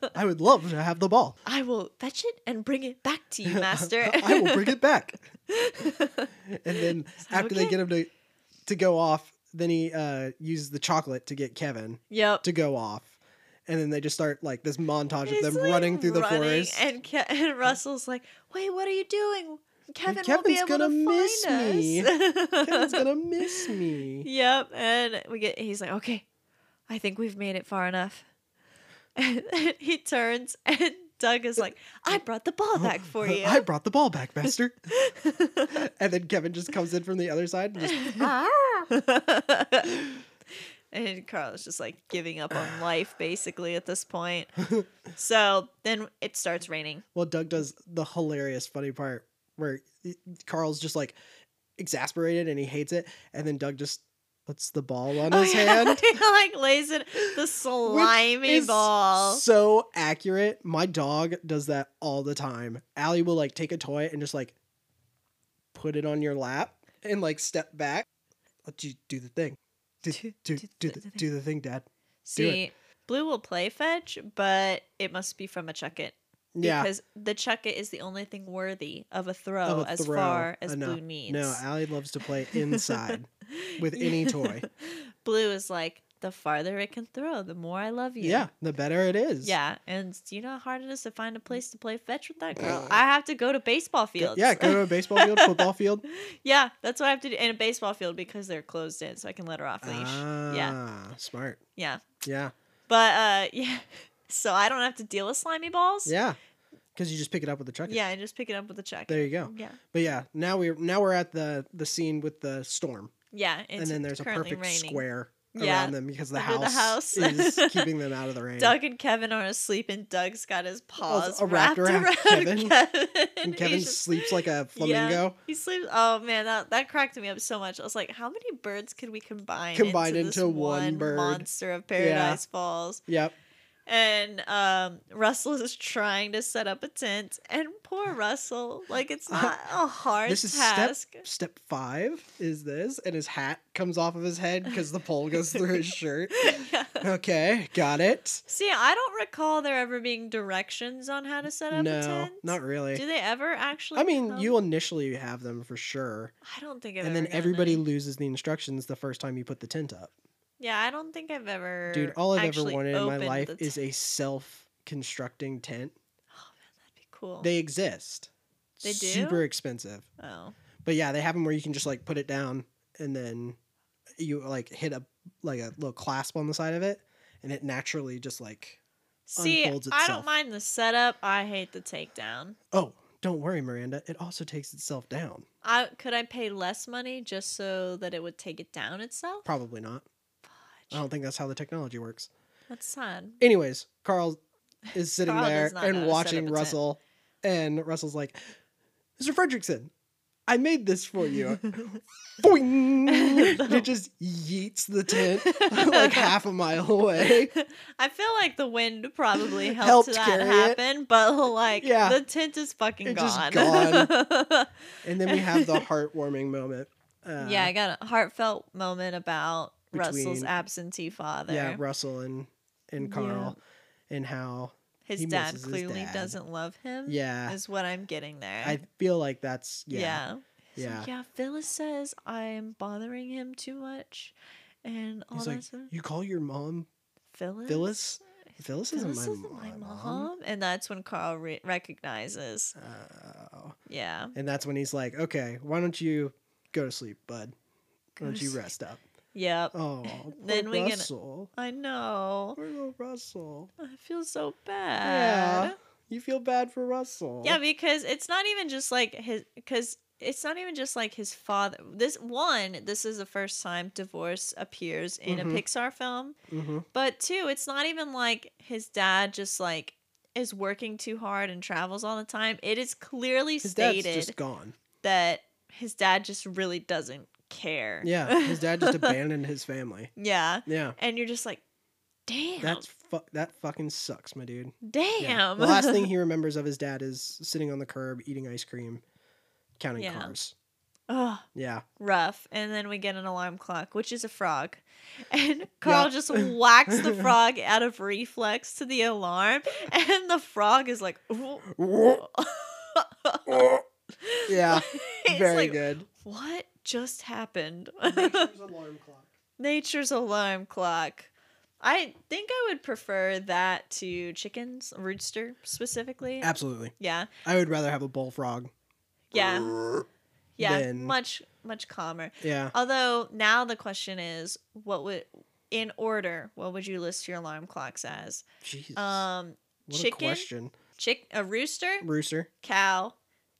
Speaker 2: [LAUGHS] ball.
Speaker 1: I would love to have the ball.
Speaker 2: I will fetch it and bring it back to you, master.
Speaker 1: [LAUGHS] I
Speaker 2: [LAUGHS]
Speaker 1: will bring it back. And then after they
Speaker 2: okay.
Speaker 1: get him to to go off, then he uh, uses the chocolate to get Kevin
Speaker 2: yep.
Speaker 1: to go off, and then they just start like this montage of
Speaker 2: He's,
Speaker 1: them
Speaker 2: like,
Speaker 1: running through the
Speaker 2: running,
Speaker 1: forest.
Speaker 2: and Ke- [LAUGHS] and Russell's like, "Wait, what are you doing? Kevin won't be
Speaker 1: Kevin's
Speaker 2: able
Speaker 1: gonna
Speaker 2: to
Speaker 1: miss
Speaker 2: find [LAUGHS]
Speaker 1: me.
Speaker 2: us."
Speaker 1: Kevin's
Speaker 2: [LAUGHS]
Speaker 1: gonna miss me.
Speaker 2: Yep, and we get. He's like, "Okay, I think we've made it far enough." [LAUGHS] And then he turns, and Doug is like, "I brought the ball back for you."
Speaker 1: [LAUGHS] I brought the ball back,
Speaker 2: [LAUGHS]
Speaker 1: master. and then Kevin just comes in from the other side and just
Speaker 2: Ah. [LAUGHS] and Carl's just like giving up on life basically at
Speaker 1: [LAUGHS]
Speaker 2: this point. So then it starts raining.
Speaker 1: Well, Doug does the hilarious, funny part where Carl's just like exasperated and he hates it, and then Doug just puts the ball on
Speaker 2: Oh,
Speaker 1: his
Speaker 2: yeah.
Speaker 1: hand.
Speaker 2: [LAUGHS] he like lays it the slimy
Speaker 1: is
Speaker 2: ball.
Speaker 1: So accurate. My dog does that all the time. Allie will like take a toy and just like put it on your lap and like step back. Let you do the thing. Do,
Speaker 2: Do-
Speaker 1: do,
Speaker 2: do
Speaker 1: do,
Speaker 2: the
Speaker 1: the,
Speaker 2: thing.
Speaker 1: do the thing, Dad. do it.
Speaker 2: See, Blue will play fetch, but it must be from a chuck it.
Speaker 1: Yeah.
Speaker 2: Because the chuck it is the only thing worthy of a throw
Speaker 1: Of a
Speaker 2: as
Speaker 1: throw.
Speaker 2: far as
Speaker 1: Uh, no.
Speaker 2: Blue needs.
Speaker 1: No, Allie loves to
Speaker 2: [LAUGHS]
Speaker 1: play inside with any toy.
Speaker 2: Blue is like, the farther it can throw, the more I love you.
Speaker 1: Yeah, the better it is. Mm.
Speaker 2: Yeah, and do you know how hard it is to find a place to play fetch with that girl? I have to go to baseball
Speaker 1: Uh, Go-
Speaker 2: fields.
Speaker 1: yeah, go to a baseball field, football field.
Speaker 2: [LAUGHS] yeah, that's what I have to do in a baseball field because they're closed in, so I can let her off leash. Yeah,
Speaker 1: Ah, smart.
Speaker 2: yeah.
Speaker 1: Yeah,
Speaker 2: But uh, [LAUGHS] yeah, so I don't have to deal with slimy balls.
Speaker 1: yeah. Because you just pick it up with the truck.
Speaker 2: yeah, and just pick it up with a check.
Speaker 1: There you go.
Speaker 2: Yeah,
Speaker 1: But yeah, now we're now we're at the the scene with the storm,
Speaker 2: yeah. It's
Speaker 1: and then there's a
Speaker 2: currently
Speaker 1: perfect
Speaker 2: raining.
Speaker 1: square around
Speaker 2: Yeah,
Speaker 1: them because the
Speaker 2: under
Speaker 1: house,
Speaker 2: the house. [LAUGHS]
Speaker 1: is keeping them out of the rain.
Speaker 2: Doug and Kevin are asleep, and Doug's got his paws
Speaker 1: uh,
Speaker 2: wrapped, around, [LAUGHS] Kevin.
Speaker 1: and
Speaker 2: He's
Speaker 1: Kevin
Speaker 2: just-
Speaker 1: sleeps
Speaker 2: [LAUGHS]
Speaker 1: like a flamingo,
Speaker 2: He sleeps. Oh man, that that cracked me up so much. I was like, how many birds could we combine
Speaker 1: Combine
Speaker 2: into, this
Speaker 1: into one
Speaker 2: one,
Speaker 1: bird.
Speaker 2: monster of Paradise Falls?
Speaker 1: Yep.
Speaker 2: And um, Russell is trying to set up a tent, and poor Russell, like it's
Speaker 1: Uh, [LAUGHS]
Speaker 2: not a hard
Speaker 1: This is
Speaker 2: task. [LAUGHS]
Speaker 1: step step five. Is this and his hat comes off of his head because the pole goes through
Speaker 2: [LAUGHS]
Speaker 1: his shirt.
Speaker 2: Yeah.
Speaker 1: Okay, got it.
Speaker 2: See, I don't recall there ever being directions on how to set up a
Speaker 1: No,
Speaker 2: tent.
Speaker 1: not really.
Speaker 2: Do they ever actually?
Speaker 1: I mean,
Speaker 2: come?
Speaker 1: you initially have them for sure,
Speaker 2: I don't think. I've
Speaker 1: and
Speaker 2: ever
Speaker 1: then
Speaker 2: gotten
Speaker 1: everybody
Speaker 2: any.
Speaker 1: loses the instructions the first time you put the tent up.
Speaker 2: Yeah, I don't think I've ever.
Speaker 1: Dude, all I've ever
Speaker 2: actually
Speaker 1: wanted in my
Speaker 2: opened
Speaker 1: life
Speaker 2: the
Speaker 1: is
Speaker 2: tent.
Speaker 1: a self-constructing tent.
Speaker 2: Oh man, that'd be cool.
Speaker 1: They exist.
Speaker 2: They do?
Speaker 1: Super expensive,
Speaker 2: oh.
Speaker 1: but yeah, they have them where you can just like put it down and then you like hit a like a little clasp on the side of it, and it naturally just like
Speaker 2: See,
Speaker 1: unfolds
Speaker 2: I
Speaker 1: itself.
Speaker 2: don't mind the setup. I hate the takedown.
Speaker 1: oh, don't worry, Miranda. It also takes itself down.
Speaker 2: I could I pay less money just so that it would take it down itself?
Speaker 1: Probably not. I
Speaker 2: Fudge.
Speaker 1: don't think that's how the technology works.
Speaker 2: That's sad.
Speaker 1: Anyways, Carl is sitting
Speaker 2: Carl
Speaker 1: there
Speaker 2: does not know how to
Speaker 1: and
Speaker 2: set
Speaker 1: watching
Speaker 2: up a tent.
Speaker 1: Russell, and Russell's like, "Mr. Fredrickson, I made this for
Speaker 2: [LAUGHS]
Speaker 1: you." [LAUGHS] Boing! And it just yeets the tent
Speaker 2: [LAUGHS]
Speaker 1: like half a mile away.
Speaker 2: I feel like the wind
Speaker 1: [LAUGHS]
Speaker 2: probably helped,
Speaker 1: Helped
Speaker 2: that
Speaker 1: carry it.
Speaker 2: happen, but like
Speaker 1: Yeah.
Speaker 2: the tent is fucking
Speaker 1: It's just
Speaker 2: gone. [LAUGHS]
Speaker 1: And then we have the heartwarming moment. Uh,
Speaker 2: yeah, I got a heartfelt moment about Russell's
Speaker 1: Between-
Speaker 2: absentee father.
Speaker 1: yeah, Russell and and Carl, and how
Speaker 2: his
Speaker 1: he
Speaker 2: dad
Speaker 1: misses his
Speaker 2: clearly
Speaker 1: dad.
Speaker 2: doesn't love him.
Speaker 1: yeah,
Speaker 2: is what I'm getting there.
Speaker 1: I feel like that's
Speaker 2: Yeah.
Speaker 1: yeah,
Speaker 2: He's
Speaker 1: yeah.
Speaker 2: like, yeah, Phyllis says I'm bothering him too much and all
Speaker 1: He's
Speaker 2: that
Speaker 1: like,
Speaker 2: stuff.
Speaker 1: You call your mom
Speaker 2: Phyllis?
Speaker 1: Phyllis? Phyllis isn't
Speaker 2: Phyllis
Speaker 1: my, mom.
Speaker 2: And that's when Carl re- recognizes.
Speaker 1: Oh.
Speaker 2: Yeah.
Speaker 1: And that's when he's like, okay, why don't you go to sleep, bud?
Speaker 2: Go
Speaker 1: Why don't
Speaker 2: to
Speaker 1: you
Speaker 2: sleep."
Speaker 1: rest up?
Speaker 2: Yep.
Speaker 1: Oh, poor
Speaker 2: [LAUGHS] Then we get-
Speaker 1: Russell.
Speaker 2: I know.
Speaker 1: Poor little Russell.
Speaker 2: I feel so
Speaker 1: Yeah.
Speaker 2: bad.
Speaker 1: You feel bad for Russell.
Speaker 2: Yeah, because it's not even just like his because it's not even just like his father. This one, this is the first time divorce appears in a
Speaker 1: Mhm.
Speaker 2: Pixar film.
Speaker 1: hmm
Speaker 2: But two, it's not even like his dad just like is working too hard and travels all the time. It is clearly
Speaker 1: His dad's
Speaker 2: stated
Speaker 1: just gone.
Speaker 2: that his dad just really doesn't care. [LAUGHS]
Speaker 1: Yeah. His dad just abandoned his family.
Speaker 2: yeah.
Speaker 1: Yeah.
Speaker 2: And you're just like, damn.
Speaker 1: That's fu- that fucking sucks, my dude.
Speaker 2: damn.
Speaker 1: Yeah. The last
Speaker 2: [LAUGHS]
Speaker 1: thing he remembers of his dad is sitting on the curb eating ice cream, counting
Speaker 2: Yeah.
Speaker 1: cars.
Speaker 2: Ugh, [LAUGHS]
Speaker 1: Yeah. [LAUGHS]
Speaker 2: rough. And then we get an alarm clock, which is a frog. [LAUGHS] And Carl
Speaker 1: Yup.
Speaker 2: just whacks
Speaker 1: [LAUGHS]
Speaker 2: the frog out of reflex to the alarm. [LAUGHS] And the frog is like, "Ooh."
Speaker 1: yeah.
Speaker 2: [LAUGHS] it's
Speaker 1: Very
Speaker 2: like, [LAUGHS]
Speaker 1: good.
Speaker 2: what just happened?
Speaker 1: alarm clock.
Speaker 2: Nature's alarm clock. I think I would prefer that to chickens, rooster specifically.
Speaker 1: Absolutely.
Speaker 2: yeah.
Speaker 1: I would rather have a bullfrog.
Speaker 2: Yeah. Yeah.
Speaker 1: Then-
Speaker 2: Much, much calmer.
Speaker 1: Yeah.
Speaker 2: Although now the question is, what would in order? What would you list your alarm clocks as?
Speaker 1: Jesus.
Speaker 2: Um,
Speaker 1: what
Speaker 2: chicken?
Speaker 1: a question.
Speaker 2: chick, a rooster,
Speaker 1: Rooster.
Speaker 2: cow,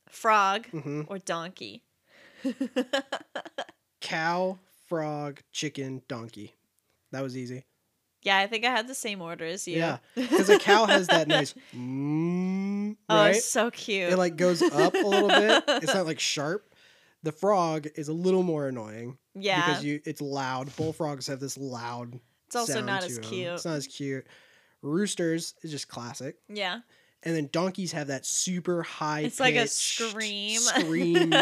Speaker 2: frog,
Speaker 1: hmm
Speaker 2: or donkey.
Speaker 1: Cow, frog, chicken, donkey. That was easy.
Speaker 2: Yeah, I think I had the same order as you.
Speaker 1: Yeah. Because a cow has
Speaker 2: [LAUGHS]
Speaker 1: that nice, mm,
Speaker 2: Oh,
Speaker 1: right?
Speaker 2: it's so cute.
Speaker 1: it like goes up a little bit.
Speaker 2: [LAUGHS]
Speaker 1: It's not like sharp. The frog is a little more annoying
Speaker 2: yeah,
Speaker 1: because you it's loud. Bullfrogs have this loud.
Speaker 2: it's also
Speaker 1: sound
Speaker 2: not
Speaker 1: to
Speaker 2: as
Speaker 1: 'em.
Speaker 2: cute.
Speaker 1: It's not as cute. Roosters is just classic.
Speaker 2: yeah,
Speaker 1: and then donkeys have that super high
Speaker 2: it's like a
Speaker 1: pitched
Speaker 2: scream.
Speaker 1: scream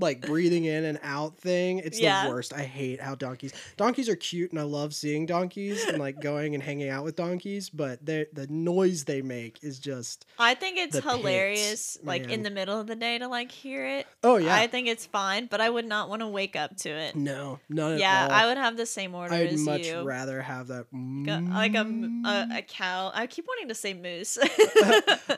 Speaker 1: like breathing in and out thing it's
Speaker 2: Yeah.
Speaker 1: the worst i hate how donkeys donkeys are cute and i love seeing donkeys and like going and hanging out with donkeys but the the noise they make is just
Speaker 2: [LAUGHS] I think it's
Speaker 1: The pits,
Speaker 2: hilarious, like in
Speaker 1: man.
Speaker 2: the middle of the day to like hear it.
Speaker 1: oh yeah
Speaker 2: I think it's fine, but I would not want to wake up to it.
Speaker 1: no not at
Speaker 2: Yeah,
Speaker 1: all
Speaker 2: I would have the same order
Speaker 1: i'd
Speaker 2: as
Speaker 1: much
Speaker 2: you.
Speaker 1: rather have that
Speaker 2: Go- like a, m- a- a
Speaker 1: mm,
Speaker 2: cow. I keep wanting to
Speaker 1: [LAUGHS]
Speaker 2: say moose.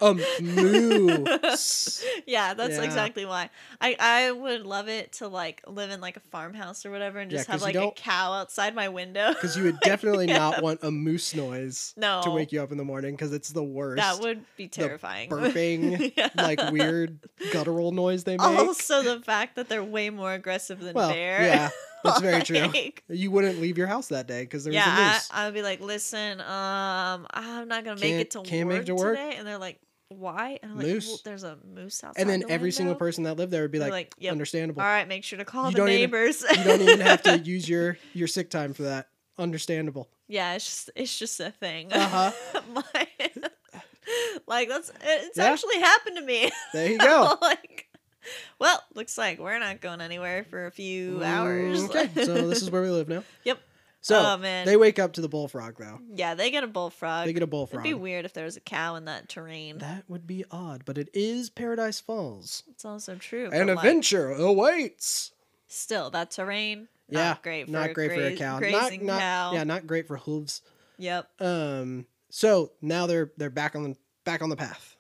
Speaker 1: um moo s-
Speaker 2: [LAUGHS] yeah, that's
Speaker 1: Yeah.
Speaker 2: exactly why. I I would love it to like live in like a farmhouse or whatever and
Speaker 1: Yeah,
Speaker 2: just
Speaker 1: 'cause
Speaker 2: have
Speaker 1: you
Speaker 2: like a
Speaker 1: don't-
Speaker 2: cow outside my window.
Speaker 1: because you would definitely not want a moose noise
Speaker 2: no,
Speaker 1: to wake you up in the morning because it's the worst
Speaker 2: [LAUGHS] that would be terrifying.
Speaker 1: burping,
Speaker 2: [LAUGHS] Yeah. [LAUGHS]
Speaker 1: like weird guttural noise they make.
Speaker 2: Also, the fact that they're way more aggressive than
Speaker 1: well,
Speaker 2: bear.
Speaker 1: yeah,
Speaker 2: [LAUGHS]
Speaker 1: that's very true.
Speaker 2: Like,
Speaker 1: You wouldn't leave your house that day because there was a
Speaker 2: yeah,
Speaker 1: moose.
Speaker 2: I, I'd be like, listen, um, I'm not gonna make it to
Speaker 1: Can't- can't
Speaker 2: work
Speaker 1: make it to work.
Speaker 2: today, and they're like, why? And I'm like,
Speaker 1: Moose.
Speaker 2: well, there's a moose outside.
Speaker 1: and then
Speaker 2: the
Speaker 1: every single
Speaker 2: window."
Speaker 1: person that lived there would be
Speaker 2: They're
Speaker 1: like,
Speaker 2: like, yep.
Speaker 1: understandable.
Speaker 2: All right, make sure to call
Speaker 1: You
Speaker 2: the
Speaker 1: don't even-
Speaker 2: neighbors.
Speaker 1: you don't even
Speaker 2: [LAUGHS]
Speaker 1: have to use your your sick time for that. Understandable.
Speaker 2: yeah, it's just it's just a thing.
Speaker 1: Uh-huh.
Speaker 2: [LAUGHS] My- like that's it's
Speaker 1: Yeah. Oh.
Speaker 2: actually happened to me. [LAUGHS]
Speaker 1: There you go.
Speaker 2: like, well, looks like we're not going anywhere for a few hours.
Speaker 1: Mm, Okay, so
Speaker 2: [LAUGHS]
Speaker 1: this is where we live now.
Speaker 2: Yep.
Speaker 1: So
Speaker 2: Oh, man.
Speaker 1: they wake up to the bullfrog though.
Speaker 2: yeah, they get a bullfrog.
Speaker 1: They get a
Speaker 2: It'd
Speaker 1: bullfrog.
Speaker 2: be weird if there was a cow in that terrain.
Speaker 1: That would be odd, but it is Paradise Falls.
Speaker 2: It's also true.
Speaker 1: An
Speaker 2: but, like,
Speaker 1: adventure awaits.
Speaker 2: Still, that terrain.
Speaker 1: Yeah,
Speaker 2: not great. For
Speaker 1: not
Speaker 2: a
Speaker 1: great for a
Speaker 2: graz-
Speaker 1: cow.
Speaker 2: Grazing
Speaker 1: not, not,
Speaker 2: cow.
Speaker 1: Yeah, not great for hooves.
Speaker 2: Yep.
Speaker 1: Um. So now they're they're back on the back on the path,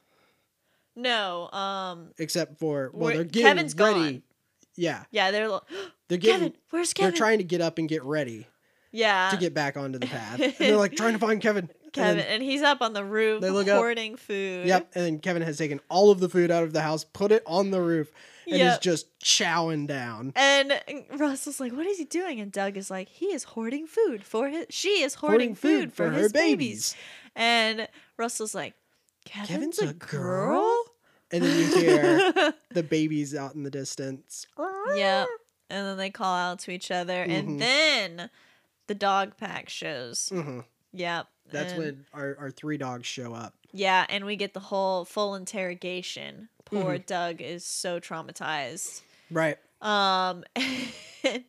Speaker 2: No. Um.
Speaker 1: except for well,
Speaker 2: Where-
Speaker 1: they're getting
Speaker 2: Kevin's
Speaker 1: ready.
Speaker 2: gone.
Speaker 1: Yeah,
Speaker 2: Yeah,
Speaker 1: [GASPS]
Speaker 2: they're like,
Speaker 1: they're getting.
Speaker 2: Kevin. Where's
Speaker 1: They're
Speaker 2: Kevin?
Speaker 1: trying to get up and get ready
Speaker 2: yeah.
Speaker 1: to get back onto the path, and they're like trying to find Kevin. And then-
Speaker 2: Kevin, and he's up on the roof
Speaker 1: They look up.
Speaker 2: hoarding food.
Speaker 1: yep. And then Kevin has taken all of the food out of the house, put it on the roof, and is
Speaker 2: Yep.
Speaker 1: just chowing down.
Speaker 2: And Russell's like, "What is he doing?" And Doug is like, "He is hoarding food for his. She is hoarding, food, for, his babies. And Russell's like, "Kevin's, a, girl."
Speaker 1: And then you hear
Speaker 2: [LAUGHS]
Speaker 1: the babies out in the distance.
Speaker 2: Yep. And then they call out to each other,
Speaker 1: Mhm.
Speaker 2: and then the dog pack shows.
Speaker 1: hmm
Speaker 2: Yep.
Speaker 1: That's
Speaker 2: And-
Speaker 1: when our, our three dogs show up.
Speaker 2: Yeah, and we get the whole full interrogation. Poor
Speaker 1: Mm-hmm.
Speaker 2: Doug is so traumatized.
Speaker 1: Right.
Speaker 2: Um, [LAUGHS] because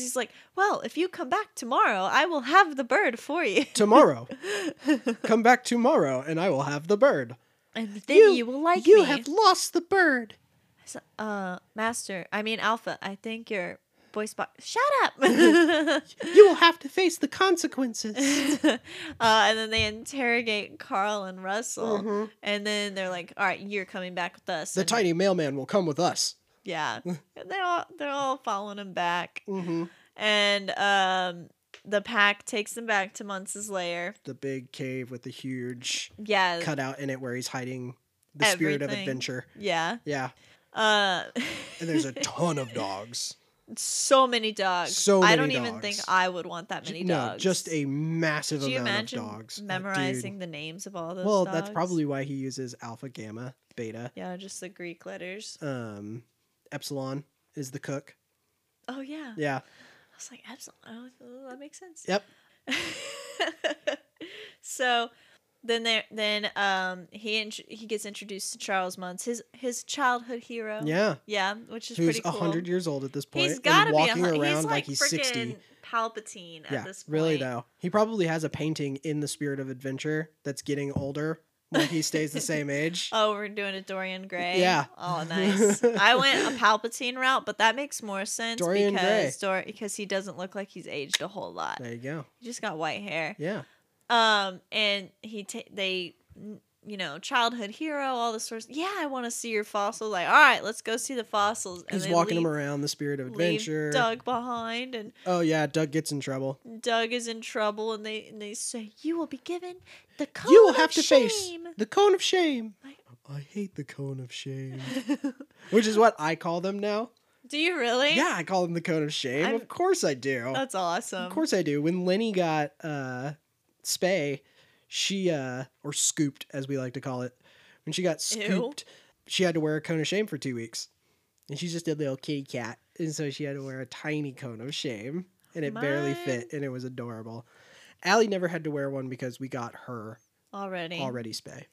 Speaker 2: he's like, "Well, if you come back tomorrow, I will have the bird for you." [LAUGHS]
Speaker 1: Tomorrow. Come back tomorrow and I will have the bird.
Speaker 2: And then you,
Speaker 1: You-
Speaker 2: will like
Speaker 1: you
Speaker 2: me.
Speaker 1: have lost the bird.
Speaker 2: I said, uh, master, I mean alpha. I think you're voiced by shut
Speaker 1: [LAUGHS]
Speaker 2: up [LAUGHS]
Speaker 1: You will have to face the
Speaker 2: [LAUGHS]
Speaker 1: consequences.
Speaker 2: uh, and then they interrogate Carl and Russell,
Speaker 1: Mhm.
Speaker 2: and then they're like, "All right, you're coming back with us."
Speaker 1: The
Speaker 2: and-
Speaker 1: tiny mailman will come with us.
Speaker 2: yeah,
Speaker 1: Mm.
Speaker 2: And they're all they're all following him back,
Speaker 1: hmm
Speaker 2: and um, the pack takes them back to Munce's lair.
Speaker 1: The big cave with the huge
Speaker 2: Yeah,
Speaker 1: cutout in it where he's hiding the spirit of
Speaker 2: Everything.
Speaker 1: adventure.
Speaker 2: yeah.
Speaker 1: Yeah.
Speaker 2: Uh, [LAUGHS]
Speaker 1: And there's a ton of dogs.
Speaker 2: so many dogs.
Speaker 1: So many
Speaker 2: I don't even think
Speaker 1: dogs.
Speaker 2: I would want that
Speaker 1: J-
Speaker 2: many
Speaker 1: no,
Speaker 2: dogs.
Speaker 1: just a massive
Speaker 2: Do you
Speaker 1: amount
Speaker 2: imagine
Speaker 1: of dogs. Uh, dude.
Speaker 2: memorizing the names of all those?
Speaker 1: well, that's
Speaker 2: dogs?
Speaker 1: probably why he uses alpha, gamma, beta.
Speaker 2: yeah, just the Greek letters.
Speaker 1: Um, epsilon is the cook.
Speaker 2: Oh yeah,
Speaker 1: Yeah.
Speaker 2: I was like, absolutely, oh, that makes sense.
Speaker 1: Yep.
Speaker 2: [LAUGHS] so then there then um he int- he gets introduced to Charles Muntz, his his childhood hero.
Speaker 1: Yeah.
Speaker 2: Yeah, which is
Speaker 1: Who's
Speaker 2: pretty
Speaker 1: a
Speaker 2: cool.
Speaker 1: 100 years old at this point
Speaker 2: He's got
Speaker 1: and
Speaker 2: to be a
Speaker 1: walking
Speaker 2: hun-
Speaker 1: around
Speaker 2: he's
Speaker 1: like,
Speaker 2: like,
Speaker 1: he's 60.
Speaker 2: freaking Palpatine at
Speaker 1: Yeah.
Speaker 2: this point.
Speaker 1: Really though. He probably has a painting in the spirit of adventure that's getting older when he stays the
Speaker 2: [LAUGHS]
Speaker 1: same age.
Speaker 2: Oh, we're doing a Dorian Gray.
Speaker 1: Yeah. [LAUGHS]
Speaker 2: Oh, nice. I went a Palpatine route, but that makes more sense
Speaker 1: Dorian
Speaker 2: because Dor- because he doesn't look like he's aged a whole lot.
Speaker 1: There you go.
Speaker 2: He just got white hair.
Speaker 1: Yeah.
Speaker 2: Um, and he ta- they, you know, childhood hero, all the sorts. Yeah, I want to see your fossils. Like, all right, let's go see the fossils. And
Speaker 1: He's
Speaker 2: they
Speaker 1: walking
Speaker 2: leave,
Speaker 1: him around the spirit of
Speaker 2: leave
Speaker 1: adventure.
Speaker 2: Doug behind, and
Speaker 1: Oh yeah, Doug gets in trouble.
Speaker 2: Doug is in trouble, and they and they say, "You will be given the cone
Speaker 1: you will have
Speaker 2: of
Speaker 1: to
Speaker 2: shame.
Speaker 1: face the cone of shame. I hate the cone of
Speaker 2: [LAUGHS]
Speaker 1: shame, which is what I call them now.
Speaker 2: Do you really?
Speaker 1: Yeah, I call them the cone of shame.
Speaker 2: I'm-
Speaker 1: of course I do.
Speaker 2: that's awesome.
Speaker 1: Of course I do. When Lenny got uh spay, she uh or scooped as we like to call it. When she got
Speaker 2: Ew.
Speaker 1: scooped, she had to wear a cone of shame for 2 weeks. And she just did little kitty cat, and so she had to wear a tiny cone of shame, and it barely fit and it was adorable. Allie never had to wear one because we got her
Speaker 2: already.
Speaker 1: already spay.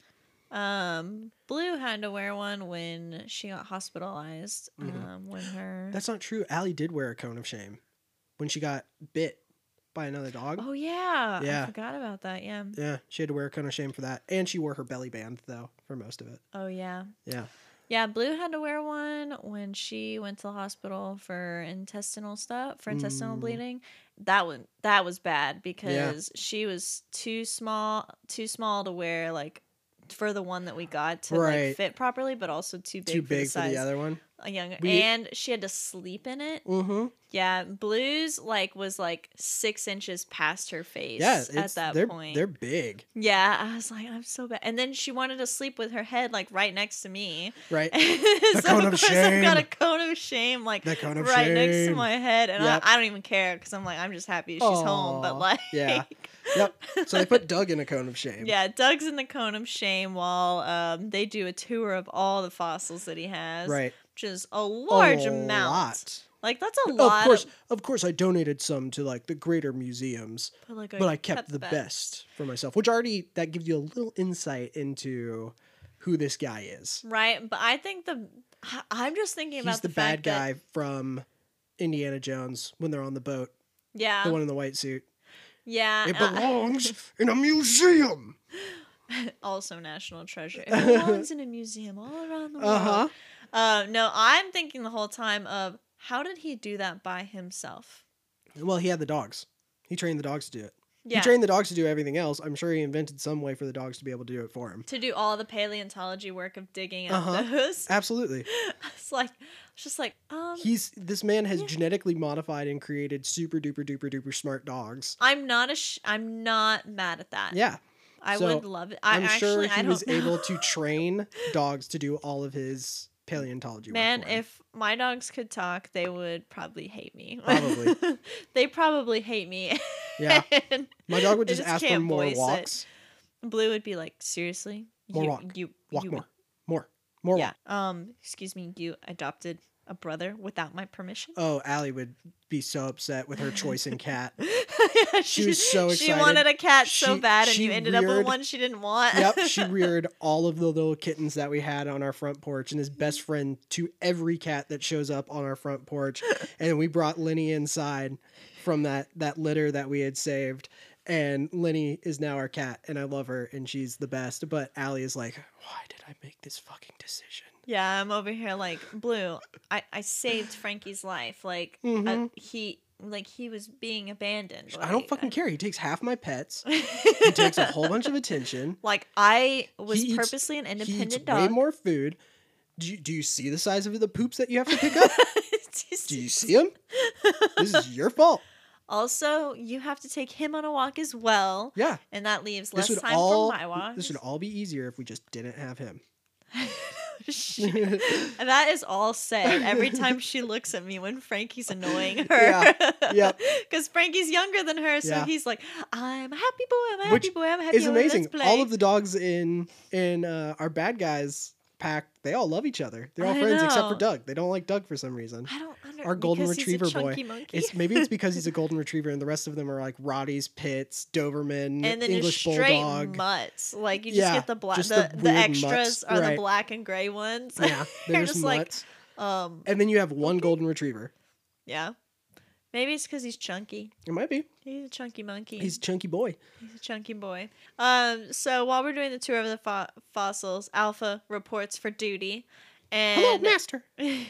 Speaker 2: Um, Blue had to wear one when she got hospitalized.
Speaker 1: Mhm.
Speaker 2: Um, when her.
Speaker 1: That's not true. Allie did wear a cone of shame when she got bit by another dog.
Speaker 2: oh yeah. I
Speaker 1: Yeah.
Speaker 2: forgot about that. Yeah.
Speaker 1: Yeah, she had to wear a cone of shame for that, and she wore her belly band though for most of it.
Speaker 2: Oh yeah.
Speaker 1: Yeah.
Speaker 2: Yeah, Blue had to wear one when she went to the hospital for intestinal stuff, for intestinal
Speaker 1: Mm.
Speaker 2: bleeding. That one that was bad because she was too small, too small to wear like for the one that we got to like
Speaker 1: Right.
Speaker 2: fit properly, but also too big,
Speaker 1: Too
Speaker 2: for, the
Speaker 1: big for
Speaker 2: size.
Speaker 1: the other one.
Speaker 2: A young,
Speaker 1: We-
Speaker 2: and she had to sleep in it.
Speaker 1: Mm-hmm.
Speaker 2: Yeah, Blue's like was like six inches past her face
Speaker 1: Yeah,
Speaker 2: at
Speaker 1: it's,
Speaker 2: that
Speaker 1: they're
Speaker 2: point.
Speaker 1: they're big,
Speaker 2: Yeah, I was like, I'm so bad. And then she wanted to sleep with her head like right next to me.
Speaker 1: right?
Speaker 2: [LAUGHS] so
Speaker 1: cone [LAUGHS]
Speaker 2: of
Speaker 1: of
Speaker 2: course I've got a
Speaker 1: shame.
Speaker 2: cone of shame like
Speaker 1: The cone of
Speaker 2: right
Speaker 1: shame.
Speaker 2: next to my head, and
Speaker 1: Yep.
Speaker 2: I, I don't even care because I'm like, I'm just happy she's home. But
Speaker 1: Aw,
Speaker 2: like,
Speaker 1: yeah.
Speaker 2: [LAUGHS]
Speaker 1: Yep. So they put Doug in a cone of shame.
Speaker 2: yeah, Doug's in the cone of shame while um, they do a tour of all the fossils that he has,
Speaker 1: Right.
Speaker 2: which is a large
Speaker 1: A
Speaker 2: amount.
Speaker 1: lot.
Speaker 2: Like that's a
Speaker 1: Of
Speaker 2: lot.
Speaker 1: course, of course, I donated some to like the greater museums,
Speaker 2: but, like,
Speaker 1: but I kept, the best. for myself. Which already that gives you a little insight into who this guy is.
Speaker 2: right? But I think the I- I'm just thinking about
Speaker 1: He's the,
Speaker 2: fact
Speaker 1: bad
Speaker 2: that-
Speaker 1: guy from Indiana Jones when they're on the boat,
Speaker 2: yeah,
Speaker 1: the one in the white suit.
Speaker 2: yeah.
Speaker 1: It
Speaker 2: uh,
Speaker 1: belongs in a museum.
Speaker 2: [LAUGHS] also national treasure.
Speaker 1: [LAUGHS]
Speaker 2: It belongs in a museum all around the world.
Speaker 1: Uh huh.
Speaker 2: Uh, no, I'm thinking the whole time of how did he do that by himself?
Speaker 1: Well, he had the dogs. He trained the dogs to do it.
Speaker 2: Yeah,
Speaker 1: He trained the dogs to do everything else. I'm sure he invented some way for the dogs to be able to do it for him.
Speaker 2: to do all the paleontology work of digging up
Speaker 1: Uh-huh.
Speaker 2: [LAUGHS] those.
Speaker 1: Absolutely.
Speaker 2: It's like, it's just like, um,
Speaker 1: He's this man has
Speaker 2: Yeah.
Speaker 1: genetically modified and created super duper duper duper smart dogs.
Speaker 2: I'm not a, sh- I'm not mad at that.
Speaker 1: Yeah.
Speaker 2: I
Speaker 1: so,
Speaker 2: would love it. I
Speaker 1: I'm sure
Speaker 2: actually,
Speaker 1: he
Speaker 2: I don't
Speaker 1: was
Speaker 2: know.
Speaker 1: able
Speaker 2: [LAUGHS]
Speaker 1: to train dogs to do all of his paleontology
Speaker 2: Man,
Speaker 1: work. for him.
Speaker 2: if my dogs could talk, they would probably hate me.
Speaker 1: Probably.
Speaker 2: [LAUGHS] they probably hate me.
Speaker 1: Yeah.
Speaker 2: [LAUGHS] And
Speaker 1: My dog
Speaker 2: [LAUGHS]
Speaker 1: would
Speaker 2: they
Speaker 1: just,
Speaker 2: just
Speaker 1: ask for
Speaker 2: can't
Speaker 1: more
Speaker 2: voice it.
Speaker 1: walks.
Speaker 2: Blue would be like, seriously,
Speaker 1: More
Speaker 2: you,
Speaker 1: walk.
Speaker 2: you
Speaker 1: Walk
Speaker 2: you,
Speaker 1: more. More. More
Speaker 2: yeah.
Speaker 1: walk.
Speaker 2: Um, excuse me, you adopted a brother without my permission.
Speaker 1: Oh, Allie would be so upset with her choice in cat.
Speaker 2: [LAUGHS] Yeah,
Speaker 1: She was so
Speaker 2: She
Speaker 1: excited.
Speaker 2: wanted a cat so
Speaker 1: She-
Speaker 2: bad, and
Speaker 1: she
Speaker 2: you ended up with
Speaker 1: reared-
Speaker 2: one she didn't want. [LAUGHS]
Speaker 1: yep, she reared all of the little kittens that we had on our front porch and is best friend to every cat that shows up on our front
Speaker 2: [LAUGHS]
Speaker 1: porch. And we brought Lenny inside from that that litter that we had saved. And Lenny is now our cat, and I love her, and she's the best. But Allie is like, why did I make this fucking decision?
Speaker 2: Yeah, I'm over here like blue. I I saved Frankie's life. Like uh,
Speaker 1: Mhm.
Speaker 2: he like he was being abandoned.
Speaker 1: I don't
Speaker 2: like,
Speaker 1: fucking care. He takes half my pets. He
Speaker 2: He
Speaker 1: takes
Speaker 2: [LAUGHS]
Speaker 1: a whole bunch of attention.
Speaker 2: Like I was
Speaker 1: He eats-
Speaker 2: purposely an
Speaker 1: He eats
Speaker 2: independent
Speaker 1: way
Speaker 2: dog.
Speaker 1: more food. Do you, do you see the size of the poops that you have to pick up?
Speaker 2: [LAUGHS] Just-
Speaker 1: do you see
Speaker 2: [LAUGHS]
Speaker 1: them? This is your fault.
Speaker 2: Also, you have to take him on a walk as well,
Speaker 1: Yeah.
Speaker 2: and that leaves
Speaker 1: This
Speaker 2: less
Speaker 1: would
Speaker 2: time
Speaker 1: all
Speaker 2: for my walk.
Speaker 1: this would all be easier if we just didn't have him.
Speaker 2: [LAUGHS] that is all said every time she looks at me when Frankie's annoying her.
Speaker 1: Yeah,
Speaker 2: [LAUGHS]
Speaker 1: yep.
Speaker 2: Because Frankie's younger than her, so
Speaker 1: Yeah.
Speaker 2: he's like, "I'm a happy boy. I'm a happy
Speaker 1: Which
Speaker 2: boy. I'm a happy
Speaker 1: It's
Speaker 2: boy.
Speaker 1: amazing.
Speaker 2: Let's play."
Speaker 1: All of the dogs in in uh, our bad guys pack, they all love each other. They're all
Speaker 2: I
Speaker 1: friends except for
Speaker 2: know.
Speaker 1: Doug. They don't like Doug for some reason.
Speaker 2: I don't under-
Speaker 1: our golden
Speaker 2: because he's a
Speaker 1: retriever boy.
Speaker 2: chunky Monkey.
Speaker 1: It's maybe it's because he's a golden retriever and the rest of them are like Rotties, Pits, Doberman,
Speaker 2: [LAUGHS] and then
Speaker 1: English
Speaker 2: your straight
Speaker 1: bulldog.
Speaker 2: mutts. Like you just
Speaker 1: Yeah,
Speaker 2: get the black.
Speaker 1: just
Speaker 2: The,
Speaker 1: the
Speaker 2: the,
Speaker 1: weird
Speaker 2: extras
Speaker 1: mutts,
Speaker 2: are the
Speaker 1: right.
Speaker 2: black and gray ones.
Speaker 1: [LAUGHS] Yeah,
Speaker 2: You're
Speaker 1: there's
Speaker 2: just like,
Speaker 1: mutts.
Speaker 2: [LAUGHS] um,
Speaker 1: and then you have one golden retriever.
Speaker 2: yeah. Maybe it's because he's chunky.
Speaker 1: It might be.
Speaker 2: He's a chunky monkey.
Speaker 1: He's a chunky boy.
Speaker 2: He's a chunky boy. Um, so while we're doing the tour of the fo- fossils, Alpha reports for duty,
Speaker 1: Hello,
Speaker 2: and
Speaker 1: master.
Speaker 2: [LAUGHS] he's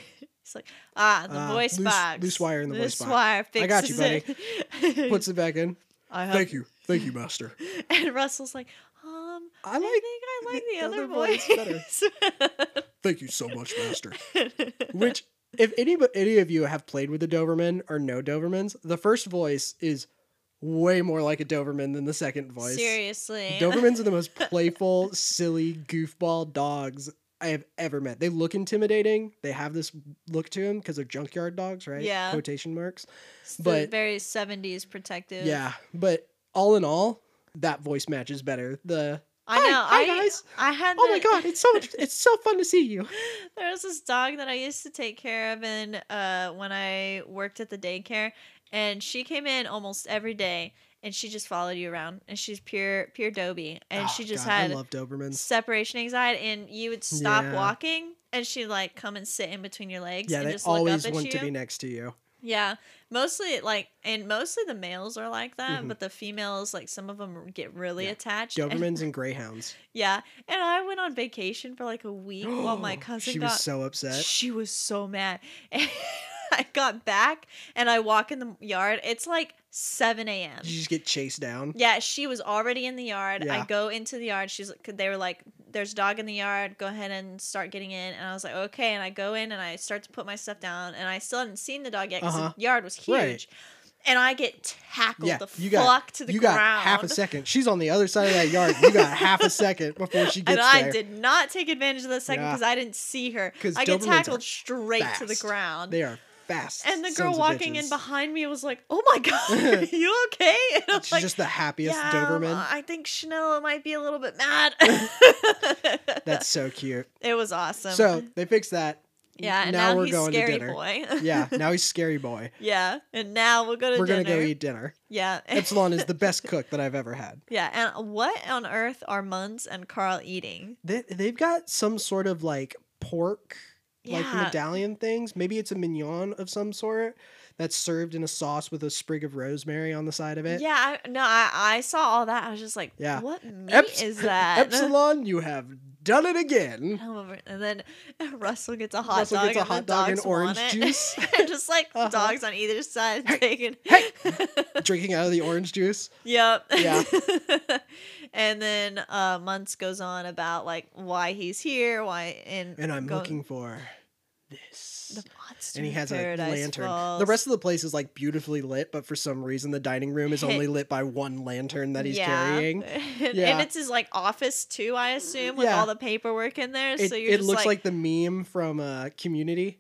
Speaker 2: like, "Ah, the
Speaker 1: Ah,
Speaker 2: voice
Speaker 1: loose-
Speaker 2: box,
Speaker 1: loose wire in the voice box.
Speaker 2: wire
Speaker 1: I got you,
Speaker 2: fixes it.
Speaker 1: Puts it back in.
Speaker 2: [LAUGHS] I hope-
Speaker 1: Thank you. Thank you, master.
Speaker 2: [LAUGHS] And Russell's like, um,
Speaker 1: I
Speaker 2: [LAUGHS] I,
Speaker 1: like
Speaker 2: think I like
Speaker 1: the
Speaker 2: the, other,
Speaker 1: other
Speaker 2: voice,
Speaker 1: Thank you so much, master.
Speaker 2: [LAUGHS] better.
Speaker 1: Which, if any any of you have played with a Doberman or no Dobermans, the first voice is way more like a Doberman than the second voice.
Speaker 2: Seriously,
Speaker 1: Dobermans are the
Speaker 2: [LAUGHS]
Speaker 1: most playful, silly, goofball dogs I have ever met. They look intimidating. They have this look to them because they're junkyard dogs, right?
Speaker 2: Yeah.
Speaker 1: Quotation marks.
Speaker 2: It's the
Speaker 1: but-
Speaker 2: very seventies protective.
Speaker 1: Yeah. But all in all, that voice matches better. The
Speaker 2: I
Speaker 1: Hi-
Speaker 2: know.
Speaker 1: hi,
Speaker 2: I
Speaker 1: guys.
Speaker 2: I had.
Speaker 1: oh my
Speaker 2: the-
Speaker 1: god, it's so much, it's so fun to see you.
Speaker 2: There was this dog that I used to take care of, and uh, when I worked at the daycare, and she came in almost every day, and she just followed you around, and she's pure pure Dobie, and
Speaker 1: Oh,
Speaker 2: she just
Speaker 1: God,
Speaker 2: had
Speaker 1: I love Dobermans.
Speaker 2: separation anxiety, and you would stop
Speaker 1: Yeah.
Speaker 2: walking, and she'd like come and sit in between your legs,
Speaker 1: Yeah,
Speaker 2: and
Speaker 1: they
Speaker 2: just look
Speaker 1: always
Speaker 2: up at
Speaker 1: want
Speaker 2: you.
Speaker 1: to be next to you.
Speaker 2: Yeah, mostly like, and mostly the males are like that,
Speaker 1: Mhm.
Speaker 2: but the females, like some of them get really
Speaker 1: Yeah.
Speaker 2: attached. [LAUGHS] and-
Speaker 1: Dobermans and Greyhounds.
Speaker 2: yeah, and I went on vacation for like a week while my
Speaker 1: [GASPS]
Speaker 2: cousin
Speaker 1: she
Speaker 2: got.
Speaker 1: was so upset.
Speaker 2: She was so mad. [LAUGHS] And I got back and I walk in the yard. It's like 7 a.m.
Speaker 1: Did you just get chased down?
Speaker 2: Yeah, she was already in the yard. I
Speaker 1: Yeah.
Speaker 2: go into the yard. She's they were like, "There's a dog in the yard. Go ahead and start getting in." And I was like, "Okay." And I go in and I start to put my stuff down. And I still hadn't seen the dog yet 'cause
Speaker 1: Uh-huh.
Speaker 2: the yard was huge.
Speaker 1: Right.
Speaker 2: And I get tackled
Speaker 1: Yeah,
Speaker 2: the
Speaker 1: you got-
Speaker 2: fuck to the
Speaker 1: you
Speaker 2: ground.
Speaker 1: got half a second. She's on the other side of that yard. You got half a second before she gets
Speaker 2: [LAUGHS] and I
Speaker 1: there.
Speaker 2: did not take advantage of the second
Speaker 1: Yeah.
Speaker 2: because I didn't see her.
Speaker 1: 'Cause
Speaker 2: I get
Speaker 1: Dobermans are
Speaker 2: tackled straight to the
Speaker 1: fast.
Speaker 2: ground.
Speaker 1: They are fast.
Speaker 2: And the
Speaker 1: sons
Speaker 2: girl
Speaker 1: of
Speaker 2: walking in
Speaker 1: bitches.
Speaker 2: behind me was like, "Oh
Speaker 1: [LAUGHS]
Speaker 2: my god, [LAUGHS] are you okay?" And I'm
Speaker 1: She's
Speaker 2: like,
Speaker 1: just the happiest
Speaker 2: "Yeah, um,
Speaker 1: Doberman.
Speaker 2: I think Chanel might be a little
Speaker 1: [LAUGHS]
Speaker 2: bit mad."
Speaker 1: That's so cute.
Speaker 2: [LAUGHS] it was awesome.
Speaker 1: So they fixed that.
Speaker 2: yeah, and
Speaker 1: now
Speaker 2: now,
Speaker 1: we're
Speaker 2: he's
Speaker 1: going to
Speaker 2: scary
Speaker 1: dinner.
Speaker 2: boy.
Speaker 1: [LAUGHS]
Speaker 2: [LAUGHS]
Speaker 1: Yeah, now he's scary boy.
Speaker 2: yeah, and now we'll go to
Speaker 1: We're
Speaker 2: dinner.
Speaker 1: gonna go eat dinner.
Speaker 2: [LAUGHS] Yeah,
Speaker 1: Epsilon is the best cook that I've ever had.
Speaker 2: yeah. And what on earth are Muns and Carl eating?
Speaker 1: They, they've got some sort of like pork, like
Speaker 2: Yeah.
Speaker 1: medallion things. Maybe it's a mignon of some sort that's served in a sauce with a sprig of rosemary on the side of it.
Speaker 2: Yeah, I, no, I, I saw all that. I was just like,
Speaker 1: Yeah.
Speaker 2: what meat
Speaker 1: Eps- [LAUGHS]
Speaker 2: is that? [LAUGHS]
Speaker 1: Epsilon, you have done it again.
Speaker 2: Come over- And then [LAUGHS] Russell gets a hot
Speaker 1: Russell
Speaker 2: dog.
Speaker 1: gets a
Speaker 2: and the
Speaker 1: hot dog and
Speaker 2: dogs want
Speaker 1: orange
Speaker 2: it. [LAUGHS]
Speaker 1: juice.
Speaker 2: and just like
Speaker 1: [LAUGHS] Uh-huh.
Speaker 2: dogs on either side
Speaker 1: Hey,
Speaker 2: taking.
Speaker 1: [LAUGHS]
Speaker 2: [LAUGHS]
Speaker 1: hey. Drinking out of the orange juice.
Speaker 2: yep.
Speaker 1: [LAUGHS] Yeah.
Speaker 2: [LAUGHS] and then uh, months goes on about like why he's here, why and
Speaker 1: And I'm
Speaker 2: go-
Speaker 1: looking for this.
Speaker 2: the monster.
Speaker 1: and he
Speaker 2: in
Speaker 1: has a
Speaker 2: Paradise
Speaker 1: lantern.
Speaker 2: Falls.
Speaker 1: The rest of the place is like beautifully lit, but for some reason the dining room is
Speaker 2: [LAUGHS]
Speaker 1: only lit by one lantern that he's
Speaker 2: Yeah.
Speaker 1: carrying.
Speaker 2: [LAUGHS] and,
Speaker 1: Yeah.
Speaker 2: and it's his like office too, I assume, with
Speaker 1: Yeah.
Speaker 2: all the paperwork in there.
Speaker 1: It,
Speaker 2: so you're
Speaker 1: it
Speaker 2: just
Speaker 1: looks
Speaker 2: like,
Speaker 1: like... the meme from uh, Community,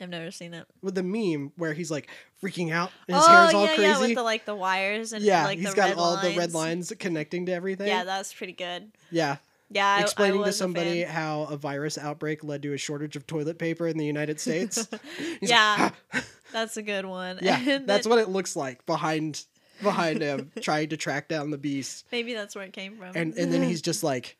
Speaker 2: I've never seen it.
Speaker 1: with the meme where he's like freaking out and his
Speaker 2: oh
Speaker 1: hair's all
Speaker 2: yeah, yeah,
Speaker 1: crazy.
Speaker 2: with the like the wires and
Speaker 1: Yeah,
Speaker 2: like
Speaker 1: he's
Speaker 2: the
Speaker 1: got
Speaker 2: red
Speaker 1: all
Speaker 2: lines.
Speaker 1: the red lines connecting to everything.
Speaker 2: Yeah, that was pretty good.
Speaker 1: Yeah,
Speaker 2: Yeah, I- I
Speaker 1: explaining to
Speaker 2: was a
Speaker 1: somebody
Speaker 2: fan.
Speaker 1: how a virus outbreak led to a shortage of toilet paper in the United
Speaker 2: [LAUGHS]
Speaker 1: States. He's like,
Speaker 2: Yeah.
Speaker 1: "Ah."
Speaker 2: That's a good one.
Speaker 1: yeah,
Speaker 2: [LAUGHS] And
Speaker 1: that's
Speaker 2: then-
Speaker 1: what it looks like behind
Speaker 2: [LAUGHS]
Speaker 1: behind him trying to track down the beast.
Speaker 2: Maybe that's where it came from.
Speaker 1: and and then he's just like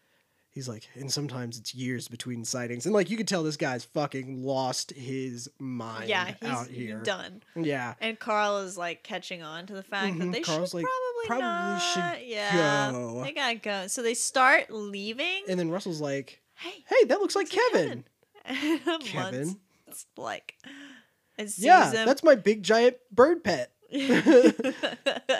Speaker 1: He's like, and sometimes it's years between sightings, and like you could tell this guy's fucking lost his mind.
Speaker 2: [LAUGHS] yeah, he's
Speaker 1: out here.
Speaker 2: done.
Speaker 1: Yeah,
Speaker 2: And Carl is like catching on to the fact that
Speaker 1: Mhm,
Speaker 2: they
Speaker 1: Carl's
Speaker 2: should
Speaker 1: like,
Speaker 2: probably,
Speaker 1: "Probably should
Speaker 2: not. yeah,
Speaker 1: go."
Speaker 2: they gotta go. So they start leaving.
Speaker 1: and then Russell's like,
Speaker 2: hey, [LAUGHS]
Speaker 1: "Hey, that looks like
Speaker 2: Looks like
Speaker 1: Kevin."
Speaker 2: Kevin.
Speaker 1: Kevin?
Speaker 2: It's like, and sees
Speaker 1: Yeah,
Speaker 2: him.
Speaker 1: that's [LAUGHS] my big giant bird pet. [LAUGHS]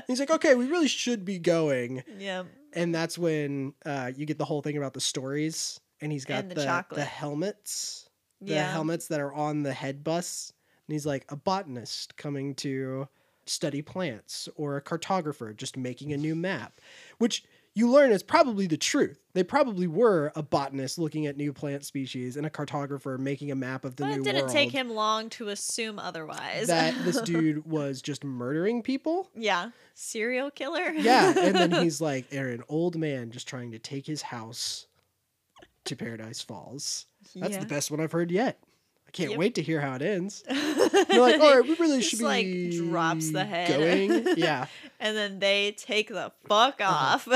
Speaker 1: He's like, "Okay, we really should be going."
Speaker 2: [LAUGHS] yeah,
Speaker 1: and that's when uh, you get the whole thing about the stories and he's got
Speaker 2: And the
Speaker 1: the, the,
Speaker 2: chocolate.
Speaker 1: helmets the
Speaker 2: yeah.
Speaker 1: helmets that are on the head bus and he's like a botanist coming to study plants or a cartographer just making a new map which you learn is probably the truth they probably were a botanist looking at new plant species and a cartographer making a map of the
Speaker 2: but
Speaker 1: new
Speaker 2: it didn't
Speaker 1: world
Speaker 2: take him long to assume otherwise.
Speaker 1: that
Speaker 2: [LAUGHS]
Speaker 1: this dude was just murdering people
Speaker 2: yeah, serial killer. [LAUGHS]
Speaker 1: yeah, and then he's like, "They're an old man just trying to take his house to Paradise Falls." That's
Speaker 2: yeah.
Speaker 1: the best one I've heard yet. I can't
Speaker 2: Yep.
Speaker 1: wait to hear how it
Speaker 2: [LAUGHS]
Speaker 1: ends.
Speaker 2: best.
Speaker 1: You're like, "All right, we really
Speaker 2: Just,
Speaker 1: should be
Speaker 2: like, drops the head. [LAUGHS]
Speaker 1: going." Yeah,
Speaker 2: and then they take the fuck
Speaker 1: Uh-huh.
Speaker 2: off.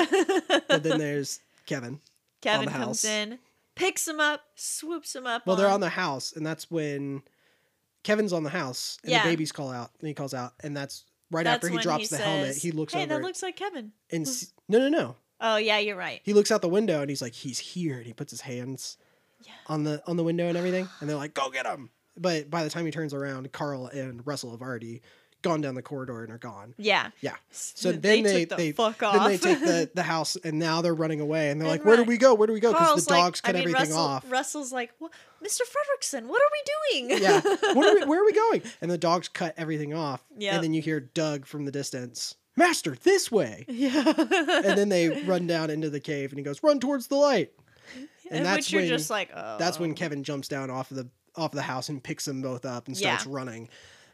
Speaker 1: but then there's Kevin.
Speaker 2: [LAUGHS] Kevin
Speaker 1: the
Speaker 2: comes
Speaker 1: house.
Speaker 2: in, picks him up, swoops him up.
Speaker 1: Well, they're on the house, and that's when Kevin's on the house, and
Speaker 2: Yeah.
Speaker 1: the babies call out, and he calls out, and that's right
Speaker 2: That's
Speaker 1: after he
Speaker 2: when
Speaker 1: drops the
Speaker 2: says,
Speaker 1: helmet. He looks
Speaker 2: Hey,
Speaker 1: over
Speaker 2: that looks like Kevin.
Speaker 1: and
Speaker 2: [LAUGHS]
Speaker 1: s- no, no, no.
Speaker 2: Oh yeah, you're right.
Speaker 1: He looks out the window, and he's like, "He's here," and he puts his hands
Speaker 2: Yeah.
Speaker 1: on the on the window and everything, and they're like, "Go get him!" But by the time he turns around, Carl and Russell have already gone down the corridor and are gone.
Speaker 2: Yeah.
Speaker 1: Yeah. So then they-
Speaker 2: took the
Speaker 1: they-
Speaker 2: fuck off.
Speaker 1: Then they take [LAUGHS] the, the house, and now they're running away, and they're
Speaker 2: And
Speaker 1: like, "Where do
Speaker 2: run.
Speaker 1: we go? Where do we go?" Because
Speaker 2: Carl's
Speaker 1: the dogs
Speaker 2: like,
Speaker 1: cut
Speaker 2: I mean,
Speaker 1: everything
Speaker 2: Russell,
Speaker 1: off.
Speaker 2: Russell's like, "Wha- Mr. Fredrickson, what are we
Speaker 1: [LAUGHS]
Speaker 2: doing?
Speaker 1: yeah. What are we, where are we going? And the dogs cut everything off.
Speaker 2: Yep.
Speaker 1: And then you hear Doug from the distance, "Master, this way!"
Speaker 2: [LAUGHS] yeah.
Speaker 1: And then
Speaker 2: [LAUGHS]
Speaker 1: they run down into the cave, and he goes, "Run towards the light."
Speaker 2: [LAUGHS]
Speaker 1: and that's
Speaker 2: which you're
Speaker 1: when-
Speaker 2: just like, oh.
Speaker 1: That's when Kevin jumps down off of the off the house and picks them both up and
Speaker 2: Yeah.
Speaker 1: starts running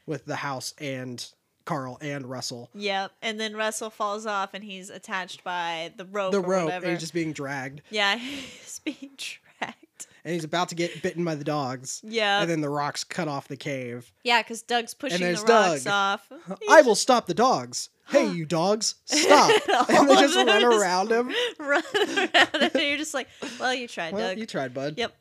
Speaker 1: with the house and Carl and Russell.
Speaker 2: Yep. And then Russell falls off, and he's attached by the rope.
Speaker 1: The
Speaker 2: or
Speaker 1: rope
Speaker 2: Whatever.
Speaker 1: and he's just being dragged
Speaker 2: yeah, [LAUGHS] he's being tracked.
Speaker 1: and he's about to get bitten by the dogs.
Speaker 2: Yeah.
Speaker 1: and then the rocks cut off the cave.
Speaker 2: yeah, because Doug's pushing the
Speaker 1: there's
Speaker 2: rocks
Speaker 1: Doug.
Speaker 2: off.
Speaker 1: [LAUGHS]
Speaker 2: [LAUGHS]
Speaker 1: I will stop the dogs. Hey, you
Speaker 2: [GASPS]
Speaker 1: dogs, stop! and they
Speaker 2: [LAUGHS] All of
Speaker 1: just run
Speaker 2: them just
Speaker 1: around
Speaker 2: [LAUGHS]
Speaker 1: him.
Speaker 2: run around, and you're just like, well, you tried,
Speaker 1: Well,
Speaker 2: Doug.
Speaker 1: you tried, bud.
Speaker 2: Yep.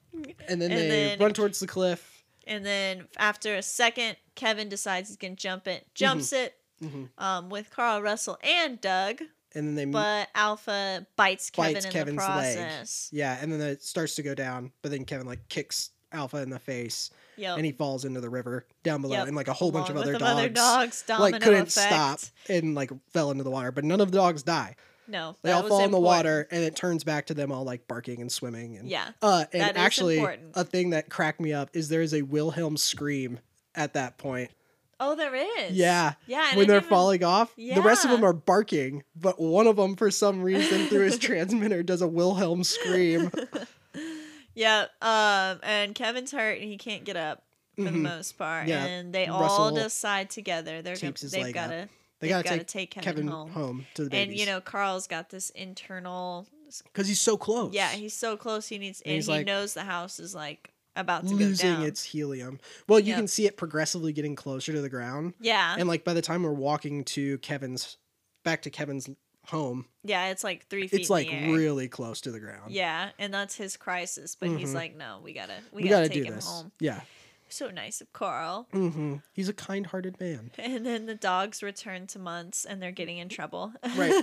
Speaker 1: And then
Speaker 2: And
Speaker 1: they
Speaker 2: then-
Speaker 1: run towards the cliff.
Speaker 2: And then after a second, Kevin decides he's gonna jump
Speaker 1: Mm-hmm.
Speaker 2: it, jumps it
Speaker 1: Mhm.
Speaker 2: um, with Carl Russell and Doug,
Speaker 1: And then they
Speaker 2: but Alpha bites Kevin
Speaker 1: Mm-hmm. bites
Speaker 2: in
Speaker 1: Kevin's
Speaker 2: the
Speaker 1: leg.
Speaker 2: process.
Speaker 1: Yeah, and then it starts to go down, but then Kevin like kicks Alpha in the face,
Speaker 2: Yep.
Speaker 1: and he falls into the river down below,
Speaker 2: Yep.
Speaker 1: and like a whole bunch of
Speaker 2: Along
Speaker 1: other
Speaker 2: with
Speaker 1: dogs,
Speaker 2: them other dogs, domino
Speaker 1: like couldn't stop
Speaker 2: effect.
Speaker 1: and like fell into the water. But none of the dogs die.
Speaker 2: No,
Speaker 1: They
Speaker 2: that
Speaker 1: all
Speaker 2: was
Speaker 1: fall in the
Speaker 2: important.
Speaker 1: water, and it turns back to them all like barking and swimming. And
Speaker 2: Yeah.
Speaker 1: uh, and
Speaker 2: That is
Speaker 1: actually,
Speaker 2: important.
Speaker 1: a thing that cracked me up is there is a Wilhelm scream at that point.
Speaker 2: Oh, there is.
Speaker 1: Yeah.
Speaker 2: Yeah. and I
Speaker 1: when they're
Speaker 2: didn't even-
Speaker 1: falling off, the rest of
Speaker 2: Yeah.
Speaker 1: them are barking, but one of them, for some reason, through
Speaker 2: [LAUGHS]
Speaker 1: his transmitter, does a Wilhelm scream.
Speaker 2: Yeah. Um. And Kevin's hurt, and he can't get up for the
Speaker 1: Mhm.
Speaker 2: most part.
Speaker 1: Yeah,
Speaker 2: And they all
Speaker 1: Russell
Speaker 2: decide together they're gonna,
Speaker 1: keeps his
Speaker 2: they've
Speaker 1: leg
Speaker 2: got
Speaker 1: up.
Speaker 2: to
Speaker 1: They
Speaker 2: they've
Speaker 1: gotta
Speaker 2: gotta
Speaker 1: take
Speaker 2: take Kevin,
Speaker 1: Kevin
Speaker 2: home.
Speaker 1: home. to the babies,
Speaker 2: And you know, Carl's got this internal
Speaker 1: because he's so close.
Speaker 2: Yeah, he's so close. He needs,
Speaker 1: And
Speaker 2: and,
Speaker 1: he's
Speaker 2: he
Speaker 1: like,
Speaker 2: knows the house is like about to
Speaker 1: losing
Speaker 2: go down.
Speaker 1: its helium. Well, you
Speaker 2: Yep.
Speaker 1: can see it progressively getting closer to the ground,
Speaker 2: yeah,
Speaker 1: and like by the time we're walking to Kevin's, back to Kevin's home,
Speaker 2: yeah. It's like three feet.
Speaker 1: it's
Speaker 2: in
Speaker 1: like
Speaker 2: the air.
Speaker 1: really close to the ground.
Speaker 2: Yeah, and that's his crisis. But he's
Speaker 1: Mhm.
Speaker 2: like, no, we gotta, we,
Speaker 1: we,
Speaker 2: gotta,
Speaker 1: gotta,
Speaker 2: take
Speaker 1: do
Speaker 2: him
Speaker 1: this.
Speaker 2: home.
Speaker 1: Yeah,
Speaker 2: So nice of Carl. [LAUGHS]
Speaker 1: hmm he's a kind-hearted man.
Speaker 2: And then the dogs return to months, and they're getting in trouble. [LAUGHS]
Speaker 1: Right.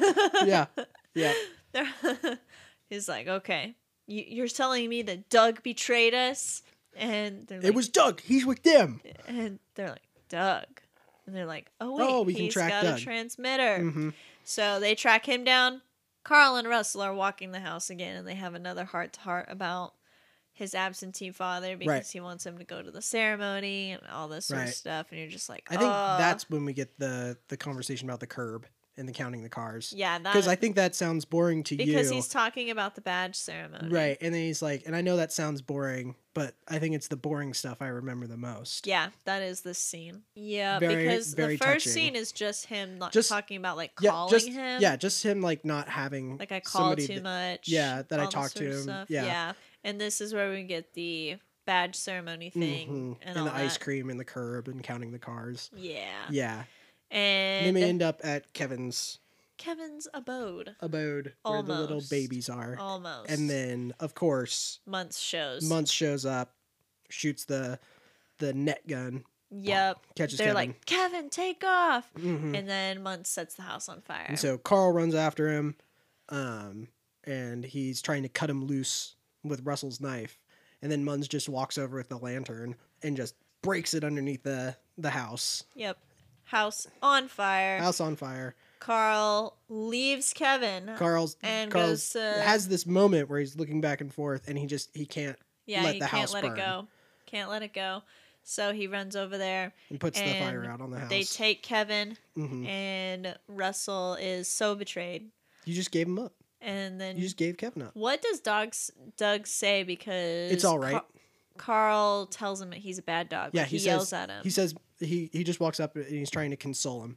Speaker 1: Yeah, yeah.
Speaker 2: They're- [LAUGHS] he's like, okay, you, you're telling me that Doug betrayed us, and they're like,
Speaker 1: It was Doug. He's with them.
Speaker 2: and they're like, Doug. And they're like, oh wait,
Speaker 1: Oh,
Speaker 2: we can track got
Speaker 1: Doug."
Speaker 2: a transmitter.
Speaker 1: hmm
Speaker 2: So they track him down. Carl and Russell are walking the house again, and they have another heart to heart about his absentee father because
Speaker 1: Right.
Speaker 2: he wants him to go to the ceremony and all this sort of
Speaker 1: Right.
Speaker 2: stuff. And you're just like,
Speaker 1: I think
Speaker 2: "Oh."
Speaker 1: that's when we get the the conversation about the curb and the counting the cars.
Speaker 2: yeah, that
Speaker 1: Because I think that sounds boring to
Speaker 2: because
Speaker 1: you.
Speaker 2: he's talking about the badge ceremony,
Speaker 1: right. And then he's like, and I know that sounds boring, but I think it's the boring stuff I remember the most.
Speaker 2: Yeah, that is this scene. Yeah,
Speaker 1: Very-
Speaker 2: because
Speaker 1: very
Speaker 2: the first
Speaker 1: touching.
Speaker 2: scene is just him not
Speaker 1: Just-
Speaker 2: talking about like
Speaker 1: Yeah,
Speaker 2: calling
Speaker 1: just
Speaker 2: him.
Speaker 1: yeah, just him like not having
Speaker 2: like I call
Speaker 1: somebody
Speaker 2: too
Speaker 1: that-
Speaker 2: much.
Speaker 1: yeah, that I
Speaker 2: all this
Speaker 1: talk to
Speaker 2: sort of
Speaker 1: him,
Speaker 2: stuff.
Speaker 1: yeah.
Speaker 2: and this is where we get the badge ceremony thing
Speaker 1: Mhm.
Speaker 2: and, all
Speaker 1: the ice
Speaker 2: that.
Speaker 1: cream and the curb and counting the cars.
Speaker 2: Yeah.
Speaker 1: Yeah,
Speaker 2: and
Speaker 1: and then we end up at Kevin's
Speaker 2: Kevin's abode.
Speaker 1: abode where the little
Speaker 2: Almost.
Speaker 1: babies are.
Speaker 2: Almost.
Speaker 1: And then, of course,
Speaker 2: months shows.
Speaker 1: Muntz shows up, shoots the the net gun,
Speaker 2: Yep.
Speaker 1: catches
Speaker 2: They're
Speaker 1: Kevin.
Speaker 2: like, Kevin, take off.
Speaker 1: Mhm.
Speaker 2: And then Muntz sets the house on fire.
Speaker 1: And so Carl runs after him, um, and he's trying to cut him loose with Russell's knife. And then Munz just walks over with the lantern and just breaks it underneath the the house.
Speaker 2: yep. House on fire.
Speaker 1: House on fire.
Speaker 2: Carl leaves Kevin.
Speaker 1: Carl's
Speaker 2: And
Speaker 1: Carl's
Speaker 2: goes, uh,
Speaker 1: has this moment where he's looking back and forth, and he just he can't
Speaker 2: yeah,
Speaker 1: let
Speaker 2: he
Speaker 1: the
Speaker 2: can't
Speaker 1: house
Speaker 2: let
Speaker 1: burn.
Speaker 2: it go. Can't let it go. So he runs over there.
Speaker 1: and puts the
Speaker 2: And
Speaker 1: fire out on the house.
Speaker 2: They take Kevin,
Speaker 1: Mhm.
Speaker 2: and Russell is so betrayed.
Speaker 1: You just gave him up.
Speaker 2: And then
Speaker 1: You just gave Kevin up.
Speaker 2: What does dog Doug say? Because
Speaker 1: It's all right.
Speaker 2: Ca- Carl tells him that he's a bad dog.
Speaker 1: Yeah,
Speaker 2: but
Speaker 1: he
Speaker 2: he,
Speaker 1: says-
Speaker 2: yells at him.
Speaker 1: He says he he just walks up and he's trying to console him.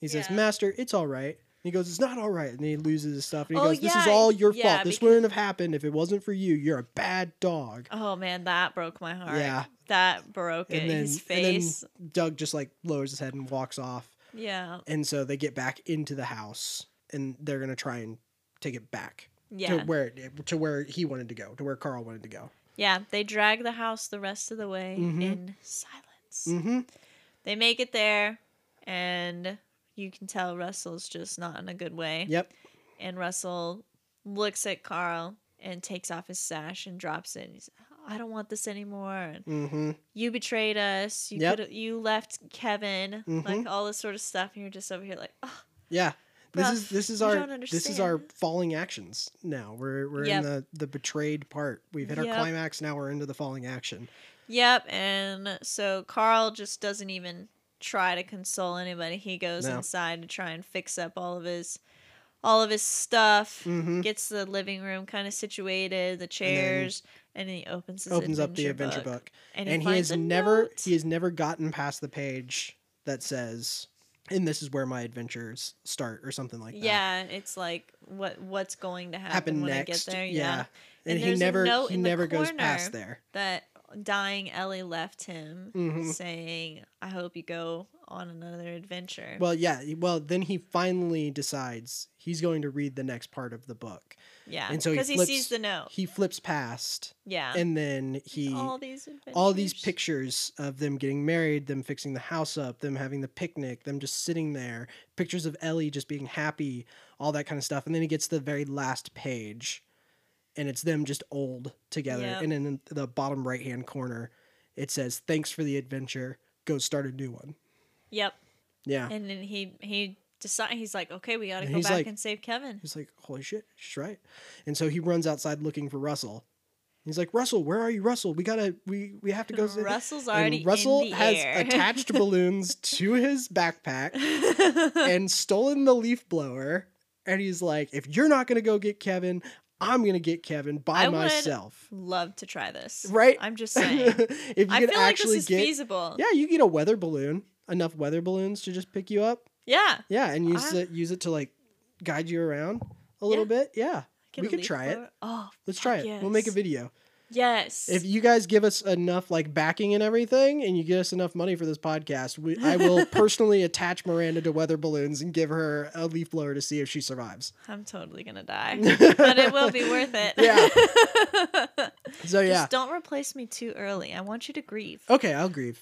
Speaker 1: He says,
Speaker 2: Yeah.
Speaker 1: "Master, it's all right." And he goes, "It's not all right." And he loses his stuff. And he
Speaker 2: Oh,
Speaker 1: goes, "This is
Speaker 2: yeah,
Speaker 1: all your
Speaker 2: yeah,
Speaker 1: fault. This
Speaker 2: because-
Speaker 1: wouldn't have happened if it wasn't for you. You're a bad dog."
Speaker 2: Oh man, that broke my heart.
Speaker 1: Yeah.
Speaker 2: that broke it.
Speaker 1: And then,
Speaker 2: His
Speaker 1: and then
Speaker 2: face.
Speaker 1: Doug just like lowers his head and walks off.
Speaker 2: yeah,
Speaker 1: And so they get back into the house and they're gonna try and take it back
Speaker 2: yeah,
Speaker 1: to where it, to where he wanted to go, to where Carl wanted to go.
Speaker 2: yeah. They drag the house the rest of the way
Speaker 1: Mhm.
Speaker 2: in silence.
Speaker 1: Mm-hmm.
Speaker 2: They make it there, and you can tell Russell's just not in a good way.
Speaker 1: Yep.
Speaker 2: And Russell looks at Carl and takes off his sash and drops it. And he's, I don't want this anymore. And
Speaker 1: Mm-hmm.
Speaker 2: you betrayed us. You
Speaker 1: Yep.
Speaker 2: could you left Kevin, like
Speaker 1: Mhm.
Speaker 2: all this sort of stuff, and you're just over here like, oh,
Speaker 1: Yeah. This
Speaker 2: Bruh,
Speaker 1: is this is
Speaker 2: you
Speaker 1: our
Speaker 2: don't
Speaker 1: this is our
Speaker 2: understand.
Speaker 1: falling actions now. We're we're
Speaker 2: Yep.
Speaker 1: in the the betrayed part. We've hit our
Speaker 2: Yep.
Speaker 1: climax. Now we're into the falling action.
Speaker 2: yep. And so Carl just doesn't even try to console anybody. He goes
Speaker 1: No.
Speaker 2: inside to try and fix up all of his all of his stuff.
Speaker 1: Mm-hmm.
Speaker 2: Gets the living room kind of situated, the chairs, and, then he opens his
Speaker 1: Opens up the adventure book, and, he, has never he has never gotten past the page that says, "And this is where my adventures start," or something like that.
Speaker 2: yeah, it's like what what's going to happen,
Speaker 1: Happen
Speaker 2: when
Speaker 1: next.
Speaker 2: I get there.
Speaker 1: yeah.
Speaker 2: yeah.
Speaker 1: And,
Speaker 2: And
Speaker 1: he
Speaker 2: there's a
Speaker 1: never
Speaker 2: note
Speaker 1: he
Speaker 2: in the
Speaker 1: never goes
Speaker 2: corner.
Speaker 1: past there.
Speaker 2: that dying Ellie left him,
Speaker 1: Mhm.
Speaker 2: saying, "I hope you go on another adventure."
Speaker 1: Well, yeah. Well, then he finally decides he's going to read the next part of the book.
Speaker 2: yeah,
Speaker 1: and so he
Speaker 2: because he,
Speaker 1: flips-
Speaker 2: sees the note.
Speaker 1: He flips past,
Speaker 2: Yeah,
Speaker 1: and then he
Speaker 2: all these adventures.
Speaker 1: all these pictures of them getting married, them fixing the house up, them having the picnic, them just sitting there, pictures of Ellie just being happy, all that kind of stuff. And then he gets to the very last page and it's them just old together.
Speaker 2: Yep.
Speaker 1: And in the bottom right hand corner, it says, Thanks for the adventure. Go start a new one.
Speaker 2: Yep,
Speaker 1: Yeah.
Speaker 2: and then he he decide he's like, "Okay, we got to
Speaker 1: And
Speaker 2: go
Speaker 1: he's
Speaker 2: back
Speaker 1: like-
Speaker 2: and save Kevin."
Speaker 1: He's like, Holy shit, she's right. And so he runs outside looking for Russell. He's like, Russell, where are you, Russell? We gotta we we have to
Speaker 2: [LAUGHS]
Speaker 1: go sit-"
Speaker 2: Russell's already
Speaker 1: and Russell
Speaker 2: in the
Speaker 1: has
Speaker 2: air. [LAUGHS]
Speaker 1: attached balloons to his backpack and stolen the leaf blower. And he's like, if you're not gonna go get Kevin, I'm gonna get Kevin by
Speaker 2: I would-
Speaker 1: myself.
Speaker 2: Love to try this,
Speaker 1: Right? [LAUGHS]
Speaker 2: I'm just saying.
Speaker 1: if you
Speaker 2: I
Speaker 1: could
Speaker 2: feel like this
Speaker 1: actually
Speaker 2: is
Speaker 1: get
Speaker 2: feasible.
Speaker 1: Yeah, you get a weather balloon, enough weather balloons to just pick you up.
Speaker 2: yeah.
Speaker 1: Yeah, and use
Speaker 2: Ah.
Speaker 1: it use it to like guide you around a little
Speaker 2: Yeah.
Speaker 1: bit. Yeah.
Speaker 2: Get
Speaker 1: We
Speaker 2: a
Speaker 1: could
Speaker 2: leaf
Speaker 1: try it.
Speaker 2: blower. Oh,
Speaker 1: Let's try
Speaker 2: Fuck
Speaker 1: it. We'll make a
Speaker 2: yes.
Speaker 1: video.
Speaker 2: yes.
Speaker 1: If you guys give us enough like backing and everything, and you get us enough money for this podcast, we, I will
Speaker 2: [LAUGHS]
Speaker 1: personally attach Miranda to weather balloons and give her a leaf blower to see if she survives.
Speaker 2: I'm totally
Speaker 1: [LAUGHS]
Speaker 2: gonna die, but it will be worth it.
Speaker 1: Yeah.
Speaker 2: Yeah.
Speaker 1: So yeah, Oh,
Speaker 2: [LAUGHS] Just don't replace me too early. I want you to grieve.
Speaker 1: okay, I'll grieve.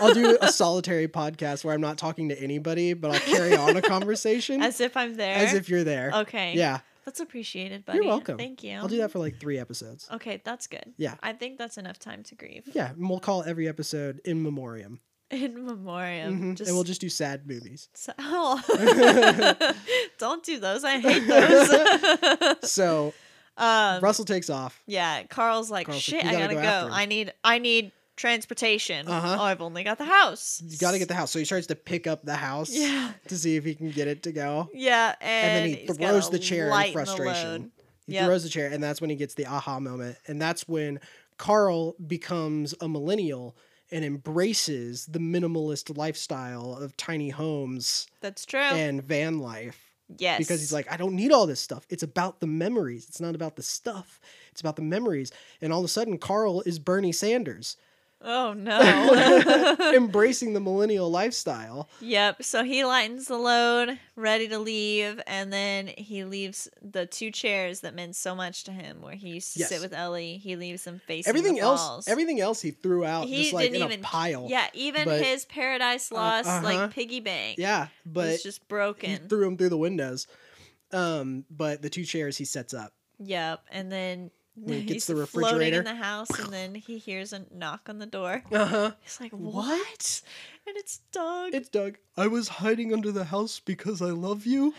Speaker 1: I'll do a solitary podcast where I'm not talking to anybody, but I'll carry on
Speaker 2: [LAUGHS]
Speaker 1: a conversation as,
Speaker 2: As if I'm there.
Speaker 1: if you're there.
Speaker 2: Okay. Um,
Speaker 1: Yeah,
Speaker 2: That's appreciated, buddy.
Speaker 1: You're welcome.
Speaker 2: Thank you.
Speaker 1: I'll do that for like three episodes.
Speaker 2: Okay, that's good.
Speaker 1: Yeah.
Speaker 2: I think that's enough time to grieve.
Speaker 1: Yeah, and we'll call every episode in memoriam,
Speaker 2: [LAUGHS] In memoriam.
Speaker 1: Mhm.
Speaker 2: Just,
Speaker 1: and we'll just do sad movies.
Speaker 2: [LAUGHS]
Speaker 1: [LAUGHS]
Speaker 2: so- [LAUGHS] oh. don't do those. I
Speaker 1: [LAUGHS]
Speaker 2: hate those. [LAUGHS]
Speaker 1: So
Speaker 2: um,
Speaker 1: Russell takes off.
Speaker 2: yeah. Carl's like,
Speaker 1: Carl's like,
Speaker 2: shit.
Speaker 1: "You
Speaker 2: I
Speaker 1: gotta
Speaker 2: gotta
Speaker 1: go
Speaker 2: go.
Speaker 1: after him."
Speaker 2: I need. I need transportation.
Speaker 1: Uh-huh.
Speaker 2: Oh, I've only got the house.
Speaker 1: You got to get the house, so he starts to pick up the house
Speaker 2: Yeah.
Speaker 1: to see if he can get it to go.
Speaker 2: Yeah,
Speaker 1: and
Speaker 2: and,
Speaker 1: then he
Speaker 2: he's
Speaker 1: throws
Speaker 2: gotta
Speaker 1: the chair in
Speaker 2: lighten the
Speaker 1: frustration.
Speaker 2: load.
Speaker 1: he
Speaker 2: Yep.
Speaker 1: throws the chair, and that's when he gets the aha moment, and that's when Carl becomes a millennial and embraces the minimalist lifestyle of tiny homes
Speaker 2: That's true.
Speaker 1: and van life
Speaker 2: yes,
Speaker 1: because he's like, I don't need all this stuff. It's about the memories. It's not about the stuff. It's about the memories. And all of a sudden, Carl is Bernie Sanders. [LAUGHS]
Speaker 2: Oh no. [LAUGHS]
Speaker 1: embracing the millennial lifestyle.
Speaker 2: Yep. So he lightens the load, ready to leave, and then he leaves the two chairs that meant so much to him, where he used to
Speaker 1: Yes.
Speaker 2: sit with Ellie. He leaves them facing
Speaker 1: Everything
Speaker 2: the
Speaker 1: else,
Speaker 2: walls.
Speaker 1: everything else, he threw out
Speaker 2: He
Speaker 1: just like
Speaker 2: didn't
Speaker 1: in
Speaker 2: even-
Speaker 1: a pile.
Speaker 2: Yeah, even
Speaker 1: but-
Speaker 2: his paradise lost,
Speaker 1: uh-huh.
Speaker 2: like piggy bank,
Speaker 1: yeah,
Speaker 2: was
Speaker 1: but
Speaker 2: just
Speaker 1: he
Speaker 2: broken.
Speaker 1: threw him through the windows. Um, but the two chairs he sets up.
Speaker 2: yep, and then
Speaker 1: When he gets
Speaker 2: he's
Speaker 1: the
Speaker 2: floating
Speaker 1: refrigerator.
Speaker 2: in the house, and then he hears a knock on the door.
Speaker 1: Uh huh.
Speaker 2: He's like,
Speaker 1: What?
Speaker 2: "What?" And it's Doug.
Speaker 1: It's Doug. I was hiding under the house because I love
Speaker 2: [LAUGHS]
Speaker 1: you.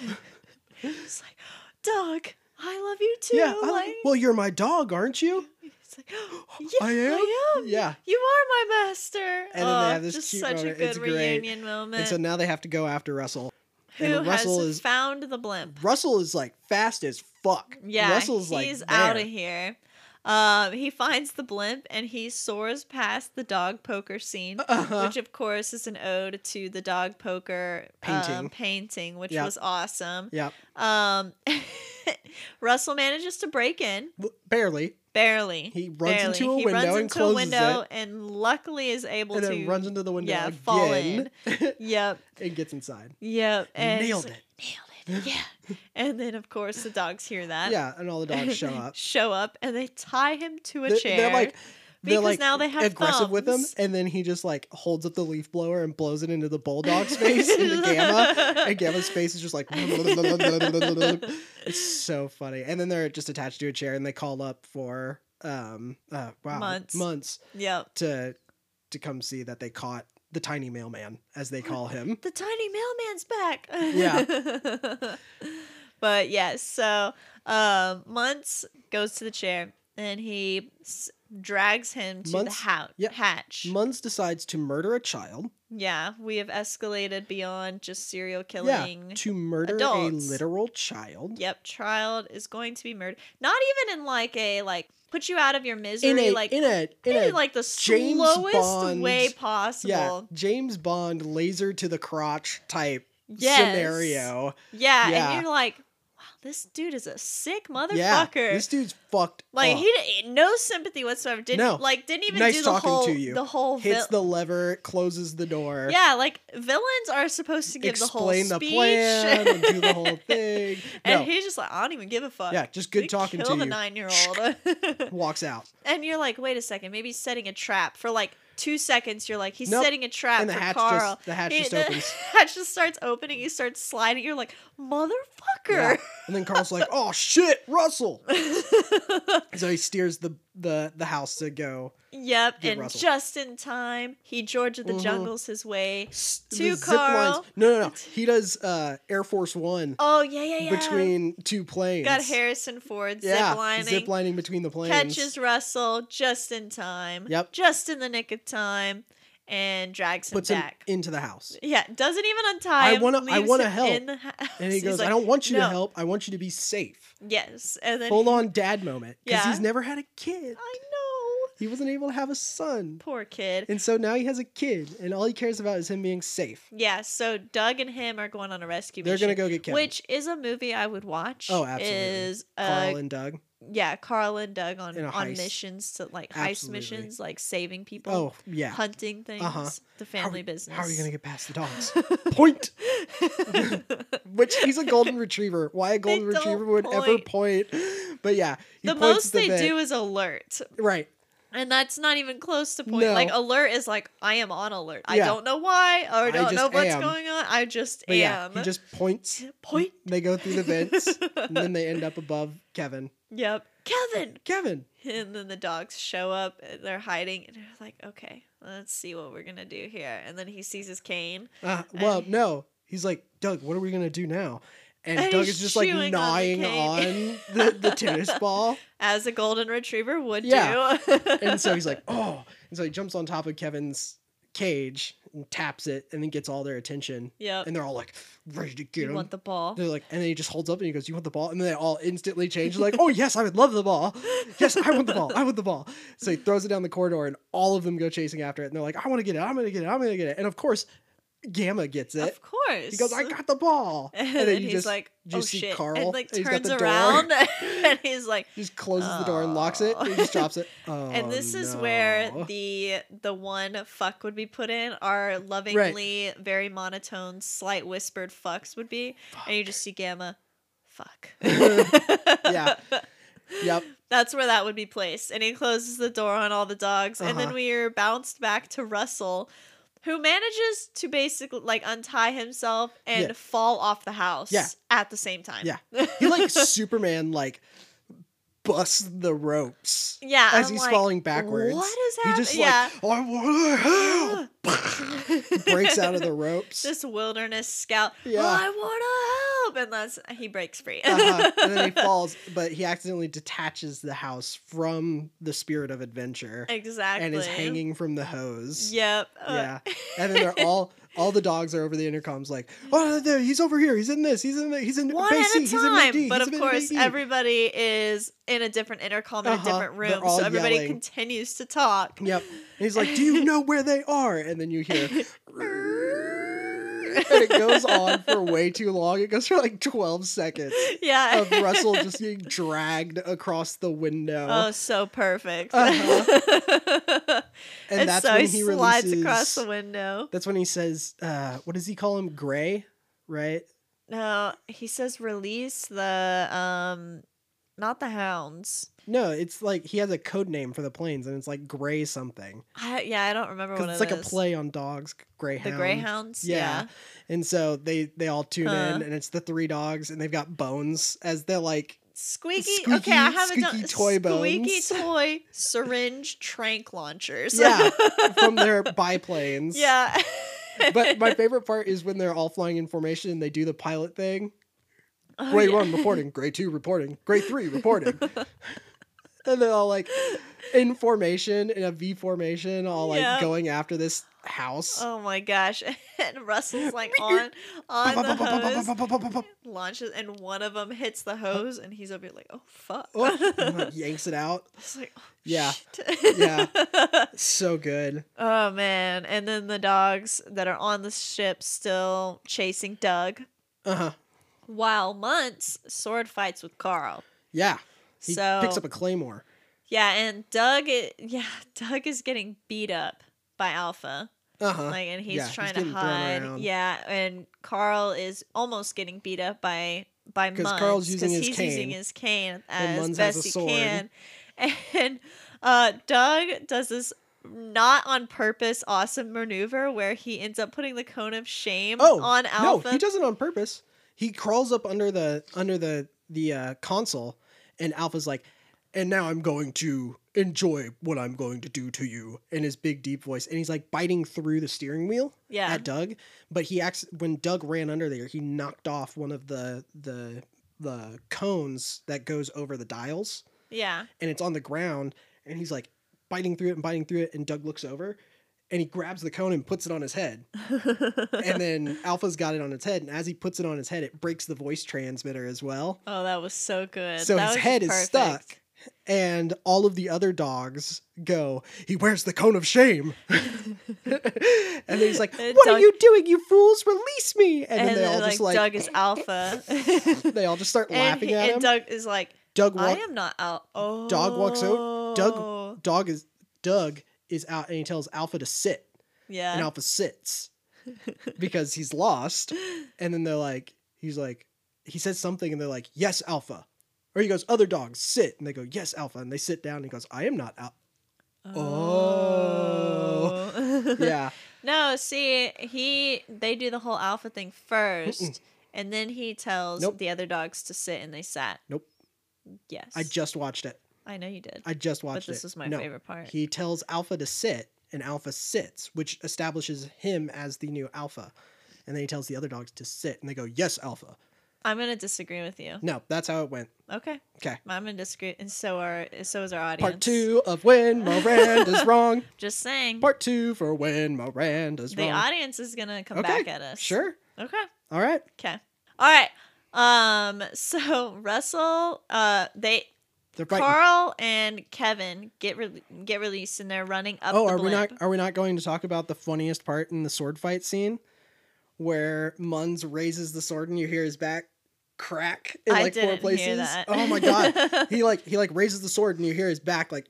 Speaker 2: It's like, Doug, I love you too.
Speaker 1: yeah. I
Speaker 2: like,
Speaker 1: like, well, you're my dog, aren't you?
Speaker 2: it's like, [GASPS] yeah, I am.
Speaker 1: Yeah.
Speaker 2: You are my master.
Speaker 1: And then they
Speaker 2: oh,
Speaker 1: have this
Speaker 2: just
Speaker 1: cute
Speaker 2: such
Speaker 1: moment.
Speaker 2: a good
Speaker 1: It's great.
Speaker 2: reunion moment.
Speaker 1: And so now they have to go after Russell.
Speaker 2: Who
Speaker 1: and Russell
Speaker 2: has
Speaker 1: is
Speaker 2: found the blimp?
Speaker 1: Russell is like fast as fuck.
Speaker 2: Yeah,
Speaker 1: Russell's like
Speaker 2: he's
Speaker 1: there.
Speaker 2: out of here. Um, he finds the blimp and he soars past the dog poker scene,
Speaker 1: Uh-huh.
Speaker 2: which of course is an ode to the dog poker
Speaker 1: Painting.
Speaker 2: um, painting, which
Speaker 1: Yeah.
Speaker 2: was awesome.
Speaker 1: Yeah,
Speaker 2: Um, [LAUGHS] Russell manages to break in.
Speaker 1: w- barely.
Speaker 2: Barely.
Speaker 1: He runs
Speaker 2: Barely.
Speaker 1: into a
Speaker 2: he
Speaker 1: window
Speaker 2: runs
Speaker 1: and
Speaker 2: into a
Speaker 1: closes
Speaker 2: window and luckily is able
Speaker 1: and
Speaker 2: to
Speaker 1: then runs into the window
Speaker 2: yeah,
Speaker 1: again
Speaker 2: fall
Speaker 1: [LAUGHS]
Speaker 2: Yep.
Speaker 1: and gets inside.
Speaker 2: Yep. And he's
Speaker 1: Nailed
Speaker 2: like,
Speaker 1: it.
Speaker 2: Nailed it. [LAUGHS] Yeah. and then of course the dogs hear that.
Speaker 1: Yeah, and all the
Speaker 2: [LAUGHS]
Speaker 1: dogs show up.
Speaker 2: show up and they tie him to a
Speaker 1: They-
Speaker 2: chair.
Speaker 1: They're like they're
Speaker 2: because
Speaker 1: like
Speaker 2: now they have
Speaker 1: aggressive with him,
Speaker 2: thumbs.
Speaker 1: and then he just like holds up the leaf blower and blows it into the
Speaker 2: [LAUGHS]
Speaker 1: bulldog's face and the gamma. And Gamma's face [LAUGHS] is just like it's so funny. And then they're just attached to a chair, and they call up for um uh, wow
Speaker 2: Months.
Speaker 1: months
Speaker 2: Yep.
Speaker 1: to to come see that they caught the tiny mailman as they call
Speaker 2: [GASPS]
Speaker 1: him.
Speaker 2: The tiny mailman's back.
Speaker 1: Yeah.
Speaker 2: [LAUGHS] but yes, so um Muntz goes to the chair and he s- drags him to
Speaker 1: Muntz-
Speaker 2: the hou-
Speaker 1: yeah.
Speaker 2: hatch.
Speaker 1: Munz decides to murder a child.
Speaker 2: Yeah, we have escalated beyond just serial killing.
Speaker 1: yeah, to murder
Speaker 2: adults.
Speaker 1: a literal child.
Speaker 2: Yep, child is going to be murdered. Not even in like a like put you out of your misery,
Speaker 1: In a
Speaker 2: like
Speaker 1: in a
Speaker 2: [LAUGHS]
Speaker 1: in
Speaker 2: in
Speaker 1: a
Speaker 2: like the
Speaker 1: James
Speaker 2: slowest
Speaker 1: Bond-
Speaker 2: way
Speaker 1: yeah
Speaker 2: possible.
Speaker 1: James Bond laser to the crotch type
Speaker 2: Yes.
Speaker 1: scenario.
Speaker 2: Yeah,
Speaker 1: Yeah.
Speaker 2: and you're like, wow, this dude is a sick motherfucker.
Speaker 1: Yeah, this dude's fucked.
Speaker 2: like
Speaker 1: up.
Speaker 2: he didn't, no sympathy whatsoever. Didn't
Speaker 1: No.
Speaker 2: like didn't even
Speaker 1: Nice
Speaker 2: do the
Speaker 1: talking
Speaker 2: whole
Speaker 1: to you.
Speaker 2: the whole
Speaker 1: hits the
Speaker 2: vil-
Speaker 1: lever, closes the door.
Speaker 2: yeah, like villains are supposed to give
Speaker 1: explain
Speaker 2: the
Speaker 1: the,
Speaker 2: whole speech,
Speaker 1: plan and do the whole thing.
Speaker 2: [LAUGHS] and
Speaker 1: No,
Speaker 2: he's just like, I don't even give a fuck.
Speaker 1: yeah, just good
Speaker 2: They
Speaker 1: talking to
Speaker 2: kill the
Speaker 1: you.
Speaker 2: nine year old.
Speaker 1: Walks out.
Speaker 2: [LAUGHS] And you're like, wait a second, maybe he's setting a trap for like two seconds. You're like, he's
Speaker 1: Nope.
Speaker 2: setting a trap
Speaker 1: And the
Speaker 2: for
Speaker 1: hatch just-
Speaker 2: Carl.
Speaker 1: the hatch
Speaker 2: He-
Speaker 1: just
Speaker 2: the
Speaker 1: opens.
Speaker 2: [LAUGHS] hatch just starts opening. You start sliding. You're like,
Speaker 1: Yeah.
Speaker 2: motherfucker.
Speaker 1: And then Carl's like, "Oh shit, Russell!"
Speaker 2: [LAUGHS]
Speaker 1: so he steers the the the house to go
Speaker 2: yep.
Speaker 1: Get
Speaker 2: and
Speaker 1: Russell.
Speaker 2: just in time, he George of the
Speaker 1: Mhm.
Speaker 2: jungles his way.
Speaker 1: S-
Speaker 2: To
Speaker 1: the zip lines-
Speaker 2: Carl.
Speaker 1: No, no, no. He does uh, Air Force One
Speaker 2: Oh yeah, yeah, yeah.
Speaker 1: between two planes.
Speaker 2: got Harrison Ford
Speaker 1: Yeah,
Speaker 2: zip lining.
Speaker 1: zip lining between the planes.
Speaker 2: catches Russell just in time.
Speaker 1: Yep.
Speaker 2: Just in the nick of time, and drags him
Speaker 1: puts him
Speaker 2: back.
Speaker 1: into the house,
Speaker 2: yeah, doesn't even untie.
Speaker 1: I
Speaker 2: him,
Speaker 1: wanna- I
Speaker 2: leaves
Speaker 1: wanna
Speaker 2: him
Speaker 1: help.
Speaker 2: in the [LAUGHS] house.
Speaker 1: and he
Speaker 2: He's
Speaker 1: goes,
Speaker 2: like,
Speaker 1: "I don't want you
Speaker 2: "No."
Speaker 1: to help. I want you to be safe."
Speaker 2: Yes, and then
Speaker 1: Full on dad moment because
Speaker 2: Yeah.
Speaker 1: he's never had a kid.
Speaker 2: I know,
Speaker 1: He wasn't able to have a son,
Speaker 2: poor kid.
Speaker 1: and so now he has a kid, and all he cares about is him being safe.
Speaker 2: Yeah, so Doug and him are going on a rescue.
Speaker 1: They're
Speaker 2: mission,
Speaker 1: gonna go get Kevin.
Speaker 2: which is a movie I would watch.
Speaker 1: Oh, absolutely.
Speaker 2: Is uh,
Speaker 1: Carl and Doug.
Speaker 2: yeah, Carl and Doug on
Speaker 1: In a
Speaker 2: on
Speaker 1: heist.
Speaker 2: missions to like heist
Speaker 1: Absolutely.
Speaker 2: missions, like saving people,
Speaker 1: Oh yeah.
Speaker 2: hunting things,
Speaker 1: Uh-huh. How are-
Speaker 2: the family business.
Speaker 1: How are you gonna get past the
Speaker 2: [LAUGHS]
Speaker 1: dogs? Point. [LAUGHS] Which he's a
Speaker 2: [LAUGHS]
Speaker 1: golden retriever. Why a golden
Speaker 2: don't
Speaker 1: retriever would ever point? But yeah, he
Speaker 2: the
Speaker 1: points
Speaker 2: most
Speaker 1: the
Speaker 2: they
Speaker 1: bit.
Speaker 2: do is alert,
Speaker 1: Right.
Speaker 2: and that's not even close to point.
Speaker 1: No.
Speaker 2: Like alert is like I am on alert. I
Speaker 1: Yeah.
Speaker 2: don't know why, or
Speaker 1: I
Speaker 2: I don't
Speaker 1: just
Speaker 2: know what's
Speaker 1: am.
Speaker 2: going on. I just
Speaker 1: But yeah,
Speaker 2: am.
Speaker 1: he just points.
Speaker 2: point.
Speaker 1: They go through the
Speaker 2: [LAUGHS]
Speaker 1: vents, and then they end up above Kevin.
Speaker 2: Yep, Kevin.
Speaker 1: Kevin.
Speaker 2: And then the dogs show up. and They're hiding, and they're like, "Okay, let's see what we're gonna do here." And then he sees his cane.
Speaker 1: Uh, well,
Speaker 2: And-
Speaker 1: no. He's like, Doug, what are we gonna do now? And,
Speaker 2: And
Speaker 1: Doug
Speaker 2: he's
Speaker 1: is just like
Speaker 2: chewing on the
Speaker 1: gnawing on
Speaker 2: cane.
Speaker 1: the, the
Speaker 2: [LAUGHS]
Speaker 1: tennis ball,
Speaker 2: as a golden retriever would
Speaker 1: Yeah.
Speaker 2: do.
Speaker 1: [LAUGHS]
Speaker 2: [LAUGHS]
Speaker 1: and so he's like, oh, and so he jumps on top of Kevin's cage and taps it, and then gets all their attention,
Speaker 2: yep.
Speaker 1: and they're all like ready to get
Speaker 2: You
Speaker 1: him.
Speaker 2: want the ball.
Speaker 1: They're like, and then he just holds up and he goes, "You want the ball?" And then they all instantly change, like, "Oh yes, I would love the ball. Yes, I want the ball. I want the ball." So he throws it down the corridor, and all of them go chasing after it. And they're like, "I want to get it. I'm gonna get it. I'm gonna get it." And of course, Gamma gets it.
Speaker 2: Of course.
Speaker 1: He goes, I got the ball. [LAUGHS]
Speaker 2: [LAUGHS] and,
Speaker 1: then
Speaker 2: then
Speaker 1: you
Speaker 2: he's
Speaker 1: just-
Speaker 2: like,
Speaker 1: you
Speaker 2: "Oh
Speaker 1: see
Speaker 2: shit!"
Speaker 1: Carl,
Speaker 2: and like
Speaker 1: and he's got
Speaker 2: turns
Speaker 1: the door. [LAUGHS]
Speaker 2: around, [LAUGHS] and he's like,
Speaker 1: Just closes the door and locks it. And he just
Speaker 2: Oh.
Speaker 1: drops it. Oh,
Speaker 2: [LAUGHS] and this is
Speaker 1: no.
Speaker 2: where the the one fuck would be put in. Our lovingly, very monotone, slight whispered fucks would be, and you just see Gamma, fuck.
Speaker 1: [LAUGHS]
Speaker 2: [LAUGHS]
Speaker 1: Yeah. Yep.
Speaker 2: That's where that would be placed. And he closes the door on all the dogs. And then
Speaker 1: Uh-huh.
Speaker 2: we are bounced back to Russell, who manages to basically like untie himself and
Speaker 1: Yeah.
Speaker 2: fall off the house
Speaker 1: Yeah.
Speaker 2: at the same time.
Speaker 1: Yeah.
Speaker 2: [LAUGHS]
Speaker 1: He like Superman like busts the ropes.
Speaker 2: yeah.
Speaker 1: As
Speaker 2: I'm
Speaker 1: he's
Speaker 2: like,
Speaker 1: falling backwards.
Speaker 2: What is
Speaker 1: He
Speaker 2: happening?
Speaker 1: just
Speaker 2: yeah.
Speaker 1: like, I
Speaker 2: [GASPS]
Speaker 1: want to help. [LAUGHS] Breaks out of the ropes.
Speaker 2: [LAUGHS] This wilderness scout.
Speaker 1: Yeah.
Speaker 2: Well, I want to help. And that's he breaks free.
Speaker 1: uh-huh. And
Speaker 2: [LAUGHS]
Speaker 1: then he falls, but he accidentally detaches the house from the spirit of adventure
Speaker 2: Exactly.
Speaker 1: and is hanging from the hose.
Speaker 2: Yep. Uh,
Speaker 1: Yeah. And then
Speaker 2: [LAUGHS]
Speaker 1: they're all all the dogs are over the intercoms like, oh there, he's over here, he's in this, he's in the, he's in
Speaker 2: one
Speaker 1: base
Speaker 2: at a
Speaker 1: C, he's in mid D,
Speaker 2: time. But
Speaker 1: he's
Speaker 2: of
Speaker 1: in mid
Speaker 2: course,
Speaker 1: D."
Speaker 2: everybody is in a different intercom in
Speaker 1: Uh-huh,
Speaker 2: a different
Speaker 1: they're
Speaker 2: room,
Speaker 1: all
Speaker 2: so everybody
Speaker 1: yelling.
Speaker 2: continues to talk.
Speaker 1: Yep. And he's like, Do you know where they are? And then you
Speaker 2: [LAUGHS]
Speaker 1: hear [LAUGHS] and it goes on for way too long. It goes for like twelve seconds
Speaker 2: [LAUGHS] yeah.
Speaker 1: of Russell just being dragged across the window.
Speaker 2: oh, so perfect.
Speaker 1: Uh-huh.
Speaker 2: [LAUGHS]
Speaker 1: and
Speaker 2: And
Speaker 1: that's
Speaker 2: so
Speaker 1: when
Speaker 2: he,
Speaker 1: he
Speaker 2: slides
Speaker 1: releases
Speaker 2: across the window.
Speaker 1: That's when he says, uh, what does he call him? Gray, right?
Speaker 2: No, he says release the um, not the hounds.
Speaker 1: No, it's like he has a code name for the planes, and it's like Gray something
Speaker 2: I, yeah, I don't remember what
Speaker 1: because it's
Speaker 2: it
Speaker 1: like a
Speaker 2: is.
Speaker 1: play on dogs, Greyhound.
Speaker 2: The greyhounds.
Speaker 1: Yeah.
Speaker 2: Yeah.
Speaker 1: And so they they all tune
Speaker 2: Huh.
Speaker 1: in, and it's the three dogs, and they've got bones as they're
Speaker 2: [LAUGHS]
Speaker 1: like,
Speaker 2: Squeaky,
Speaker 1: Squeaky-
Speaker 2: okay, I haven't done
Speaker 1: squeaky toy
Speaker 2: Squeaky
Speaker 1: bones.
Speaker 2: toy syringe trank launchers. [LAUGHS]
Speaker 1: yeah, from their biplanes.
Speaker 2: yeah.
Speaker 1: But my favorite part is when they're all flying in formation and they do the pilot thing.
Speaker 2: [LAUGHS] Oh,
Speaker 1: Grade
Speaker 2: yeah.
Speaker 1: one reporting, grade two reporting, grade three
Speaker 2: [LAUGHS]
Speaker 1: reporting. and they're all like in formation, in a V formation, all like
Speaker 2: Yeah.
Speaker 1: going after this house.
Speaker 2: Oh my gosh! [LAUGHS] And
Speaker 1: [LAUGHS]
Speaker 2: Russell's like on on the hose, launches, and one of them hits the hose, and he's over here like, "Oh fuck!" [LAUGHS]
Speaker 1: Oh, and,
Speaker 2: I
Speaker 1: like, yanks it out.
Speaker 2: was like, oh,
Speaker 1: Yeah.
Speaker 2: shit."
Speaker 1: Yeah. So good.
Speaker 2: [LAUGHS] oh man! And then the dogs that are on the ship still chasing Doug,
Speaker 1: Uh huh.
Speaker 2: while Muntz sword fights with Carl.
Speaker 1: Yeah. He
Speaker 2: so
Speaker 1: picks up a claymore.
Speaker 2: yeah, and Doug, i- yeah, [LAUGHS] Doug is getting beat up by Alpha.
Speaker 1: Uh huh.
Speaker 2: like and he's
Speaker 1: Yeah, he's
Speaker 2: trying to
Speaker 1: getting thrown
Speaker 2: hide
Speaker 1: around.
Speaker 2: yeah and carl is almost getting beat up by by
Speaker 1: 'Cause
Speaker 2: Munz,
Speaker 1: Carl's using his
Speaker 2: he's
Speaker 1: cane,
Speaker 2: using his cane
Speaker 1: and
Speaker 2: as
Speaker 1: Munz has a
Speaker 2: best he
Speaker 1: sword.
Speaker 2: can [LAUGHS] and uh doug does this not on purpose awesome maneuver where he ends up putting the cone of shame
Speaker 1: oh
Speaker 2: on alpha
Speaker 1: No, he does it on purpose. He crawls up under the under the the uh, console, and Alpha's like, "And now I'm going to enjoy what I'm going to do to you." In his big deep voice, and he's like biting through the steering wheel
Speaker 2: yeah
Speaker 1: at Doug. But he acts when Doug ran under there, he knocked off one of the the the cones that goes over the dials,
Speaker 2: yeah
Speaker 1: and it's on the ground. And he's like biting through it and biting through it, and Doug looks over, and he grabs the cone and puts it on his head [LAUGHS] and then Alpha's got it on its head, and as he puts it on his head, it breaks the voice transmitter as well.
Speaker 2: [LAUGHS] oh that was so good
Speaker 1: So
Speaker 2: That
Speaker 1: his
Speaker 2: was
Speaker 1: head is
Speaker 2: perfect.
Speaker 1: stuck. And all of the other dogs go, He wears the cone of shame. [LAUGHS] and then he's
Speaker 2: [LAUGHS]
Speaker 1: like,
Speaker 2: And
Speaker 1: What are
Speaker 2: Doug-
Speaker 1: you doing, you fools? Release me. And,
Speaker 2: and,
Speaker 1: then they all
Speaker 2: like,
Speaker 1: just like,
Speaker 2: doug is alpha
Speaker 1: [LAUGHS] they all just start
Speaker 2: [LAUGHS] and,
Speaker 1: laughing
Speaker 2: he,
Speaker 1: at
Speaker 2: and
Speaker 1: him. Doug,
Speaker 2: doug is like I
Speaker 1: walk,
Speaker 2: am not out. Oh,
Speaker 1: Dog walks out- Doug- dog is Doug is out and he tells Alpha to sit.
Speaker 2: Yeah.
Speaker 1: and Alpha sits because he's lost. And then they're like, he's like, he says something, and they're like, yes, Alpha. Or he goes, other dogs sit, and they go, yes, Alpha, and they sit down. And he goes, I am not
Speaker 2: [LAUGHS]
Speaker 1: out. Oh.
Speaker 2: [LAUGHS] Oh.
Speaker 1: Yeah,
Speaker 2: No, see, he they do the whole alpha thing 1st and then he tells
Speaker 1: Nope.
Speaker 2: the other dogs to sit, and they sat.
Speaker 1: Nope.
Speaker 2: Yes.
Speaker 1: I just watched it.
Speaker 2: I know you did.
Speaker 1: I just
Speaker 2: but
Speaker 1: watched it.
Speaker 2: this was my
Speaker 1: No.
Speaker 2: favorite part.
Speaker 1: He tells Alpha to sit, and Alpha sits, which establishes him as the new Alpha. And then he tells the other dogs to sit, and they go, yes, Alpha.
Speaker 2: I'm gonna disagree with you.
Speaker 1: No, that's how it went.
Speaker 2: Okay.
Speaker 1: Okay.
Speaker 2: I'm gonna disagree, and so are so is our audience.
Speaker 1: Part two of when Miranda's wrong.
Speaker 2: Just saying.
Speaker 1: Part two for when Miranda's
Speaker 2: the
Speaker 1: wrong.
Speaker 2: audience is gonna come
Speaker 1: Okay,
Speaker 2: back at us.
Speaker 1: Sure.
Speaker 2: Okay.
Speaker 1: All right.
Speaker 2: Okay. All right. Um. So [LAUGHS] Russell, uh, they
Speaker 1: They're fighting.
Speaker 2: Carl and Kevin get re- get released, and they're running up.
Speaker 1: oh,
Speaker 2: the
Speaker 1: are we
Speaker 2: blimp.
Speaker 1: not are we not going to talk about the funniest part in the sword fight scene? where Munz raises the sword and you hear his back crack in
Speaker 2: I
Speaker 1: like four
Speaker 2: didn't hear
Speaker 1: places.
Speaker 2: that.
Speaker 1: Oh my
Speaker 2: [LAUGHS]
Speaker 1: god. he like he like raises the sword and you hear his back like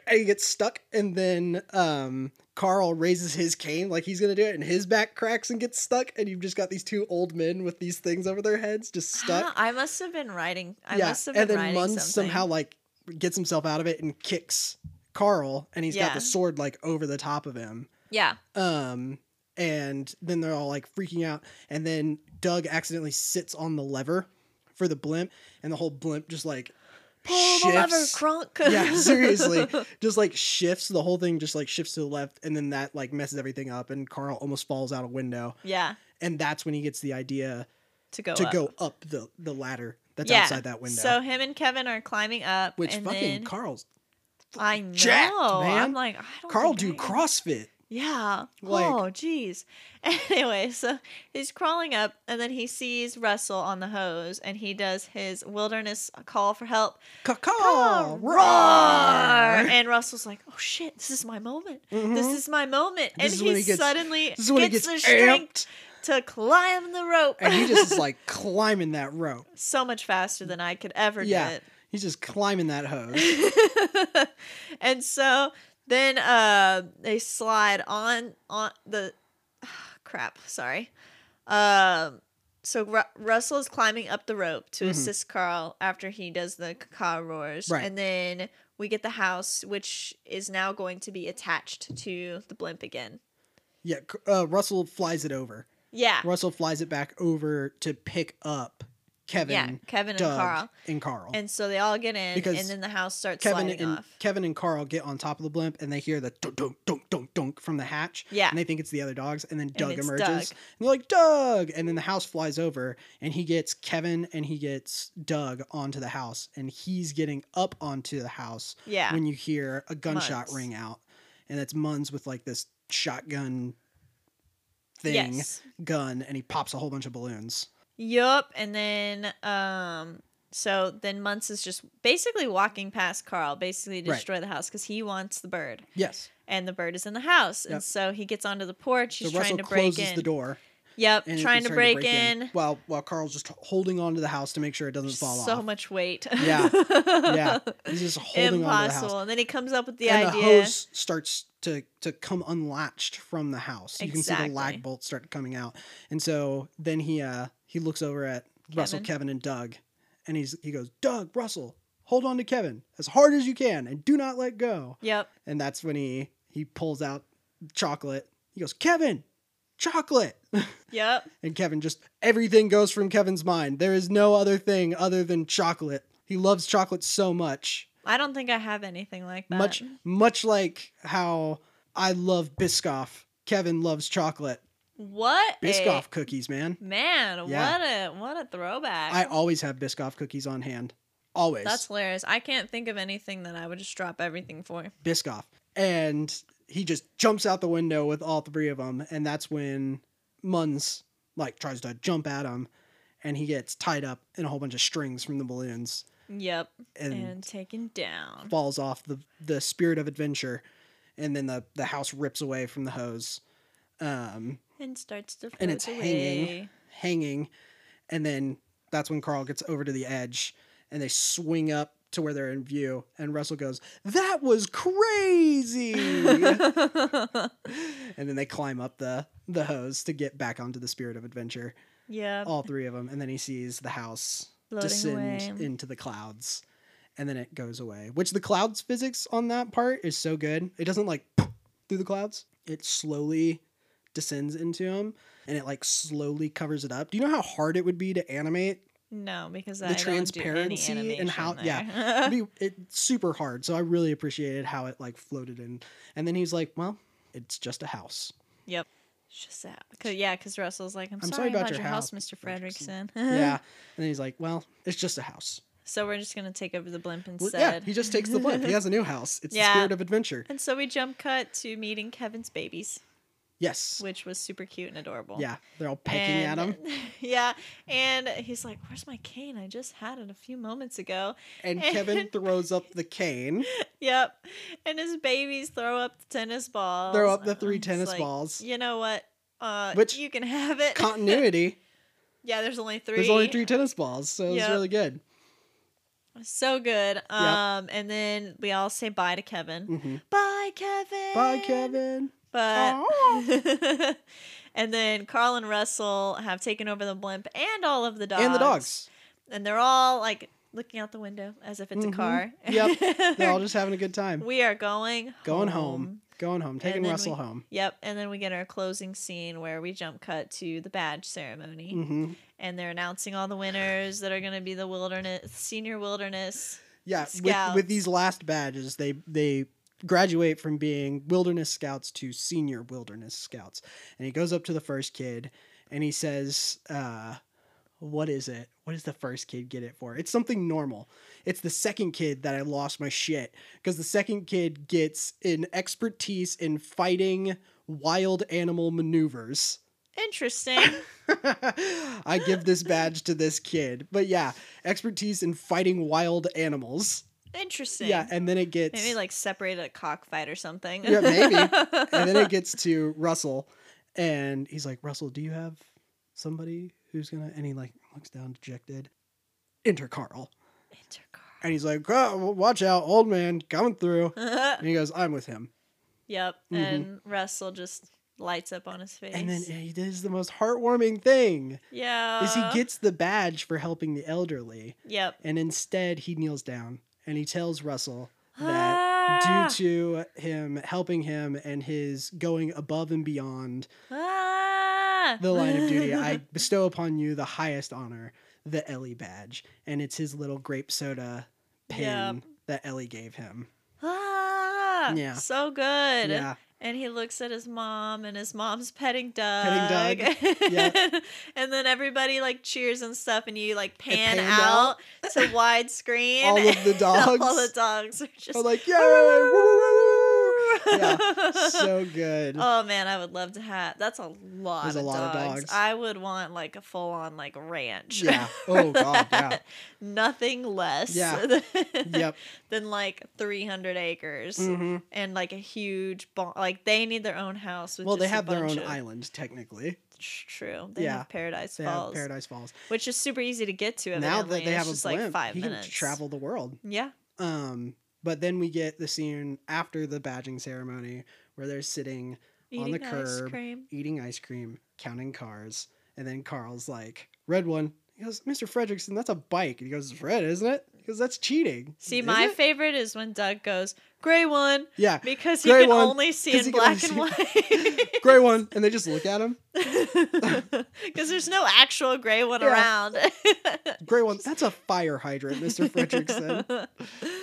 Speaker 1: [LAUGHS] and he gets stuck and then um Carl raises his cane like he's gonna do it and his back cracks and gets stuck and you've just got these two old men with these things over their heads just
Speaker 2: Huh,
Speaker 1: stuck.
Speaker 2: I must have been writing. I
Speaker 1: yeah,
Speaker 2: must have been
Speaker 1: and then
Speaker 2: writing
Speaker 1: Munz
Speaker 2: something.
Speaker 1: somehow like gets himself out of it and kicks Carl and he's got
Speaker 2: Yeah.
Speaker 1: the sword like over the top of him.
Speaker 2: yeah.
Speaker 1: Um, and then they're all like freaking out. And then Doug accidentally sits on the lever for the blimp, and the whole blimp just like
Speaker 2: Pull the lever,
Speaker 1: shifts.
Speaker 2: crunk. [LAUGHS]
Speaker 1: yeah, seriously, just like shifts. The whole thing just like shifts to the left, and then that like messes everything up. And Carl almost falls out a window,
Speaker 2: yeah.
Speaker 1: and that's when he gets the idea
Speaker 2: To go
Speaker 1: to
Speaker 2: up.
Speaker 1: go up the the ladder that's
Speaker 2: yeah.
Speaker 1: outside that window.
Speaker 2: So him and Kevin are climbing up.
Speaker 1: which
Speaker 2: and
Speaker 1: fucking
Speaker 2: then,
Speaker 1: Carl's
Speaker 2: I know.
Speaker 1: jacked, man.
Speaker 2: I'm like, I don't
Speaker 1: Carl
Speaker 2: think
Speaker 1: do
Speaker 2: I-
Speaker 1: CrossFit.
Speaker 2: Yeah.
Speaker 1: Like-
Speaker 2: oh, jeez. [LAUGHS] Anyway, so he's crawling up, and then he sees Russell on the hose, and he does his wilderness call for help.
Speaker 1: Caw
Speaker 2: roar!
Speaker 1: roar.
Speaker 2: And Russell's like, "Oh shit, this is my moment. This
Speaker 1: Mhm.
Speaker 2: is my moment."
Speaker 1: This
Speaker 2: And
Speaker 1: is
Speaker 2: he,
Speaker 1: when he gets-
Speaker 2: suddenly
Speaker 1: This
Speaker 2: gets,
Speaker 1: is when he gets
Speaker 2: the
Speaker 1: amped.
Speaker 2: strength to climb the rope.
Speaker 1: and he just is like climbing that rope.
Speaker 2: [LAUGHS] so much faster than I could ever
Speaker 1: Yeah.
Speaker 2: do
Speaker 1: He's just climbing that hose.
Speaker 2: it. [LAUGHS] and so then uh they slide on on the [SIGHS] crap, sorry. Um so Ru- Russell is climbing up the rope to
Speaker 1: Mhm.
Speaker 2: assist Carl after he does the caca roars.
Speaker 1: Right.
Speaker 2: And then we get the house, which is now going to be attached to the blimp again.
Speaker 1: Yeah, c- uh, Russell flies it over.
Speaker 2: Yeah.
Speaker 1: Russell flies it back over to pick up Kevin,
Speaker 2: yeah. Kevin
Speaker 1: Doug,
Speaker 2: and Carl.
Speaker 1: and Carl.
Speaker 2: And so they all get in,
Speaker 1: Because
Speaker 2: and then the house starts
Speaker 1: Kevin
Speaker 2: sliding
Speaker 1: and
Speaker 2: off.
Speaker 1: Kevin and Carl get on top of the blimp and they hear the dunk dunk dunk dunk dunk from the hatch.
Speaker 2: Yeah.
Speaker 1: And they think it's the other dogs. And then Doug
Speaker 2: it's
Speaker 1: emerges.
Speaker 2: Doug.
Speaker 1: And they're like, Doug. And then the house flies over and he gets Kevin and he gets Doug onto the house. And he's getting up onto the house
Speaker 2: Yeah.
Speaker 1: when you hear a gunshot
Speaker 2: Munz.
Speaker 1: ring out. And that's Munz with like this shotgun thing
Speaker 2: Yes.
Speaker 1: gun and he pops a whole bunch of balloons.
Speaker 2: Yup. And then, um, so then Muntz is just basically walking past Carl, basically to
Speaker 1: Right.
Speaker 2: destroy the house because he wants the bird,
Speaker 1: Yes.
Speaker 2: and the bird is in the house,
Speaker 1: Yep.
Speaker 2: and so he gets onto the porch. He's
Speaker 1: so
Speaker 2: trying
Speaker 1: Russell
Speaker 2: to break
Speaker 1: closes
Speaker 2: in.
Speaker 1: the door
Speaker 2: Yep,
Speaker 1: and
Speaker 2: trying
Speaker 1: he's
Speaker 2: to break, in.
Speaker 1: while while Carl's just holding onto the house to make sure it doesn't fall
Speaker 2: so
Speaker 1: off.
Speaker 2: much weight. [LAUGHS]
Speaker 1: Yeah. yeah. He's just holding onto the house.
Speaker 2: Impossible. And then he comes up with the
Speaker 1: and
Speaker 2: idea.
Speaker 1: the hose starts to to come unlatched from the house. You can see the
Speaker 2: Exactly.
Speaker 1: lag bolts start coming out. And so then he uh he looks over at Russell,
Speaker 2: Kevin.
Speaker 1: Kevin, and Doug, and he's he goes, Doug, Russell, hold on to Kevin as hard as you can, and do not let go.
Speaker 2: Yep.
Speaker 1: And that's when he he pulls out chocolate. He goes, Kevin, chocolate.
Speaker 2: Yep.
Speaker 1: And Kevin just everything goes from Kevin's mind. There is no other thing other than chocolate. He loves chocolate so much.
Speaker 2: I don't think I have anything like that.
Speaker 1: Much much like how I love Biscoff. Kevin loves chocolate.
Speaker 2: What? a-
Speaker 1: Biscoff cookies, man.
Speaker 2: Man,
Speaker 1: Yeah.
Speaker 2: what a what a throwback.
Speaker 1: I always have Biscoff cookies on hand. Always.
Speaker 2: That's hilarious. I can't think of anything that I would just drop everything for.
Speaker 1: Biscoff. And he just jumps out the window with all three of them. And that's when Munz like tries to jump at him and he gets tied up in a whole bunch of strings from the balloons
Speaker 2: Yep.
Speaker 1: and,
Speaker 2: And, taken down.
Speaker 1: falls off the the spirit of adventure. And then the, the house rips away from the hose. Um
Speaker 2: And starts to float
Speaker 1: And it's
Speaker 2: away.
Speaker 1: hanging. [LAUGHS] hanging and then that's when carl gets over to the edge and they swing up to where they're in view and russell goes that was crazy
Speaker 2: [LAUGHS]
Speaker 1: and then they climb up the the hose to get back onto the spirit of adventure
Speaker 2: yeah.
Speaker 1: all three of them and then he sees the house
Speaker 2: Floating
Speaker 1: descend
Speaker 2: away.
Speaker 1: into the clouds and then it goes away which the clouds physics on that part is so good it doesn't like through the clouds it slowly descends into them and it like slowly covers it up do you know how hard it would be to animate
Speaker 2: no, because
Speaker 1: the
Speaker 2: I
Speaker 1: transparency
Speaker 2: don't do any
Speaker 1: and how-
Speaker 2: animation
Speaker 1: It'd [LAUGHS]
Speaker 2: there.
Speaker 1: be- it's super hard so i really appreciated how it like floated in and then he's like well it's just a house
Speaker 2: It's [LAUGHS] just that. Cause, yeah, because Russell's like, I'm,
Speaker 1: sorry
Speaker 2: sorry
Speaker 1: about
Speaker 2: about,
Speaker 1: your
Speaker 2: your house,
Speaker 1: house,
Speaker 2: Mr.
Speaker 1: Fredrickson."
Speaker 2: Fredrickson.
Speaker 1: [LAUGHS] yeah and then he's like well it's just a house
Speaker 2: [LAUGHS] so we're just gonna take over the blimp
Speaker 1: Well,
Speaker 2: instead.
Speaker 1: yeah he just takes
Speaker 2: [LAUGHS]
Speaker 1: the blimp he has a new house it's
Speaker 2: Yeah.
Speaker 1: the spirit of adventure
Speaker 2: and so we jump cut to meeting Kevin's babies,
Speaker 1: yes
Speaker 2: which was super cute and adorable.
Speaker 1: yeah they're all pecking at him
Speaker 2: And- [LAUGHS] Yeah. And he's like, Where's my cane? I just had it a few moments ago.
Speaker 1: and
Speaker 2: [LAUGHS]
Speaker 1: kevin throws up the cane
Speaker 2: Yep. And his babies throw up the tennis balls.
Speaker 1: throw up the three
Speaker 2: It's
Speaker 1: tennis
Speaker 2: like,
Speaker 1: balls
Speaker 2: You know what? Uh,
Speaker 1: Which-
Speaker 2: you can have it.
Speaker 1: Continuity.
Speaker 2: [LAUGHS] yeah, there's only three.
Speaker 1: There's only three tennis balls, so it's
Speaker 2: Yep.
Speaker 1: really good.
Speaker 2: So good. Um, and then we all say bye to Kevin.
Speaker 1: hmm
Speaker 2: Bye, Kevin.
Speaker 1: Bye, Kevin.
Speaker 2: But [LAUGHS] and then Carl and Russell have taken over the blimp and all of the dogs.
Speaker 1: And the dogs.
Speaker 2: And they're all like looking out the window as if it's
Speaker 1: Mhm.
Speaker 2: a car. [LAUGHS]
Speaker 1: Yep. They're all just having a good time.
Speaker 2: we are going
Speaker 1: Going home. Going home. Taking
Speaker 2: then
Speaker 1: Russell
Speaker 2: we-
Speaker 1: home.
Speaker 2: Yep, and then we get our closing scene where we jump cut to the badge ceremony,
Speaker 1: hmm
Speaker 2: and they're announcing all the winners that are going to be the wilderness senior wilderness.
Speaker 1: Yeah. With,
Speaker 2: Scouts.
Speaker 1: with these last badges, they they graduate from being wilderness scouts to senior wilderness scouts. And he goes up to the first kid and he says, uh, what is it? What does the first kid get it for? It's something normal. It's the second kid that I lost my shit because the second kid gets an expertise in fighting wild animal maneuvers. [LAUGHS]
Speaker 2: Interesting.
Speaker 1: I give this badge to this kid. But yeah, expertise in fighting wild animals.
Speaker 2: Interesting.
Speaker 1: Yeah, and then it gets
Speaker 2: Maybe like separate a cockfight or something.
Speaker 1: Yeah, maybe. and then it gets to Russell and he's like, "Russell, do you have somebody who's going to?" And he like looks down dejected. Enter Carl.
Speaker 2: [LAUGHS] Intercar. [LAUGHS]
Speaker 1: And he's like, oh, well, "Watch out, old man coming through." And he goes, "I'm with him."
Speaker 2: yep.
Speaker 1: Mhm.
Speaker 2: And Russell just lights up on his face.
Speaker 1: And then and he does the most heartwarming thing.
Speaker 2: yeah.
Speaker 1: is he gets the badge for helping the elderly,
Speaker 2: Yep.
Speaker 1: and instead he kneels down and he tells Russell that
Speaker 2: Ah,
Speaker 1: due to him helping him and his going above and beyond
Speaker 2: ah.
Speaker 1: the line of duty,
Speaker 2: [LAUGHS]
Speaker 1: I bestow upon you the highest honor, the Ellie badge. And it's his little grape soda pin
Speaker 2: Yep.
Speaker 1: that Ellie gave him.
Speaker 2: Ah,
Speaker 1: Yeah.
Speaker 2: so good.
Speaker 1: Yeah.
Speaker 2: And he looks at his mom, and his mom's petting Doug.
Speaker 1: Doug, yeah.
Speaker 2: [LAUGHS] and then everybody like cheers and stuff, and you like pan
Speaker 1: panned
Speaker 2: out, [LAUGHS] to widescreen.
Speaker 1: All of the
Speaker 2: [LAUGHS] All
Speaker 1: dogs.
Speaker 2: the dogs are just.
Speaker 1: I'm
Speaker 2: [LAUGHS]
Speaker 1: like, yeah, yeah, so good.
Speaker 2: [LAUGHS] oh man, I would love to have. That's a lot.
Speaker 1: There's a
Speaker 2: of
Speaker 1: lot of
Speaker 2: dogs.
Speaker 1: dogs.
Speaker 2: I would want like a full on like ranch.
Speaker 1: yeah. Oh, God. Yeah.
Speaker 2: that. [LAUGHS] Nothing less.
Speaker 1: Yeah.
Speaker 2: [LAUGHS] Than,
Speaker 1: Yep.
Speaker 2: than like 300 acres
Speaker 1: hmm
Speaker 2: and like a huge barn. Like they need their own house. With
Speaker 1: Well, they
Speaker 2: just a
Speaker 1: have their
Speaker 2: bunch
Speaker 1: own
Speaker 2: of-
Speaker 1: island, technically.
Speaker 2: It's True. They
Speaker 1: Yeah.
Speaker 2: have Paradise
Speaker 1: They
Speaker 2: Falls,
Speaker 1: have Paradise Falls.
Speaker 2: which is super easy to get to.
Speaker 1: now
Speaker 2: evidently,
Speaker 1: that
Speaker 2: and
Speaker 1: they
Speaker 2: it's
Speaker 1: have a
Speaker 2: just
Speaker 1: blimp,
Speaker 2: like five
Speaker 1: he
Speaker 2: minutes.
Speaker 1: can travel the world.
Speaker 2: Yeah.
Speaker 1: Um, but then we get the scene after the badging ceremony where they're sitting On the
Speaker 2: Eating ice
Speaker 1: curb.
Speaker 2: cream.
Speaker 1: eating ice cream, counting cars, and then Carl's like, "Red one." He goes, "Mr. Fredrickson, that's a bike." And he goes, "It's red, isn't it?" He goes, "That's cheating."
Speaker 2: See,
Speaker 1: Is
Speaker 2: my
Speaker 1: it?
Speaker 2: favorite is when Doug goes gray one
Speaker 1: yeah,
Speaker 2: because he
Speaker 1: Gray
Speaker 2: can
Speaker 1: one,
Speaker 2: only see
Speaker 1: 'cause
Speaker 2: in
Speaker 1: he can
Speaker 2: black and
Speaker 1: only [LAUGHS]
Speaker 2: white. [LAUGHS]
Speaker 1: gray one, and they just look at him.
Speaker 2: Because there's no actual gray one
Speaker 1: Yeah.
Speaker 2: around.
Speaker 1: Gray one, that's a fire hydrant, Mr. Fredrickson.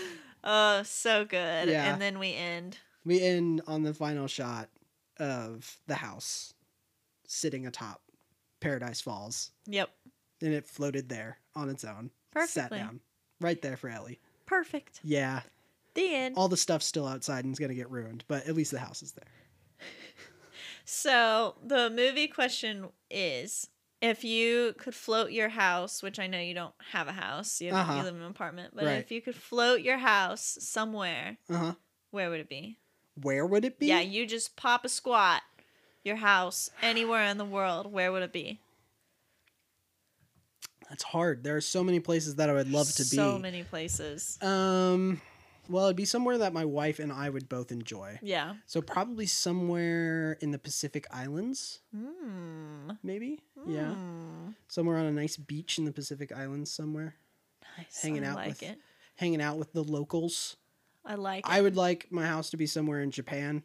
Speaker 2: [LAUGHS] oh, so good.
Speaker 1: Yeah.
Speaker 2: And then we end.
Speaker 1: We end on the final shot of the house sitting atop Paradise Falls,
Speaker 2: Yep.
Speaker 1: and it floated there on its own. Sat
Speaker 2: Perfectly.
Speaker 1: down right there for Ellie.
Speaker 2: Perfect.
Speaker 1: Yeah,
Speaker 2: The end.
Speaker 1: all the stuff's still outside and it's gonna get ruined, but at least the house is there.
Speaker 2: So the movie question is if you could float your house, which I know you don't have a house, you,
Speaker 1: Uh-huh.
Speaker 2: you live in an apartment, but
Speaker 1: Right.
Speaker 2: if you could float your house somewhere,
Speaker 1: Uh huh.
Speaker 2: where would it be?
Speaker 1: Where would it be?
Speaker 2: Yeah, you just pop a squat, your house, anywhere in the world, where would it be?
Speaker 1: That's hard. There are so many places that I would love to
Speaker 2: So
Speaker 1: be.
Speaker 2: many places.
Speaker 1: Um, well, it'd be somewhere that my wife and I would both enjoy.
Speaker 2: Yeah.
Speaker 1: So probably somewhere in the Pacific Islands,
Speaker 2: Mm.
Speaker 1: maybe. Yeah,
Speaker 2: Mm.
Speaker 1: somewhere on a nice beach in the Pacific Islands, somewhere
Speaker 2: Nice.
Speaker 1: Hanging
Speaker 2: I
Speaker 1: out
Speaker 2: like
Speaker 1: with-
Speaker 2: it.
Speaker 1: hanging out with the locals.
Speaker 2: I like it.
Speaker 1: I would like my house to be somewhere in Japan,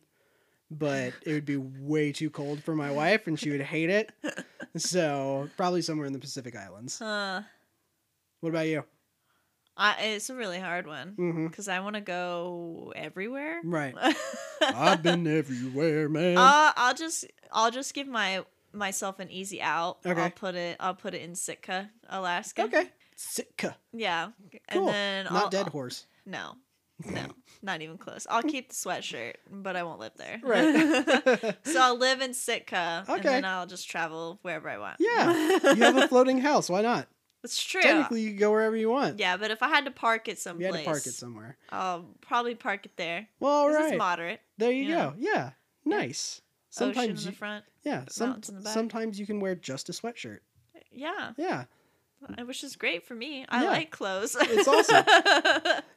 Speaker 1: but it would be way too cold for my wife, and she would hate it. So probably somewhere in the Pacific Islands.
Speaker 2: Huh.
Speaker 1: What about you?
Speaker 2: I, it's a really hard one
Speaker 1: Mm-hmm.
Speaker 2: because I want to go everywhere. [LAUGHS]
Speaker 1: Right. I've been everywhere, man.
Speaker 2: Uh, I'll just I'll just give my myself an easy out.
Speaker 1: Okay.
Speaker 2: I'll put it I'll put it in Sitka, Alaska.
Speaker 1: okay. Sitka.
Speaker 2: Yeah.
Speaker 1: Cool.
Speaker 2: And then
Speaker 1: Not
Speaker 2: I'll,
Speaker 1: dead
Speaker 2: I'll- [LAUGHS]
Speaker 1: horse.
Speaker 2: no. No.
Speaker 1: [LAUGHS]
Speaker 2: Not even close. I'll keep the sweatshirt, but I won't live there.
Speaker 1: [LAUGHS] Right.
Speaker 2: [LAUGHS] so I'll live in Sitka
Speaker 1: Okay.
Speaker 2: and then I'll just travel wherever I want. [LAUGHS]
Speaker 1: Yeah. you have a floating house. Why not?
Speaker 2: It's true.
Speaker 1: Technically, you can go wherever you want.
Speaker 2: Yeah, but if I had to park it
Speaker 1: You
Speaker 2: someplace,
Speaker 1: had to park it somewhere.
Speaker 2: I'll probably park it there.
Speaker 1: Well, all
Speaker 2: 'cause
Speaker 1: right.
Speaker 2: It's moderate.
Speaker 1: there you
Speaker 2: yeah.
Speaker 1: go. Yeah. Nice.
Speaker 2: Ocean in
Speaker 1: Sometimes
Speaker 2: the
Speaker 1: you-
Speaker 2: front.
Speaker 1: yeah, some,
Speaker 2: mountains in the back.
Speaker 1: sometimes you can wear just a sweatshirt.
Speaker 2: Yeah,
Speaker 1: Yeah.
Speaker 2: which is great for me. I
Speaker 1: Yeah.
Speaker 2: like clothes.
Speaker 1: It's awesome.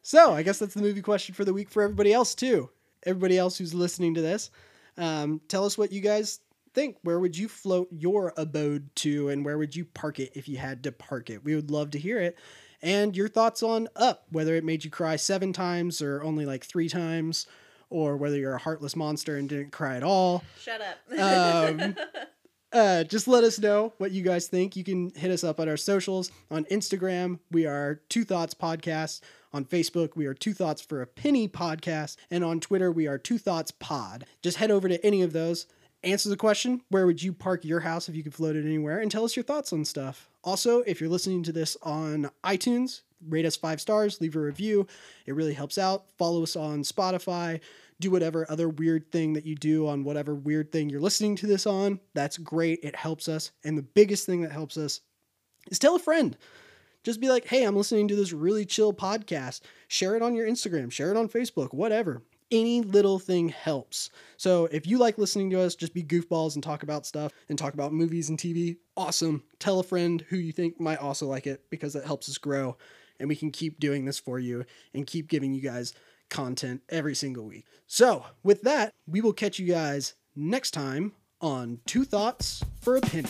Speaker 1: So I guess that's the movie question for the week for everybody else too. Everybody else who's listening to this, um, tell us what you guys think. Where would you float your abode to, and where would you park it if you had to park it? We would love to hear it, and your thoughts on Up, whether it made you cry seven times or only like three times, or whether you're a heartless monster and didn't cry at all.
Speaker 2: [LAUGHS] Shut up.
Speaker 1: Um, uh, just let us know what you guys think. You can hit us up on our socials. On Instagram, we are Two Thoughts Podcast. On Facebook, we are Two Thoughts for a Penny Podcast. And on Twitter, we are Two Thoughts Pod. Just head over to any of those. Answer the question Where would you park your house if you could float it anywhere? And tell us your thoughts on stuff. Also, if you're listening to this on iTunes, rate us five stars, leave a review. It really helps out. Follow us on Spotify do whatever other weird thing that you do on whatever weird thing you're listening to this on. That's great. It helps us. And the biggest thing that helps us is tell a friend. Just be like, hey, I'm listening to this really chill podcast. Share it on your Instagram, share it on Facebook, whatever. Any little thing helps. So if you like listening to us, just be goofballs and talk about stuff and talk about movies and TV. Awesome. Tell a friend who you think might also like it because that helps us grow and we can keep doing this for you and keep giving you guys content every single week. So, with that, we will catch you guys next time on Two Thoughts for a Penny.